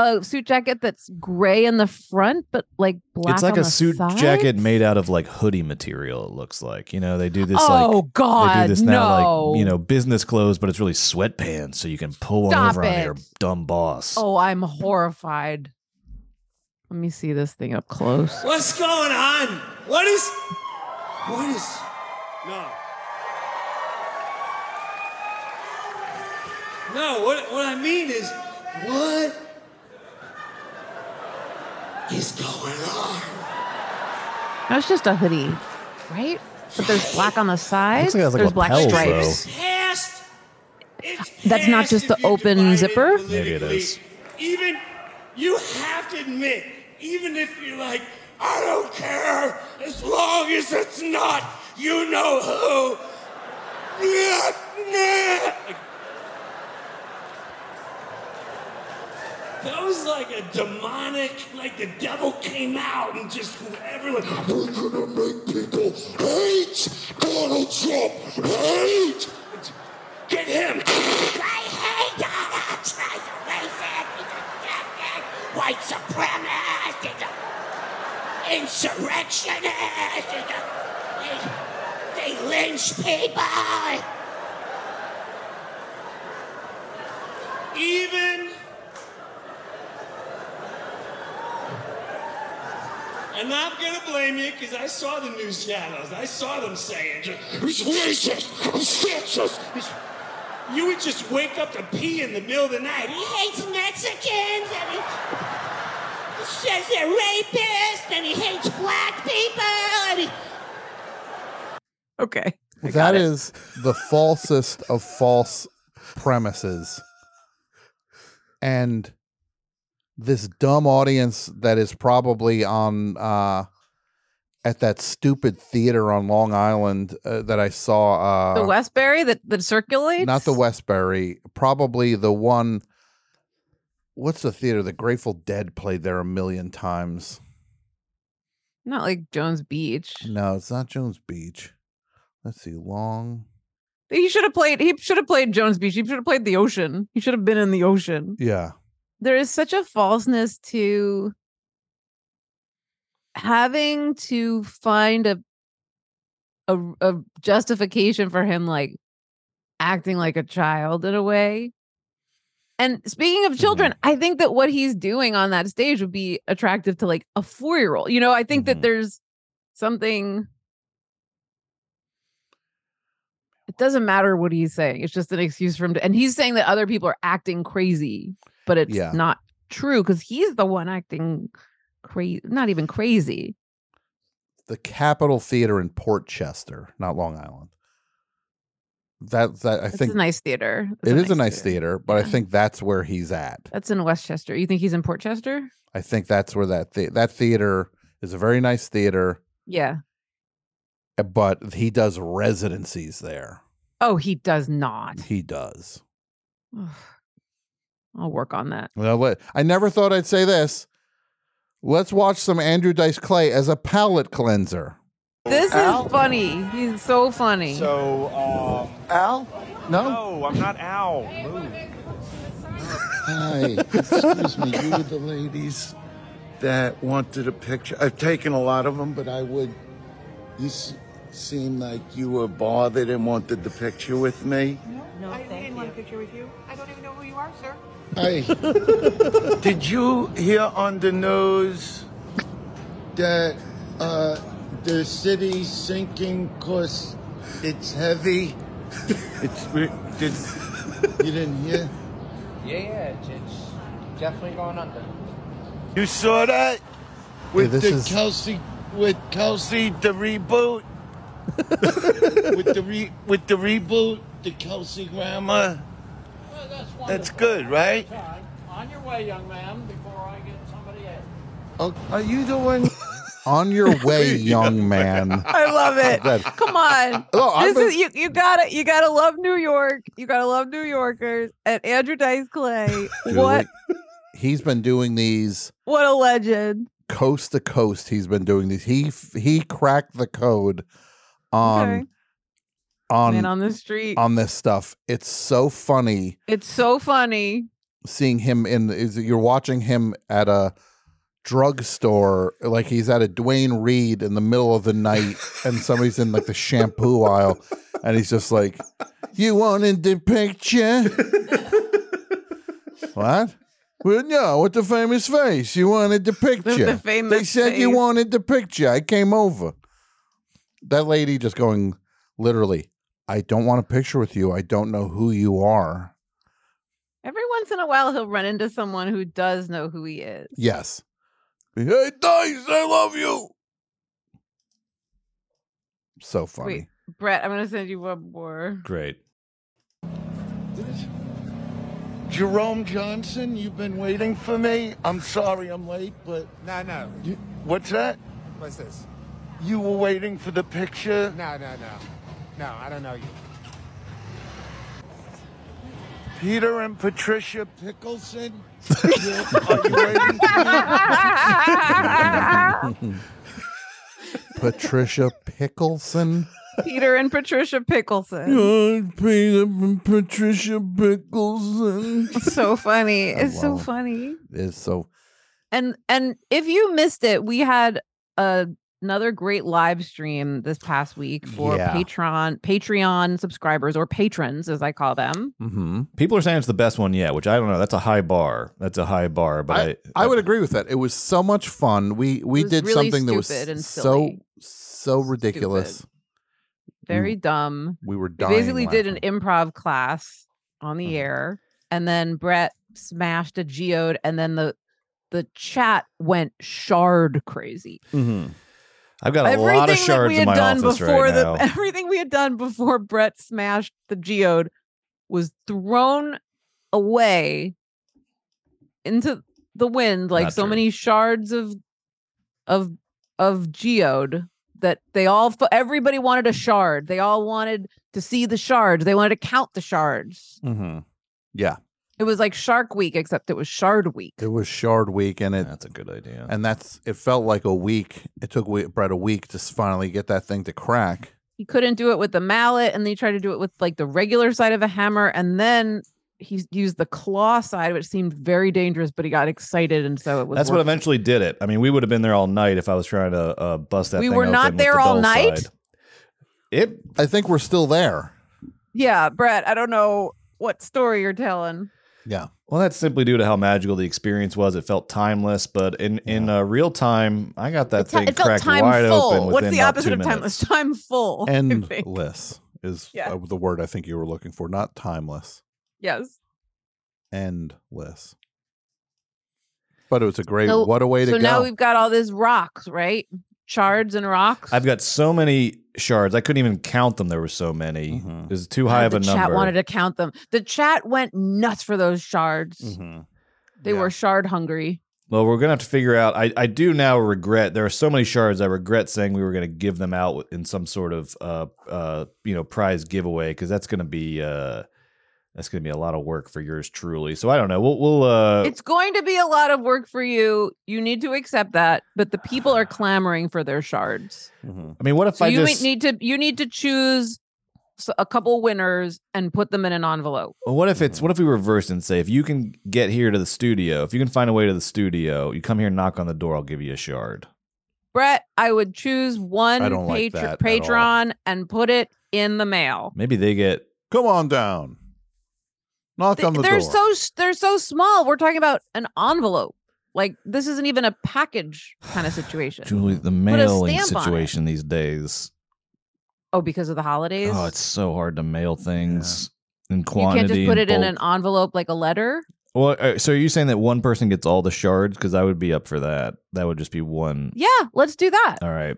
Speaker 4: a suit jacket that's gray in the front but like black?
Speaker 3: it's like
Speaker 4: on
Speaker 3: a
Speaker 4: the
Speaker 3: suit
Speaker 4: sides?
Speaker 3: jacket made out of like hoodie material. It looks like you know they do this
Speaker 4: oh
Speaker 3: like
Speaker 4: God!
Speaker 3: they do this now
Speaker 4: no.
Speaker 3: like you know business clothes, but it's really sweatpants, so you can pull one
Speaker 4: Stop
Speaker 3: over on
Speaker 4: it.
Speaker 3: your dumb boss.
Speaker 4: Oh, I'm horrified. Let me see this thing up close.
Speaker 5: What's going on? What is? What is? No. No. What what I mean is, what is going on?
Speaker 4: That's just a hoodie, right? But there's black on the
Speaker 3: Looks
Speaker 4: sides.
Speaker 3: like it has, like,
Speaker 4: there's black
Speaker 3: lapels,
Speaker 4: stripes.
Speaker 3: though.
Speaker 5: Past.
Speaker 4: That's not just the open zipper.
Speaker 3: Maybe it is.
Speaker 5: Even you have to admit, even if you're like, I don't care, as long as it's not you know who. Yeah, yeah. That was like a demonic, like the devil came out and just whoever, like, we're gonna make people hate Donald Trump, hate! Get him! I hate Donald Trump, he's a racist, he's a jackass, white supremacist, he's a insurrectionist, he's a, they, they lynch people! Even And I'm gonna blame you because I saw the news channels. I saw them saying, "He's racist. He's sexist." He's-" You would just wake up to pee in the middle of the night. He hates Mexicans, and he, he says they're rapists, and he hates black people, and he.
Speaker 4: Okay.
Speaker 2: That is the falsest of false premises. And this dumb audience that is probably on uh at that stupid theater on Long Island uh, that I saw uh
Speaker 4: the Westbury that, that circulates?
Speaker 2: not the Westbury, probably the one what's the theater the Grateful Dead played there a million times.
Speaker 4: Not like Jones Beach.
Speaker 2: No, it's not Jones Beach. Let's see, Long
Speaker 4: He should have played he should have played Jones Beach. He should have played the ocean. He should have been in the ocean.
Speaker 2: Yeah.
Speaker 4: there is such a falseness to having to find a a, a justification for him like acting like a child in a way and speaking of children i think that what he's doing on that stage would be attractive to like a four year old you know i think
Speaker 3: Mhm.
Speaker 4: that there's something it doesn't matter what he's saying it's just an excuse for him to and he's saying that other people are acting crazy but it's
Speaker 2: Yeah.
Speaker 4: not true because he's the one acting crazy not even crazy
Speaker 2: the Capitol Theater in Port Chester, not Long Island. That that I
Speaker 4: it's
Speaker 2: think
Speaker 4: a nice theater It's
Speaker 2: it is a nice theater, but I
Speaker 4: Yeah.
Speaker 2: think that's where he's at.
Speaker 4: that's in westchester you think he's in port chester
Speaker 2: I think that's where that the- that theater is a very nice theater,
Speaker 4: yeah
Speaker 2: uh, but he does residencies there.
Speaker 4: oh he does not
Speaker 2: He does.
Speaker 4: Ugh. i'll work on that
Speaker 2: Well, let- I never thought I'd say this. Let's watch some Andrew Dice Clay as a palate cleanser.
Speaker 4: this is funny he's so funny
Speaker 12: So, um,
Speaker 2: Al? No.
Speaker 12: no, I'm not Al. Move.
Speaker 13: Hi, excuse me, you were the ladies that wanted a picture. I've taken a lot of them, but I would. You s- seem like you were bothered and wanted the picture with me.
Speaker 14: No, I didn't want a picture with you. I don't even know who you are, sir.
Speaker 13: Hi. Did you hear on the news that uh, the city's sinking because it's heavy? It's. re- Did, you didn't hear?
Speaker 15: Yeah, it's, it's definitely going under.
Speaker 13: You saw that with
Speaker 15: this
Speaker 13: the
Speaker 15: is-
Speaker 13: Kelsey with Kelsey the (laughs) reboot with the re, with the reboot the Kelsey grammar. That's good, right?
Speaker 15: On your way, young man, before I get somebody else.
Speaker 13: Oh, Are you the one?
Speaker 2: On your way, young man.
Speaker 4: I love it.
Speaker 2: That- (laughs)
Speaker 4: Come on.
Speaker 2: Oh, I'm
Speaker 4: this
Speaker 2: a-
Speaker 4: is you you gotta you gotta love New York. You gotta love New Yorkers. And Andrew Dice
Speaker 2: (laughs)
Speaker 4: Clay. what
Speaker 2: Julie- He's been doing these
Speaker 4: what a legend.
Speaker 2: coast to coast he's been doing these he f- he cracked the code on
Speaker 4: Okay.
Speaker 2: on
Speaker 4: Man on the street.
Speaker 2: on this stuff it's so funny
Speaker 4: it's so funny. (laughs)
Speaker 2: seeing him in is you're watching him at a drugstore like he's at a Dwayne Reed in the middle of the night and somebody's in like the shampoo aisle and he's just like
Speaker 4: (laughs)
Speaker 2: you wanted the picture what Well, no, with the famous face. You wanted the picture.
Speaker 16: the
Speaker 2: they
Speaker 16: famous
Speaker 2: said you
Speaker 16: face.
Speaker 2: wanted the picture. I came over. That lady just going, literally, I don't want a picture with you. I don't know who you are.
Speaker 4: Every once in a while, he'll run into someone who does know who he is.
Speaker 2: Yes. Hey, Dice, I love you. So funny.
Speaker 4: Wait, Brett, I'm going to send you one (laughs) more.
Speaker 3: Great.
Speaker 13: Jerome Johnson, you've been waiting for me. I'm sorry I'm late, but. No, no. You, what's that?
Speaker 12: What's this?
Speaker 13: You were waiting for the picture?
Speaker 12: No, no, no. No, I don't know you.
Speaker 13: Peter and Patricia
Speaker 12: (laughs)
Speaker 13: Pickleson? Are you waiting
Speaker 2: (laughs)
Speaker 13: for me?
Speaker 2: Patricia Pickleson.
Speaker 4: Peter and Patricia Pickleson.
Speaker 13: Uh,
Speaker 2: Peter and Patricia Pickleson.
Speaker 4: It's so
Speaker 2: (laughs)
Speaker 4: funny.
Speaker 2: I
Speaker 4: It's so
Speaker 2: love it.
Speaker 4: funny.
Speaker 2: It's so
Speaker 4: And and if you missed it, we had a, another great live stream this past week for
Speaker 3: Yeah.
Speaker 4: Patreon Patreon subscribers or patrons as I call them.
Speaker 2: Mm-hmm.
Speaker 3: People are saying it's the best one yet, which I don't know. That's a high bar. That's a high bar, but I,
Speaker 2: I would agree with that. It was so much fun. We we
Speaker 4: It was
Speaker 2: did
Speaker 4: really
Speaker 2: something that was
Speaker 4: stupid and
Speaker 2: so
Speaker 4: silly.
Speaker 2: so ridiculous.
Speaker 4: Very
Speaker 2: Mm.
Speaker 4: dumb.
Speaker 2: We were
Speaker 4: We
Speaker 2: dying.
Speaker 4: basically did
Speaker 2: laughing. Mm-hmm.
Speaker 4: an improv class on the air, and then Brett smashed a geode, and then the the chat went shard crazy.
Speaker 3: Mhm. I've got a lot of shards in my office
Speaker 4: before
Speaker 3: right
Speaker 4: the
Speaker 3: now.
Speaker 4: (laughs) everything we had done before Brett smashed the geode was thrown away into the wind like
Speaker 3: Not
Speaker 4: so
Speaker 3: true.
Speaker 4: many shards of of of geode that they all f- everybody wanted a shard they all wanted to see the shards they wanted to count the shards
Speaker 2: Mm-hmm. Yeah,
Speaker 4: it was like shark week except it was shard week
Speaker 2: it was Shard Week, and it
Speaker 3: that's a good idea.
Speaker 2: And that's it. Felt like a week. It took we- Brett a week to s- finally get that thing to crack.
Speaker 4: he couldn't do it with the mallet and then he tried to do it with like the regular side of a hammer and then he used the claw side which seemed very dangerous but he got excited and so it was
Speaker 3: That's what
Speaker 4: working.
Speaker 3: eventually did it. I mean, we would have been there all night if I was trying to uh, bust that.
Speaker 4: We
Speaker 3: thing
Speaker 4: were not
Speaker 3: open with
Speaker 4: there
Speaker 3: the
Speaker 4: all
Speaker 3: dull
Speaker 4: night?
Speaker 3: side. It.
Speaker 2: I think we're still there.
Speaker 4: yeah brett i don't know what story you're telling
Speaker 2: Yeah.
Speaker 3: Well, that's simply due to how magical the experience was. It felt timeless, but in in uh, real time, I got that
Speaker 4: Ti-
Speaker 3: thing
Speaker 4: it felt
Speaker 3: cracked
Speaker 4: time
Speaker 3: wide open
Speaker 4: full
Speaker 3: within
Speaker 4: what's the
Speaker 3: about
Speaker 4: opposite
Speaker 3: two
Speaker 4: of timeless (laughs)
Speaker 3: minutes.
Speaker 4: time full (laughs) I think.
Speaker 2: Endless is
Speaker 4: Yeah.
Speaker 2: uh, the word I think you were looking for, not timeless.
Speaker 4: yes
Speaker 2: Endless. But it was a great.
Speaker 4: So-
Speaker 2: what a way to
Speaker 4: so
Speaker 2: go.
Speaker 4: now we've got all these rocks right shards and rocks
Speaker 3: I've got so many shards. I couldn't even count them. There were so many. It was too high of
Speaker 4: Uh, the
Speaker 3: a
Speaker 4: chat
Speaker 3: number.
Speaker 4: wanted to count them the chat went nuts for those shards
Speaker 3: Mm-hmm.
Speaker 4: they were shard hungry
Speaker 3: Well, we're gonna have to figure out. I, I do now regret. There are so many shards. I regret saying we were gonna give them out in some sort of uh uh you know prize giveaway because that's gonna be uh that's gonna be a lot of work for yours truly. So I don't know. We'll we'll uh
Speaker 4: it's going to be a lot of work for you. You need to accept that, but the
Speaker 3: (sighs)
Speaker 4: people are clamoring for their shards.
Speaker 2: Mm-hmm.
Speaker 3: I mean, what if
Speaker 4: So
Speaker 3: I
Speaker 4: you
Speaker 3: just
Speaker 4: need to you need to choose s- a couple winners and put them in an envelope.
Speaker 3: Well, what if it's what if we reverse and say if you can get here to the studio, if you can find a way to the studio, you come here, knock on the door, I'll give you a shard.
Speaker 4: Brett, I would choose one
Speaker 3: I don't like
Speaker 4: patr-
Speaker 3: that at all.
Speaker 4: patron and put it in the mail.
Speaker 3: Maybe they get
Speaker 2: come on down, knock on the
Speaker 4: they're
Speaker 2: door.
Speaker 4: so s- they're so small. We're talking about an envelope. Like this isn't even a package kind of situation.
Speaker 3: Julie the mailing
Speaker 4: stamp on it.
Speaker 3: situation these days.
Speaker 4: Oh, because of the holidays,
Speaker 3: Oh, it's so hard to mail things in
Speaker 4: you
Speaker 3: quantity.
Speaker 4: can't just put
Speaker 3: and
Speaker 4: it in
Speaker 3: bulk.
Speaker 4: an envelope like a letter.
Speaker 3: Well, uh, so are you saying that one person gets all the shards? Because I would be up for that. That would just be one.
Speaker 4: Yeah, let's do that.
Speaker 3: All right.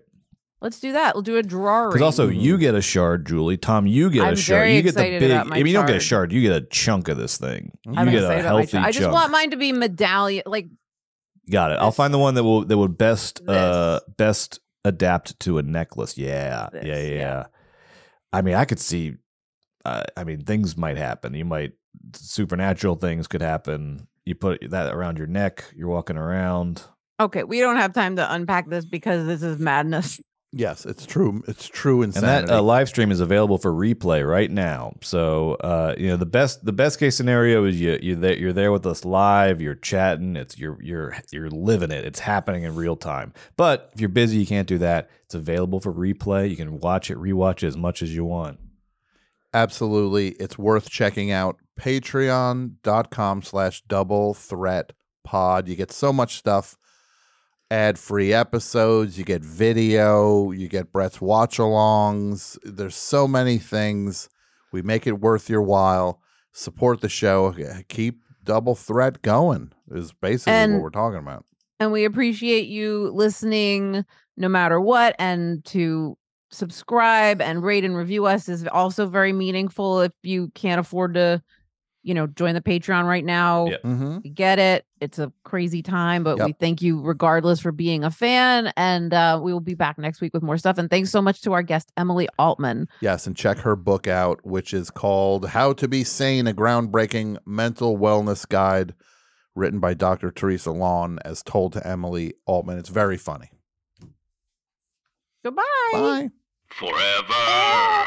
Speaker 4: Let's do that. We'll do a drawing.
Speaker 3: Because also you get a shard, Julie. Tom, you get
Speaker 4: I'm
Speaker 3: a shard.
Speaker 4: very
Speaker 3: you get the
Speaker 4: excited
Speaker 3: big.
Speaker 4: about
Speaker 3: I
Speaker 4: my
Speaker 3: mean, you don't get a
Speaker 4: shard.
Speaker 3: shard. You get a chunk of this thing. You
Speaker 4: I'm
Speaker 3: get a
Speaker 4: excited about my
Speaker 3: healthy
Speaker 4: shot. I
Speaker 3: chunk.
Speaker 4: just want mine to be medallion. Like
Speaker 3: Got it. I'll find the one that will that will best uh best adapt to a necklace. Yeah. yeah, yeah, yeah. I mean, I could see. Uh, I mean, things might happen. You might supernatural things could happen. You put that around your neck. You're walking around.
Speaker 4: okay, we don't have time to unpack this because this is madness. (laughs)
Speaker 2: yes, it's true. It's true
Speaker 3: And
Speaker 2: insanity.
Speaker 3: that uh, live stream is available for replay right now. So uh, you know the best the best case scenario is you you there you're there with us live. You're chatting. It's you're you're you're living it. It's happening in real time. But if you're busy, you can't do that. It's available for replay. You can watch it, rewatch it as much as you want.
Speaker 2: Absolutely. It's worth checking out patreon.com slash double threat pod. You get so much stuff. Ad free episodes, you get video, you get Brett's watch alongs. There's so many things. We make it worth your while. Support the show. Keep double threat going is basically
Speaker 4: And-
Speaker 2: what we're talking about.
Speaker 4: and we appreciate you listening no matter what and to subscribe and rate and review us is also very meaningful if you can't afford to you know join the patreon right now
Speaker 2: Mhm.
Speaker 4: we get it it's a crazy time but we
Speaker 2: Yep.
Speaker 4: thank you regardless for being a fan and uh, we will be back next week with more stuff and thanks so much to our guest emily altman
Speaker 2: Yes, and check her book out, which is called How to Be Sane, a groundbreaking mental wellness guide written by Dr. Teresa Lawn as told to Emily Altman. It's very funny.
Speaker 4: goodbye
Speaker 2: Bye.